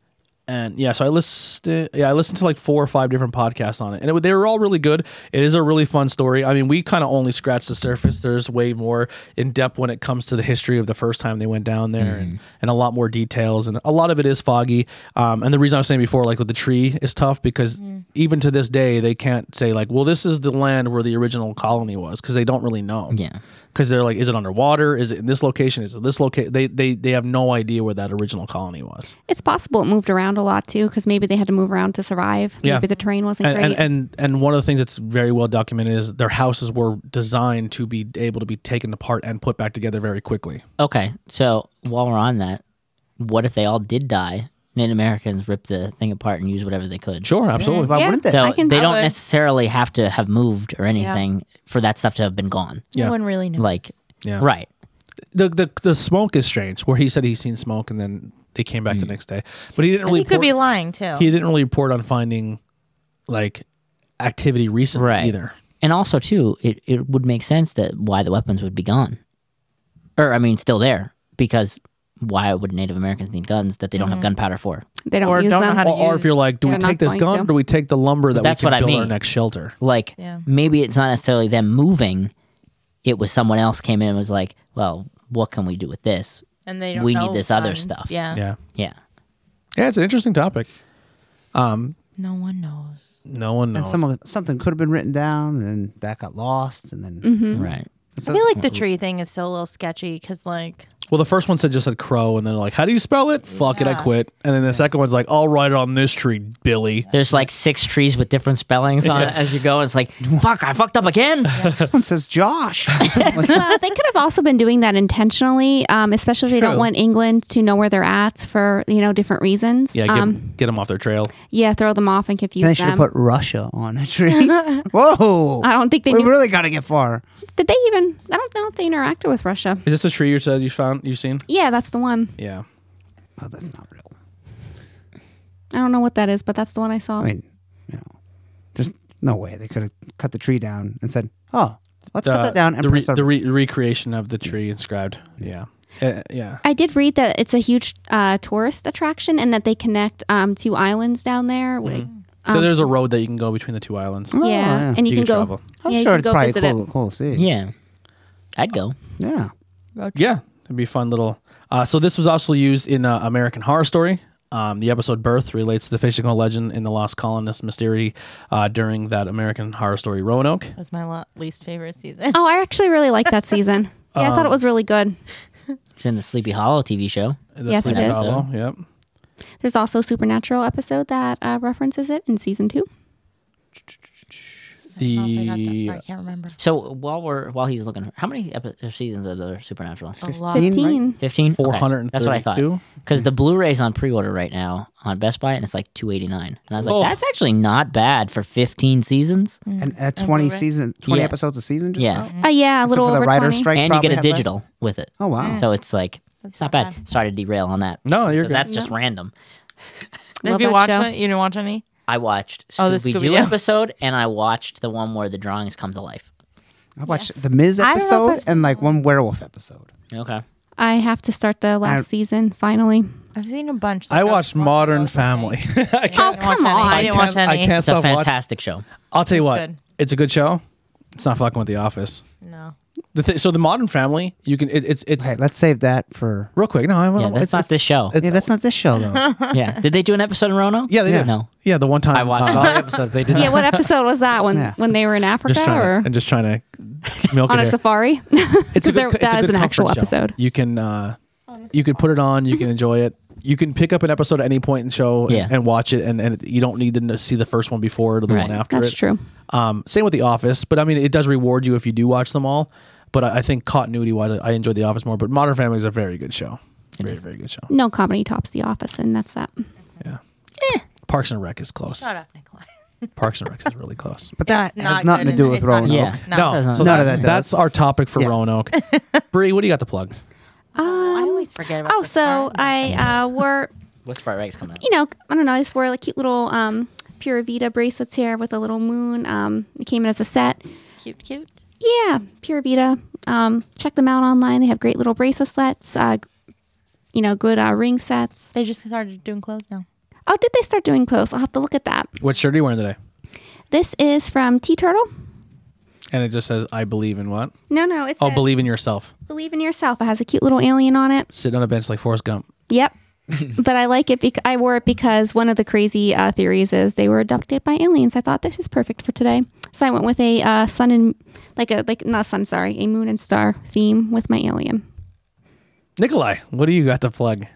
Speaker 4: and yeah, so I listened. Yeah, I listened to like four or five different podcasts on it, and it, they were all really good. It is a really fun story. I mean, we kind of only scratched the surface. There's way more in depth when it comes to the history of the first time they went down there, and, and a lot more details, and a lot of it is foggy. Um, and the reason I was saying before, like with the tree, is tough because even to this day they can't say like, well, this is the land where the original colony was because they don't really know
Speaker 2: Yeah.
Speaker 4: because they're like, is it underwater? Is it in this location? Is it this location? They they they have no idea where that original colony was.
Speaker 3: It's possible it moved around a lot too, because maybe they had to move around to survive.
Speaker 4: Yeah.
Speaker 3: Maybe the terrain wasn't
Speaker 4: And,
Speaker 3: great.
Speaker 4: and and and one of the things that's very well documented is their houses were designed to be able to be taken apart and put back together very quickly.
Speaker 2: Okay. So while we're on that, what if they all did die? Native Americans ripped the thing apart and used whatever they could.
Speaker 4: Sure, absolutely.
Speaker 6: Why
Speaker 3: Yeah.
Speaker 6: wouldn't they?
Speaker 2: So
Speaker 3: I can-
Speaker 2: they
Speaker 3: I
Speaker 2: don't
Speaker 7: would.
Speaker 2: necessarily have to have moved or anything for that stuff to have been gone.
Speaker 4: Yeah.
Speaker 7: No one really knows.
Speaker 2: Like,
Speaker 4: Yeah.
Speaker 2: right.
Speaker 4: The, the the smoke is strange. Where he said he's seen smoke and then they came back
Speaker 2: Mm.
Speaker 4: the next day, but he didn't really
Speaker 7: he could
Speaker 4: report-
Speaker 7: be lying too.
Speaker 4: he didn't really report on finding like activity recently
Speaker 2: Right.
Speaker 4: either.
Speaker 2: And also, too, it, it would make sense that why the weapons would be gone. Or, I mean, still there. Because why would Native Americans need guns that they don't have gunpowder for?
Speaker 3: they don't
Speaker 7: or
Speaker 3: use
Speaker 7: don't know
Speaker 3: them.
Speaker 7: how
Speaker 4: Or,
Speaker 7: to
Speaker 4: or if you're like, do we
Speaker 3: They're not
Speaker 4: take this
Speaker 3: going
Speaker 4: gun
Speaker 3: to.
Speaker 4: or do we take the lumber that
Speaker 2: That's
Speaker 4: we can
Speaker 2: what I
Speaker 4: build our
Speaker 2: mean.
Speaker 4: next shelter?
Speaker 2: Like,
Speaker 7: Yeah.
Speaker 2: maybe it's not necessarily them moving. It was someone else came in and was like, well, what can we do with this?
Speaker 7: and they don't
Speaker 2: we
Speaker 7: know
Speaker 2: need this other
Speaker 7: guns.
Speaker 2: stuff.
Speaker 7: Yeah.
Speaker 4: Yeah.
Speaker 2: Yeah.
Speaker 4: Yeah, it's an interesting topic.
Speaker 7: No one knows.
Speaker 4: No one
Speaker 6: And
Speaker 4: knows.
Speaker 6: someone, something could have been written down, and that got lost, and then
Speaker 2: Right.
Speaker 6: So-
Speaker 7: Mm-hmm. I feel like the tree thing is still a little sketchy because like
Speaker 4: well, the first one said just said crow, and then like, how do you spell it? Fuck it, I
Speaker 7: Yeah.
Speaker 4: quit. And then the second one's like, I'll write it on this tree, Billy.
Speaker 2: There's like six trees with different spellings on it as you go. It's like, fuck, I fucked up again.
Speaker 6: someone says Josh.
Speaker 3: well, they could have also been doing that intentionally, um, especially if they don't
Speaker 4: True.
Speaker 3: want England to know where they're at for you know different reasons.
Speaker 4: Yeah, get,
Speaker 3: um,
Speaker 4: get them off their trail.
Speaker 3: yeah, throw them off and confuse
Speaker 6: they should
Speaker 3: them.
Speaker 6: have put Russia on a tree. Whoa!
Speaker 3: I don't think they
Speaker 6: we
Speaker 3: knew-
Speaker 6: really got to get far.
Speaker 3: Did they even? I don't know if they interacted with Russia.
Speaker 4: Is this a tree you said you found? You've seen?
Speaker 3: Yeah, that's the one.
Speaker 4: Yeah.
Speaker 6: Oh, that's not real.
Speaker 3: I don't know what that is, but that's the one I saw.
Speaker 6: I mean, you know, there's no way they could have cut the tree down and said, "Oh, let's cut
Speaker 4: Uh,
Speaker 6: that down." And
Speaker 4: the re-
Speaker 6: press our-
Speaker 4: the re- recreation of the tree inscribed. Yeah. Uh, yeah.
Speaker 3: I did read that it's a huge uh, tourist attraction and that they connect um, two islands down there. Like,
Speaker 4: Mm. so there's a road that you can go between the two islands.
Speaker 6: Um, Oh,
Speaker 3: yeah, and you, can, go.
Speaker 4: travel.
Speaker 6: I'm
Speaker 3: yeah, you
Speaker 6: sure
Speaker 3: can
Speaker 6: it's
Speaker 3: go
Speaker 6: probably
Speaker 3: visit it.
Speaker 6: cool, cool to see.
Speaker 2: yeah. I'd go.
Speaker 6: yeah.
Speaker 4: Yeah, it'd be a fun little. Uh, so this was also used in uh, American Horror Story. Um, the episode "Birth" relates to the fictional legend in the Lost Colonist mystery uh, during that American Horror Story Roanoke.
Speaker 7: was my lo- least favorite season.
Speaker 3: Oh, I actually really liked that season. Yeah, I
Speaker 4: Um,
Speaker 3: thought it was really good.
Speaker 2: It's in the Sleepy Hollow TV show.
Speaker 4: The
Speaker 3: Yes, it
Speaker 4: Sleepy
Speaker 2: is.
Speaker 4: Hollow, Yep.
Speaker 3: There's also a Supernatural episode that uh, references it in season two.
Speaker 7: I don't know if I got that
Speaker 4: the
Speaker 7: far. I can't remember.
Speaker 2: So while we're while he's looking, how many epi- seasons are there Supernatural?
Speaker 7: A lot.
Speaker 6: 15,
Speaker 3: 15.
Speaker 2: Fifteen. Okay.
Speaker 4: four hundred and
Speaker 2: That's what I thought.
Speaker 4: thirty-two. Hmm.
Speaker 2: Because the Blu-ray's on pre-order right now on Best Buy, and it's like two eighty nine. And I was like,
Speaker 4: Oh.
Speaker 2: that's actually not bad for fifteen seasons.
Speaker 6: and at 20
Speaker 7: Blu-ray.
Speaker 6: season, 20
Speaker 2: Yeah.
Speaker 6: episodes a season. just
Speaker 2: Yeah.
Speaker 6: about?
Speaker 3: Uh, yeah, a
Speaker 6: Except
Speaker 3: little
Speaker 6: for the
Speaker 3: over
Speaker 6: writer's
Speaker 3: 20.
Speaker 6: strike
Speaker 2: and you
Speaker 6: probably
Speaker 2: get a
Speaker 6: had less.
Speaker 2: digital with it.
Speaker 6: Oh wow.
Speaker 2: So it's like it's not
Speaker 7: not
Speaker 2: bad.
Speaker 7: bad.
Speaker 2: Sorry to derail on that.
Speaker 4: No, you're
Speaker 2: 'Cause
Speaker 4: good.
Speaker 2: that's just random.
Speaker 3: Love
Speaker 7: Did you
Speaker 3: that
Speaker 7: watch
Speaker 3: show.
Speaker 7: it? You didn't watch any?
Speaker 2: I watched
Speaker 7: Oh, the
Speaker 2: Scooby Doo
Speaker 7: Scooby-Doo.
Speaker 2: episode, and I watched the one where the drawings come to life.
Speaker 6: I watched the Miz
Speaker 7: I don't know if I've
Speaker 6: episode
Speaker 7: seen
Speaker 6: and like one werewolf episode.
Speaker 2: Okay.
Speaker 3: I have to start the last
Speaker 6: I-
Speaker 3: season finally.
Speaker 7: I've seen a bunch.
Speaker 4: I
Speaker 7: Like,
Speaker 4: watched
Speaker 7: watched
Speaker 4: Modern
Speaker 7: those, I think.
Speaker 4: Family. I
Speaker 7: Yeah, I didn't watch any. I didn't
Speaker 3: Oh, come on.
Speaker 7: watch
Speaker 4: can't, I
Speaker 7: any.
Speaker 4: can't
Speaker 2: It's a
Speaker 4: stop watching.
Speaker 2: fantastic show.
Speaker 4: I'll tell you what,
Speaker 7: good.
Speaker 4: it's a good show. It's not fucking with The Office.
Speaker 7: No.
Speaker 4: The th- so the Modern Family, you can it, it's it's
Speaker 6: Okay, let's save that for.
Speaker 4: real quick. No, I
Speaker 2: Yeah, that's not this show.
Speaker 6: Yeah, that's not this show though.
Speaker 2: yeah. Did they do an episode in Roanoke?
Speaker 4: Yeah, they did.
Speaker 2: No.
Speaker 4: Yeah, the one time
Speaker 2: I watched
Speaker 4: uh,
Speaker 2: all the episodes. They did.
Speaker 3: Yeah, what episode was that when
Speaker 6: Yeah.
Speaker 3: when they were in Africa
Speaker 4: just trying
Speaker 3: or
Speaker 4: to, and just trying to milk
Speaker 3: on
Speaker 4: it
Speaker 3: a
Speaker 4: here.
Speaker 3: safari?
Speaker 4: It's a
Speaker 3: 'Cause there-
Speaker 4: good, it's
Speaker 3: that
Speaker 4: a
Speaker 3: is
Speaker 4: good
Speaker 3: an actual
Speaker 4: comfort show.
Speaker 3: episode.
Speaker 4: You can uh, you can put it on. You can enjoy it. You can pick up an episode at any point in the show
Speaker 2: Yeah.
Speaker 4: and, and watch it, and, and you don't need to kn- see the first one before it or the
Speaker 2: Right.
Speaker 4: one after.
Speaker 3: That's
Speaker 4: it.
Speaker 3: true.
Speaker 4: Um, same with The Office, but I mean, it does reward you if you do watch them all. But I, I think continuity wise, I, I enjoyed The Office more. But Modern Family is a very good show. very very good show.
Speaker 3: No comedy tops The Office, and that's
Speaker 7: Oh,
Speaker 3: that.
Speaker 4: Yeah. Parks and Rec is close.
Speaker 7: Shut up, Nikolai.
Speaker 4: Parks and Rec is really close.
Speaker 6: But that
Speaker 7: It's not
Speaker 6: has nothing
Speaker 7: good
Speaker 6: to do
Speaker 7: and
Speaker 6: with
Speaker 7: it's not
Speaker 6: Roanoke.
Speaker 7: good.
Speaker 2: Yeah.
Speaker 7: No.
Speaker 2: That doesn't-
Speaker 6: No, None of that does.
Speaker 4: That's our topic for
Speaker 6: Yes.
Speaker 4: Roanoke. Bree, what do you got to plug?
Speaker 7: I always forget about
Speaker 3: Oh,
Speaker 7: this
Speaker 3: so
Speaker 7: part.
Speaker 3: I uh, wore
Speaker 2: What's Fright Rags coming up?
Speaker 3: you know, I don't know, I just wore like cute little um, Pura Vida bracelets here with a little moon. Um, it came in as a set.
Speaker 7: Cute, cute.
Speaker 3: Yeah, Pura Vida. Um, check them out online. They have great little bracelets, uh, you know, good uh, ring sets.
Speaker 7: They just started doing clothes now.
Speaker 3: Oh, did they start doing clothes? I'll have to look at that.
Speaker 4: What shirt are you wearing today?
Speaker 3: This is from Tea Turtle.
Speaker 4: And it just says, I believe in what?
Speaker 3: No, no, it's
Speaker 4: Oh, believe in yourself.
Speaker 3: believe in yourself. It has a cute little alien on it.
Speaker 4: Sitting on a bench like Forrest Gump.
Speaker 3: Yep. but I like it because I wore it because one of the crazy uh, theories is they were abducted by aliens. I thought this is perfect for today, so I went with a uh, sun and like a like not sun, sorry, a moon and star theme with my alien.
Speaker 4: Nikolai, what do you got to plug?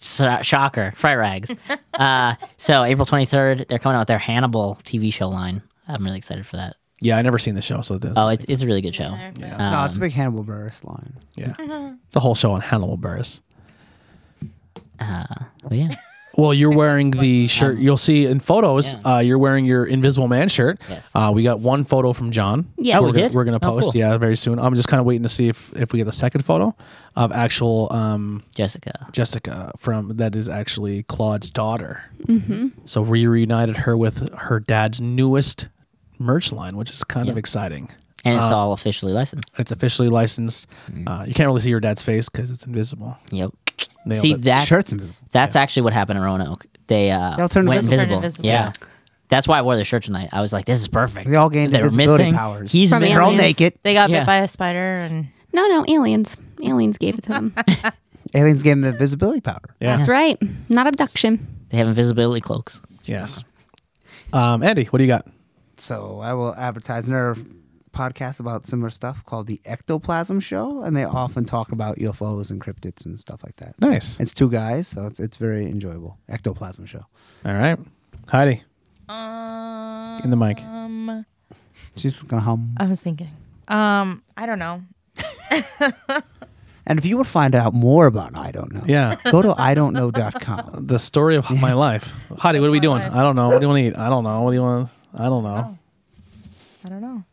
Speaker 2: Sh- shocker, Fright Rags. uh, so April 23rd, they're coming out with their Hannibal TV show line. I'm really excited for that.
Speaker 4: Yeah, I never seen the show, so it does.
Speaker 2: Oh, it's, it's a really good show. Um,
Speaker 6: no, it's a big Hannibal Burris line.
Speaker 4: yeah. It's a whole show on Hannibal Burris.
Speaker 2: But yeah,
Speaker 4: Well, you're wearing
Speaker 2: Um,
Speaker 4: the shirt. You'll see in photos. Uh, you're wearing your Invisible Man shirt.
Speaker 2: Yes.
Speaker 4: Uh, we got one photo from John.
Speaker 3: Yeah. Oh,
Speaker 4: we're
Speaker 3: we
Speaker 4: gonna,
Speaker 2: did?
Speaker 4: we're gonna
Speaker 2: Oh,
Speaker 4: post.
Speaker 2: cool.
Speaker 4: Yeah, very soon. I'm just kind of waiting to see if if we get the second photo of actual um,
Speaker 2: Jessica.
Speaker 4: Jessica from that is actually Claude's daughter. Mm-hmm. So we reunited her with her dad's newest merch line, which is kind of exciting.
Speaker 2: And
Speaker 6: Uh,
Speaker 2: it's all officially licensed.
Speaker 4: It's officially licensed.
Speaker 2: Mm.
Speaker 4: Uh, you can't really see your dad's face because it's invisible.
Speaker 2: Yep.
Speaker 4: Nailed
Speaker 2: See,
Speaker 4: it.
Speaker 2: that,
Speaker 6: Shirts invisible.
Speaker 2: that's actually what happened in Roanoke. They uh,
Speaker 6: They'll turn
Speaker 2: went invisible.
Speaker 6: invisible.
Speaker 7: Turn invisible.
Speaker 2: Yeah.
Speaker 7: Yeah.
Speaker 2: That's why I wore the shirt tonight. I was like, this is perfect.
Speaker 6: They all gained
Speaker 2: They were
Speaker 6: invisibility
Speaker 2: missing.
Speaker 6: powers.
Speaker 2: He's
Speaker 3: From
Speaker 2: missing.
Speaker 6: They're all
Speaker 3: Aliens.
Speaker 6: naked.
Speaker 7: They got
Speaker 2: Yeah.
Speaker 7: bit by a spider and
Speaker 3: No, no, aliens. Aliens gave it to them.
Speaker 6: Aliens gave them the invisibility power.
Speaker 4: Yeah.
Speaker 3: That's right. Not abduction.
Speaker 2: They have invisibility cloaks.
Speaker 4: Yes. Um, Andy, what do you got?
Speaker 6: So I will advertise another podcast about similar stuff called the Ectoplasm Show, and they often talk about UFOs and cryptids and stuff like that.
Speaker 4: Nice.
Speaker 6: It's two guys, so it's it's very enjoyable. Ectoplasm Show.
Speaker 4: All right, Heidi,
Speaker 7: um
Speaker 4: in the mic.
Speaker 6: She's gonna hum.
Speaker 7: I was thinking. Um, I don't know.
Speaker 6: And if you want to find out more about I don't know,
Speaker 4: Yeah.
Speaker 6: go to I don't know.com.
Speaker 4: the story of my life. Heidi, what are we doing? I don't know. What do you want to eat? I don't know. What do you want? I don't know.
Speaker 7: I don't know.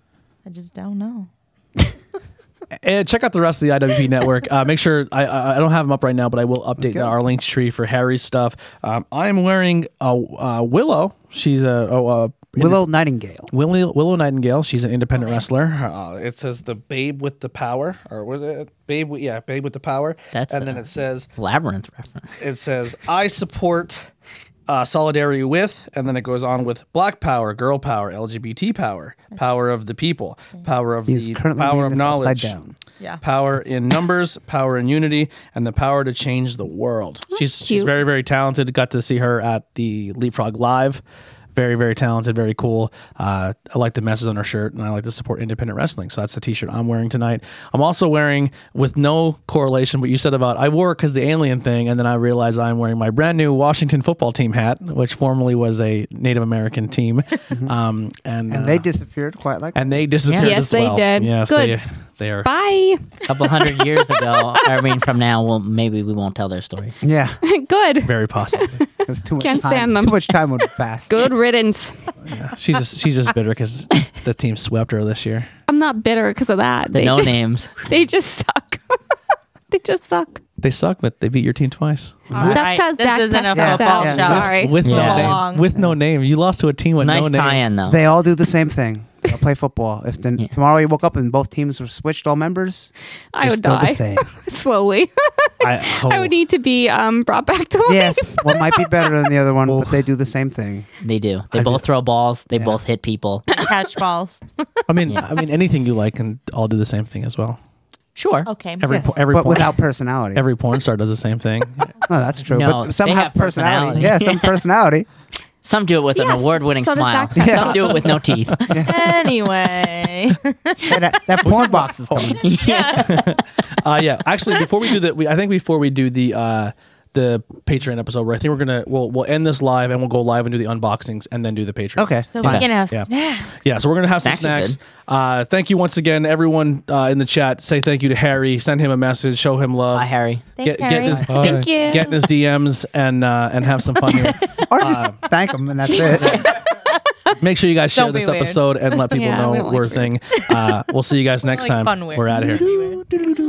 Speaker 7: I just don't know.
Speaker 4: And Eh, check out the rest of the IWP network. Uh, make sure I, I I don't have them up right now, but I will update our links tree for Harry's stuff. Um, I'm wearing a, uh Willow. She's a, oh, a
Speaker 6: Willow Nightingale.
Speaker 4: Willow, Willow Nightingale. She's an independent wrestler. Uh, it says the Babe with the power, or was it Babe? with- Yeah, Babe with the power.
Speaker 2: That's,
Speaker 4: and then
Speaker 2: uh,
Speaker 4: it says
Speaker 2: Labyrinth reference.
Speaker 4: it says I support uh, solidarity with, and then it goes on with black power, girl power, LGBT power, power of the people, power of
Speaker 6: He's
Speaker 4: the
Speaker 6: currently
Speaker 4: power
Speaker 6: reading
Speaker 4: of
Speaker 6: this
Speaker 4: knowledge,
Speaker 6: upside down.
Speaker 7: Yeah.
Speaker 4: power in numbers, power in unity, and the power to change the world. she's she's
Speaker 3: cute.
Speaker 4: very very talented. Got to see her at the Leapfrog Live. Very, very talented, very cool. Uh, I like the message on her shirt, and I like to support independent wrestling. So that's the T-shirt I'm wearing tonight. I'm also wearing, with no correlation, what you said about I wore because the alien thing, and then I realized I'm wearing my brand new Washington football team hat, which formerly was a Native American team, um, and
Speaker 6: And
Speaker 4: uh,
Speaker 6: they disappeared quite like
Speaker 4: and they disappeared.
Speaker 2: Yeah.
Speaker 3: Yes,
Speaker 4: as
Speaker 3: they
Speaker 4: well.
Speaker 3: did.
Speaker 4: Yes,
Speaker 3: Good.
Speaker 4: they they are.
Speaker 3: Bye.
Speaker 2: A couple hundred years ago, I mean, from now, well, maybe we won't tell their story.
Speaker 6: Yeah,
Speaker 3: Good.
Speaker 4: Very possibly.
Speaker 6: because too much
Speaker 3: Can't
Speaker 6: time.
Speaker 3: stand them.
Speaker 6: Too much time would pass.
Speaker 3: Good riddance.
Speaker 4: Yeah, she's just she's just bitter because the team swept her this year.
Speaker 3: I'm not bitter because of that.
Speaker 2: The
Speaker 3: they
Speaker 2: no
Speaker 3: just,
Speaker 2: names.
Speaker 3: They just suck. they just suck.
Speaker 4: They suck, but they beat your team twice.
Speaker 7: All
Speaker 3: That's 'cause
Speaker 7: this
Speaker 3: Dak
Speaker 7: isn't a
Speaker 3: passed out.
Speaker 7: football
Speaker 6: Yeah.
Speaker 7: show.
Speaker 3: Sorry.
Speaker 4: With
Speaker 2: Yeah.
Speaker 4: no
Speaker 7: Belong.
Speaker 4: name. With no name, you lost to a team with
Speaker 2: Nice
Speaker 4: no name.
Speaker 2: tie-in, though.
Speaker 6: They all do the same thing. They all play football. If then
Speaker 2: Yeah.
Speaker 6: tomorrow you woke up and both teams were switched, all members,
Speaker 3: I
Speaker 6: they're
Speaker 3: would
Speaker 6: still
Speaker 3: die
Speaker 6: the same.
Speaker 3: slowly.
Speaker 4: I, oh.
Speaker 3: I would need to be um, brought back to life.
Speaker 6: yes, one might be better than the other one, but they do the same thing.
Speaker 2: They do. They both throw balls. They both hit people.
Speaker 7: Catch balls.
Speaker 4: I mean, I mean, anything you like can all do the same thing as well.
Speaker 2: Sure.
Speaker 7: Okay.
Speaker 4: Every
Speaker 6: Yes,
Speaker 4: po- every
Speaker 6: but
Speaker 4: porn,
Speaker 6: without personality.
Speaker 4: every porn star does the same thing.
Speaker 6: no, that's true.
Speaker 2: No,
Speaker 6: but some
Speaker 2: they
Speaker 6: have,
Speaker 2: have
Speaker 6: personality.
Speaker 2: personality.
Speaker 6: Yeah, some personality.
Speaker 2: Some do it with an
Speaker 3: Yes,
Speaker 2: award-winning
Speaker 3: so does
Speaker 2: smile.
Speaker 3: Dak
Speaker 2: Some do it with no teeth.
Speaker 7: anyway.
Speaker 6: Yeah, that, that porn box is coming.
Speaker 4: uh, yeah, actually, before we do that, we, I think before we do the uh, the Patreon episode, where I think we're gonna we'll we'll end this live and we'll go live and do the unboxings and then do the Patreon.
Speaker 6: Okay.
Speaker 7: So
Speaker 6: fine.
Speaker 7: we can have
Speaker 4: Yeah.
Speaker 7: snacks.
Speaker 4: Yeah, so we're gonna have some
Speaker 2: Snacks are
Speaker 4: snacks. Uh, thank you once again, everyone uh, in the chat. Say thank you to Harry. Send him a message. Show him love.
Speaker 2: Bye, Harry.
Speaker 7: Thanks,
Speaker 4: get, get
Speaker 7: Harry.
Speaker 4: in his,
Speaker 3: Thank you.
Speaker 4: Get in his DMs and uh, and have some fun. here.
Speaker 6: or just thank them and that's it.
Speaker 4: Make sure you guys share
Speaker 7: Don't be
Speaker 4: this
Speaker 7: weird.
Speaker 4: episode and let people
Speaker 3: Yeah, we
Speaker 4: know
Speaker 3: won't
Speaker 4: we're a
Speaker 3: like
Speaker 4: thing. Uh, we'll see you guys next
Speaker 7: Like
Speaker 4: time.
Speaker 7: fun weird.
Speaker 4: We're out of here.
Speaker 6: Doo-doo-doo.